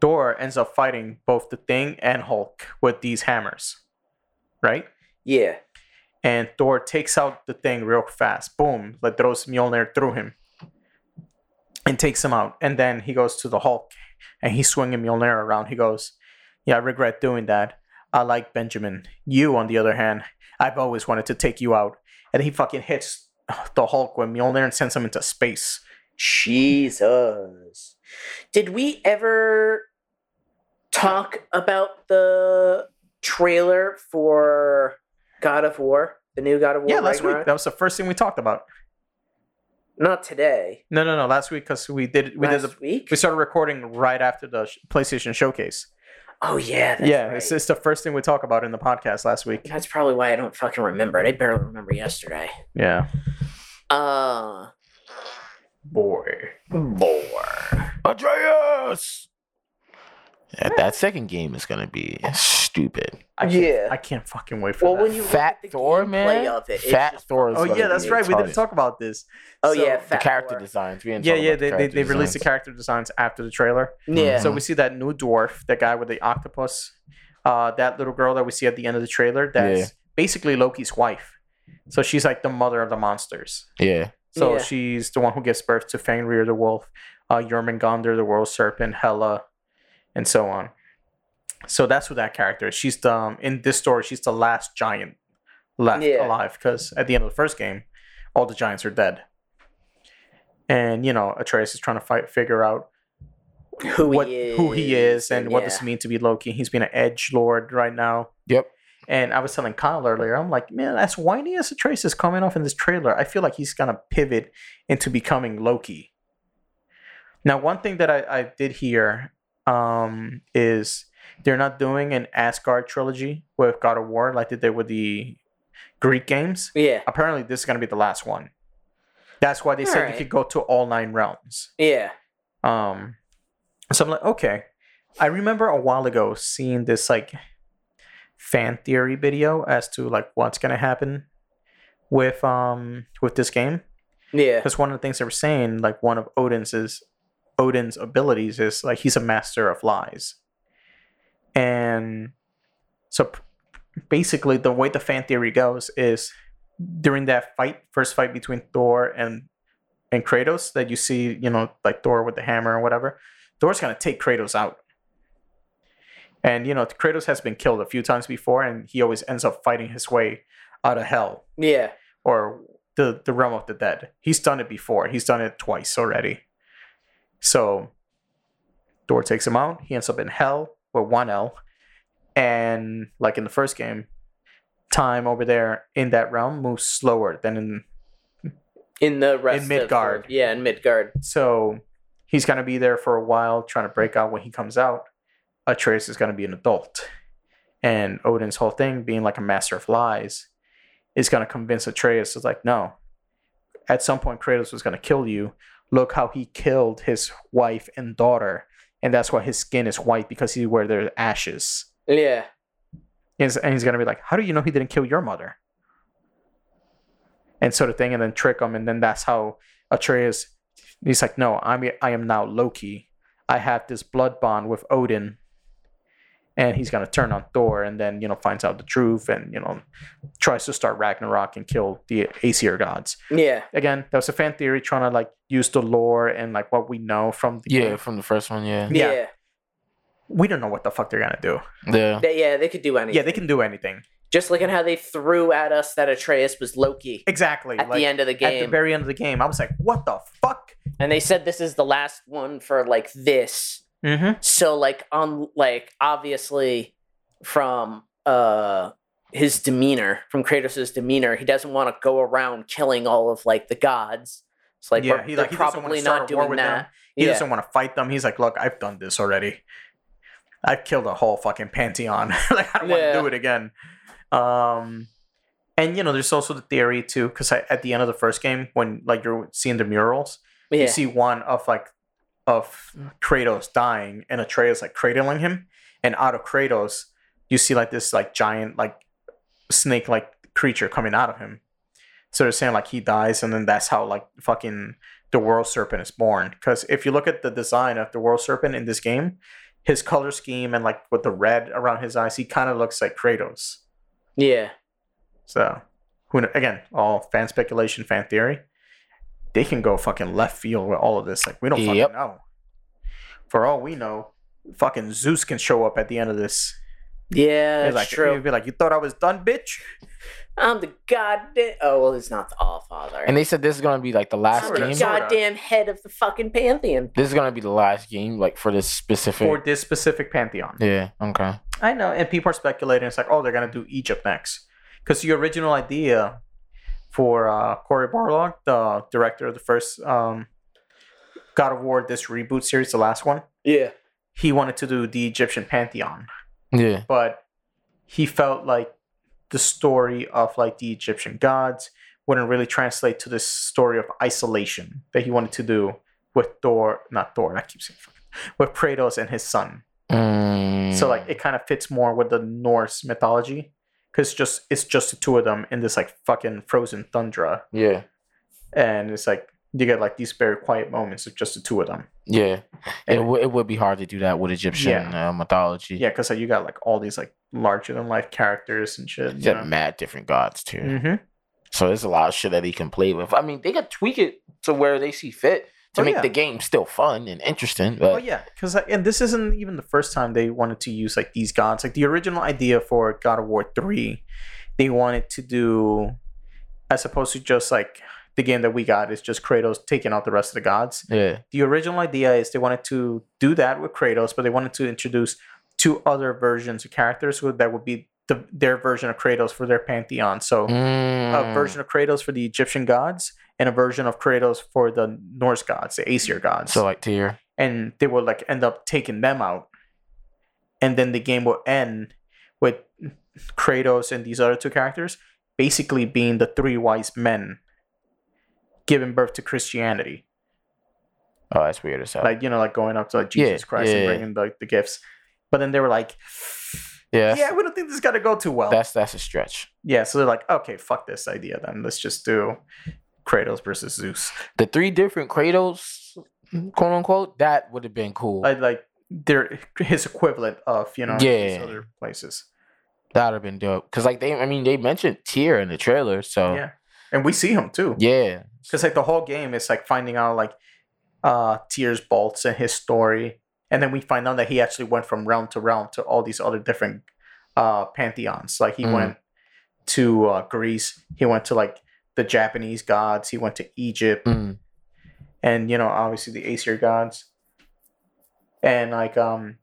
A: Thor ends up fighting both the Thing and Hulk with these hammers, right?
B: Yeah.
A: and Thor takes out the thing real fast. Boom! Like throws Mjolnir through him and takes him out. And then he goes to the Hulk and he's swinging Mjolnir around. He goes, "Yeah, I regret doing that. I like Benjamin. You, on the other hand, I've always wanted to take you out." And he fucking hits the Hulk with Mjolnir and sends him into space.
B: Jesus. Did we ever talk about the trailer for God of War, the new God of War?
A: yeah, last week
B: Ragnarok?
A: that was the first thing we talked about.
B: Not today.
A: No, no, no, last week because we did we
B: last
A: did the,
B: week.
A: we started recording right after the sh- PlayStation showcase.
B: oh yeah. That's
A: yeah,
B: right.
A: it's, it's the first thing we talk about in the podcast last week.
B: that's probably why I don't fucking remember it. I barely remember yesterday.
A: Yeah.
B: Uh,
A: boy.
C: Atreus. Yeah, that second game is gonna be stupid.
A: I can't,
B: Yeah.
A: I can't fucking wait for
B: well,
A: that.
B: when you
C: Fat
B: look at the
C: Thor,
B: gameplay
C: man.
B: of it, it's
C: Fat
B: just-
C: Thor. Is
A: oh
C: gonna
A: yeah,
C: be
A: that's right. We didn't
C: retarded.
A: talk about this.
B: Oh
A: So-
B: yeah,
C: the
B: Fat
C: character
B: Thor.
C: designs. We didn't
A: Yeah,
C: talk
A: yeah.
C: about
A: They,
C: the
A: they,
C: character
A: they released the
C: designs.
A: character designs after the trailer.
B: Yeah.
A: So we see that new dwarf, that guy with the octopus, uh, that little girl that we see at the end of the trailer. That's
C: Yeah.
A: basically Loki's wife. So she's like the mother of the monsters.
C: Yeah,
A: So
B: Yeah.
A: she's the one who gives birth to Fenrir the wolf, uh, Jormungandr the world serpent, Hela, and so on. So that's who that character is. She's the um, in this story. She's the last giant left
B: Yeah.
A: alive because at the end of the first game, all the giants are dead. And you know Atreus is trying to fight, figure out
B: who
A: what
B: he is,
A: who he is and what does
B: yeah.
A: it mean to be Loki. He's been an edge lord right now.
C: Yep.
A: And I was telling Kyle earlier, I'm like, man, as whiny as Atreus is coming off in this trailer, I feel like he's gonna pivot into becoming Loki. Now, one thing that I, I did hear um, is they're not doing an Asgard trilogy with God of War like they did with the Greek games.
B: Yeah,
A: Apparently, this is gonna be the last one. That's why they said
B: Alright.
A: you could go to all nine realms.
B: yeah,
A: Um, so I'm like, okay. I remember a while ago seeing this like fan theory video as to like what's gonna happen with um with this game.
B: yeah,
A: Because one of the things they were saying, like one of Odin's is Odin's abilities is like he's a master of lies. And so p- basically the way the fan theory goes is during that fight, first fight between Thor and and Kratos that you see, you know, like Thor with the hammer or whatever, Thor's gonna take Kratos out. And you know, Kratos has been killed a few times before and he always ends up fighting his way out of hell
B: yeah,
A: or the the realm of the dead. He's done it before. He's done it twice already. So Thor takes him out. He ends up in hell with one L, and like in the first game, time over there in that realm moves slower than in.
B: in the rest
A: Midgard.
B: Of, the- yeah, in Midgard.
A: So he's gonna be there for a while, trying to break out when he comes out. Atreus is gonna be an adult, and Odin's whole thing being like a master of lies is going to convince Atreus is like, no, at some point Kratos was going to kill you. Look how he killed his wife and daughter, and that's why his skin is white because he wore their ashes.
B: Yeah,
A: And he's- and he's going to be like, how do you know he didn't kill your mother? And sort of thing, and then trick him, and then that's how Atreus. He's like, no, I'm I am now Loki. I have this blood bond with Odin, and he's gonna turn on Thor, and then you know finds out the truth, and you know tries to start Ragnarok and kill the Aesir gods.
B: Yeah.
A: Again, that was a fan theory trying to like use the lore and like what we know from the
C: Yeah, from the first one. Yeah,
A: Yeah.
B: Yeah.
A: We don't know what the fuck they're gonna do.
C: yeah.
B: They, yeah, they could do anything.
A: Yeah, they can do anything.
B: Just look at how they threw at us that Atreus was Loki
A: Exactly.
B: at
A: like,
B: the end of the
A: at the
B: game.
A: very end of the game, I was like, what the fuck?
B: and they said this is the last one for like this.
A: Mm-hmm.
B: so like on like obviously from uh his demeanor from Kratos' demeanor he doesn't want to go around killing all of like the gods it's like
A: Yeah,
B: we're,
A: he,
B: they're
A: like, he doesn't wanna
B: probably
A: start
B: not
A: a war
B: doing
A: with
B: that
A: them. He
B: yeah
A: doesn't want to fight them. He's like, look, I've done this already. I've killed a whole fucking pantheon. like I don't want
B: Yeah.
A: to do it again. Um, and you know, there's also the theory too, because at the end of the first game, when like you're seeing the murals,
B: yeah
A: you see one of like of Kratos dying and Atreus like cradling him, and out of Kratos, you see like this like giant like snake like creature coming out of him. So they're saying like he dies, and then that's how like fucking the world serpent is born. Because if you look at the design of the world serpent in this game, his color scheme and like with the red around his eyes, he kind of looks like Kratos.
B: yeah
A: So, who kn- again, all fan speculation, fan theory. They can go fucking left field with all of this. Like we don't fucking
C: Yep.
A: know. For all we know, fucking Zeus can show up at the end of this.
B: yeah
A: He's
B: that's
A: like,
B: true
A: He'll be like, "You thought I was done, bitch."
B: I'm the goddamn oh well he's not the all father
C: And they said this is gonna be like the last
B: I'm
A: Sorta,
B: the
C: game.
A: sorta.
B: goddamn head of the fucking pantheon
C: This is gonna be the last game, like for this specific.
A: For this specific pantheon,
C: yeah. Okay.
A: I know, and people are speculating. It's like, oh, they're gonna do Egypt next, because the original idea for uh, Corey Barlog, the director of the first um, God of War, this reboot series, the last one,
B: yeah
A: he wanted to do the Egyptian pantheon.
C: Yeah.
A: but he felt like the story of like the Egyptian gods wouldn't really translate to this story of isolation that he wanted to do with Thor, not Thor, I keep saying fucking- with Kratos and his son.
C: Mm.
A: So like it kind of fits more with the Norse mythology because just it's just the two of them in this like fucking frozen tundra,
C: Yeah.
A: and it's like you get like these very quiet moments of just the two of them.
C: Yeah. It, w- it would be hard to do that with Egyptian uh, mythology.
A: Yeah, because like, you got like all these like larger than life characters and shit.
C: He's got mad different gods too.
A: Mm-hmm.
C: So there's a lot of shit that he can play with. I mean, they could tweak it to where they see fit to
A: Oh,
C: make
A: yeah.
C: the game still fun and interesting. But
A: Oh yeah, because and this isn't even the first time they wanted to use like these gods. Like the original idea for God of War three, they wanted to do, as opposed to just like the game that we got is just Kratos taking out the rest of the gods.
C: yeah,
A: The original idea is they wanted to do that with Kratos, but they wanted to introduce two other versions of characters who, that would be the, their version of Kratos for their pantheon. So a
C: Mm.
A: version of Kratos for the Egyptian gods and a version of Kratos for the Norse gods, the Aesir gods
C: So like tier.
A: and they will like end up taking them out and then the game will end with kratos and these other two characters basically being the three wise men giving birth to christianity
C: Oh, that's weird as hell.
A: like you know like going up to like
C: Yeah,
A: jesus christ
C: yeah,
A: and
C: yeah.
A: bringing like the gifts but then they were like
C: yeah,
A: yeah we don't think this is gonna go too well
C: that's that's a stretch.
A: yeah so they're like okay fuck this idea then let's just do kratos versus zeus
C: The three different Kratos, quote unquote, that would have been cool.
A: like like they're his equivalent of you know these
C: Yeah.
A: other places
C: that would have been dope. Cause like they, I mean, they mentioned tier in the trailer. So
A: yeah and we see him too
C: yeah,
A: because like the whole game is like finding out like uh tears bolts and his story and then we find out that he actually went from realm to realm to all these other different uh pantheons like he
C: Mhm.
A: went to uh greece he went to like the japanese gods he went to egypt
C: Mm.
A: and you know obviously the Aesir gods, and like um,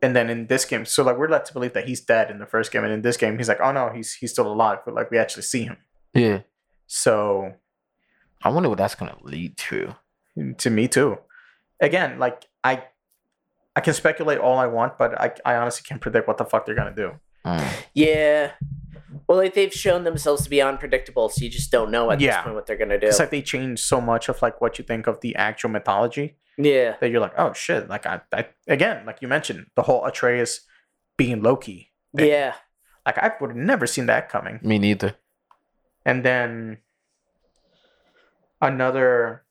A: and then in this game, so like we're led to believe that he's dead in the first game, and in this game he's like, oh no, he's he's still alive, but like we actually see him.
C: yeah.
A: So
C: I wonder what that's gonna lead to.
A: to me too, again, like I, I can speculate all I want, but I I honestly can't predict what the fuck they're gonna do.
C: Mm.
B: yeah well like they've shown themselves to be unpredictable so you just don't know at
A: Yeah.
B: this point what they're gonna do
A: It's like they change so much of like what you think of the actual mythology
B: yeah
A: that you're like, oh shit, like I, I again, like you mentioned, the whole Atreus being Loki. thing.
B: yeah
A: Like I would have never seen that coming.
C: Me neither.
A: and then another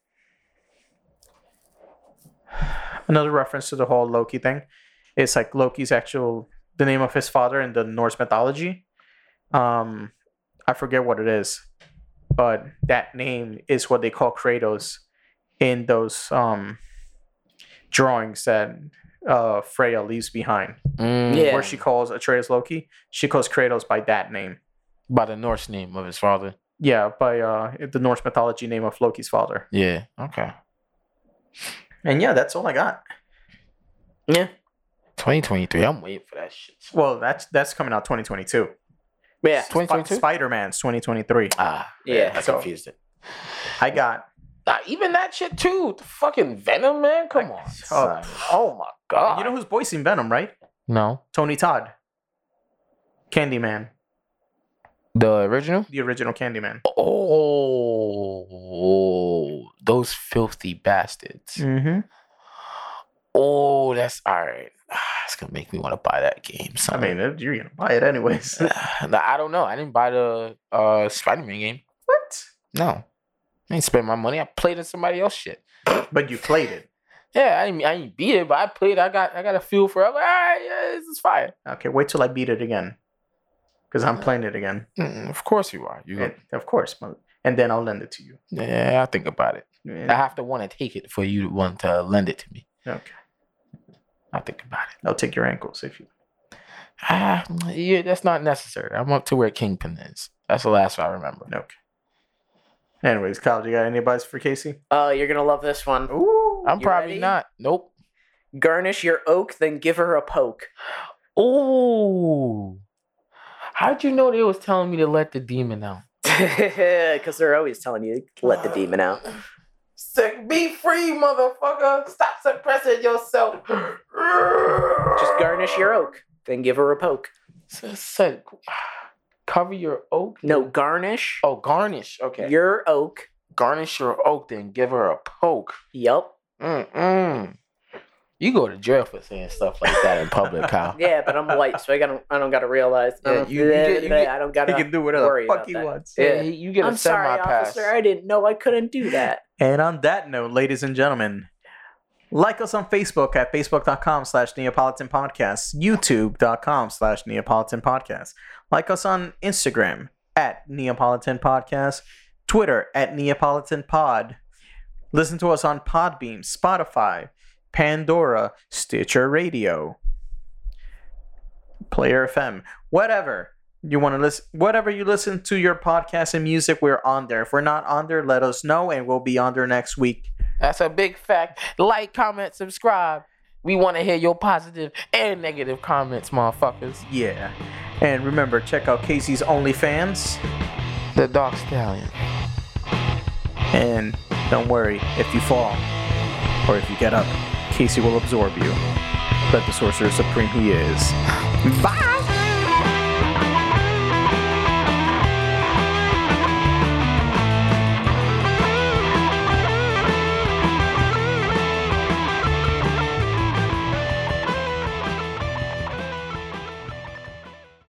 A: another reference to the whole Loki thing is like Loki's actual the name of his father in the Norse mythology. Um, I forget what it is, but that name is what they call Kratos in those um, drawings that uh, Freya leaves behind,
C: Mm,
B: Yeah.
A: where she calls Atreus Loki. She calls Kratos by that name.
C: By the Norse name of his father.
A: Yeah, by uh, the Norse mythology name of Loki's father.
C: Yeah. Okay.
A: And yeah, that's all I got.
C: 2023. I'm waiting for that shit.
A: Well, that's that's coming out 2022.
B: Yeah.
A: Sp-
C: 2022?
A: Spider-Man's 2023.
C: Ah,
B: Yeah.
C: I
A: so-
C: confused it.
A: I got
C: Nah, even that shit too. The fucking Venom, man. Come on. son. Oh my god.
A: you know who's voicing Venom, right?
C: No.
A: Tony Todd. Candyman,
C: The original?
A: the original Candyman.
C: Oh, those filthy bastards.
A: Mm-hmm.
C: Oh, that's all right. Ah, It's gonna make me want to buy that game.
A: I
C: Son.
A: mean, it- you're gonna buy it anyways.
C: Nah, I don't know. I didn't buy the uh Spider-Man game.
A: what?
C: No, I didn't spend my money. I played in somebody else shit.
A: But you played it.
C: Yeah, I didn't, I didn't beat it, but I played. I got I got a feel for. it. I'm like, all right, yeah, this is fire.
A: Okay, wait till I beat it again, because I'm playing it again.
C: Mm, of course you are. You
A: And- of course, but- and then I'll lend it to you.
C: yeah, I think about it. I
A: Yeah,
C: have to want to take it for you to want to lend it to me.
A: Okay,
C: I think about it.
A: I'll take your ankles if you.
C: Ah, yeah, that's not necessary. I want to where Kingpin is. That's the last I remember.
A: Okay. Anyways, Kyle, do you got any advice for Casey?
B: Uh, you're gonna love this one.
A: Ooh.
C: I'm
B: You
C: probably
B: ready?
C: not. Nope.
B: Garnish your oak, then give her a poke.
C: Oh, how'd you know they was telling me to let the demon out?
B: Because they're always telling you to let the demon out.
C: Sick, be free, motherfucker. Stop suppressing yourself.
B: Just garnish your oak, then give her a poke.
C: S- said, cover your oak.
B: No, garnish
C: Oh, garnish. Okay.
B: your oak.
C: garnish your oak, then give her a poke.
B: Yup.
C: Mm-mm. You go to jail for saying stuff like that in public, Kyle.
B: Yeah, but I'm white, so I got I don't gotta realize. I
A: Yeah,
B: don't,
A: Uh, you- you get- you get-
B: I don't
A: He
B: gotta.
A: can do whatever
B: worry
A: the fuck
B: about
A: he
B: that.
A: wants.
B: Yeah.
C: Hey, you get a
B: I'm sorry,
C: semi pass.
B: officer. I didn't know I couldn't do that.
A: And on that note, ladies and gentlemen, like us on Facebook at facebook.com slash Neapolitan Podcast, youtube.com slash Neapolitan Podcast. Like us on Instagram at Neapolitan Podcast, Twitter at Neapolitan Pod. Listen to us on Podbeam, Spotify, Pandora, Stitcher Radio, Player FM, whatever you want to listen whatever you listen to your podcast and music we're on there if we're not on there let us know and we'll be on there next week
C: That's a big fact. Like, comment, subscribe. We want to hear your positive and negative comments, motherfuckers.
A: yeah and remember check out casey's onlyfans
C: The Dark Stallion.
A: and don't worry if you fall or if you get up casey will absorb you let the sorcerer supreme he is bye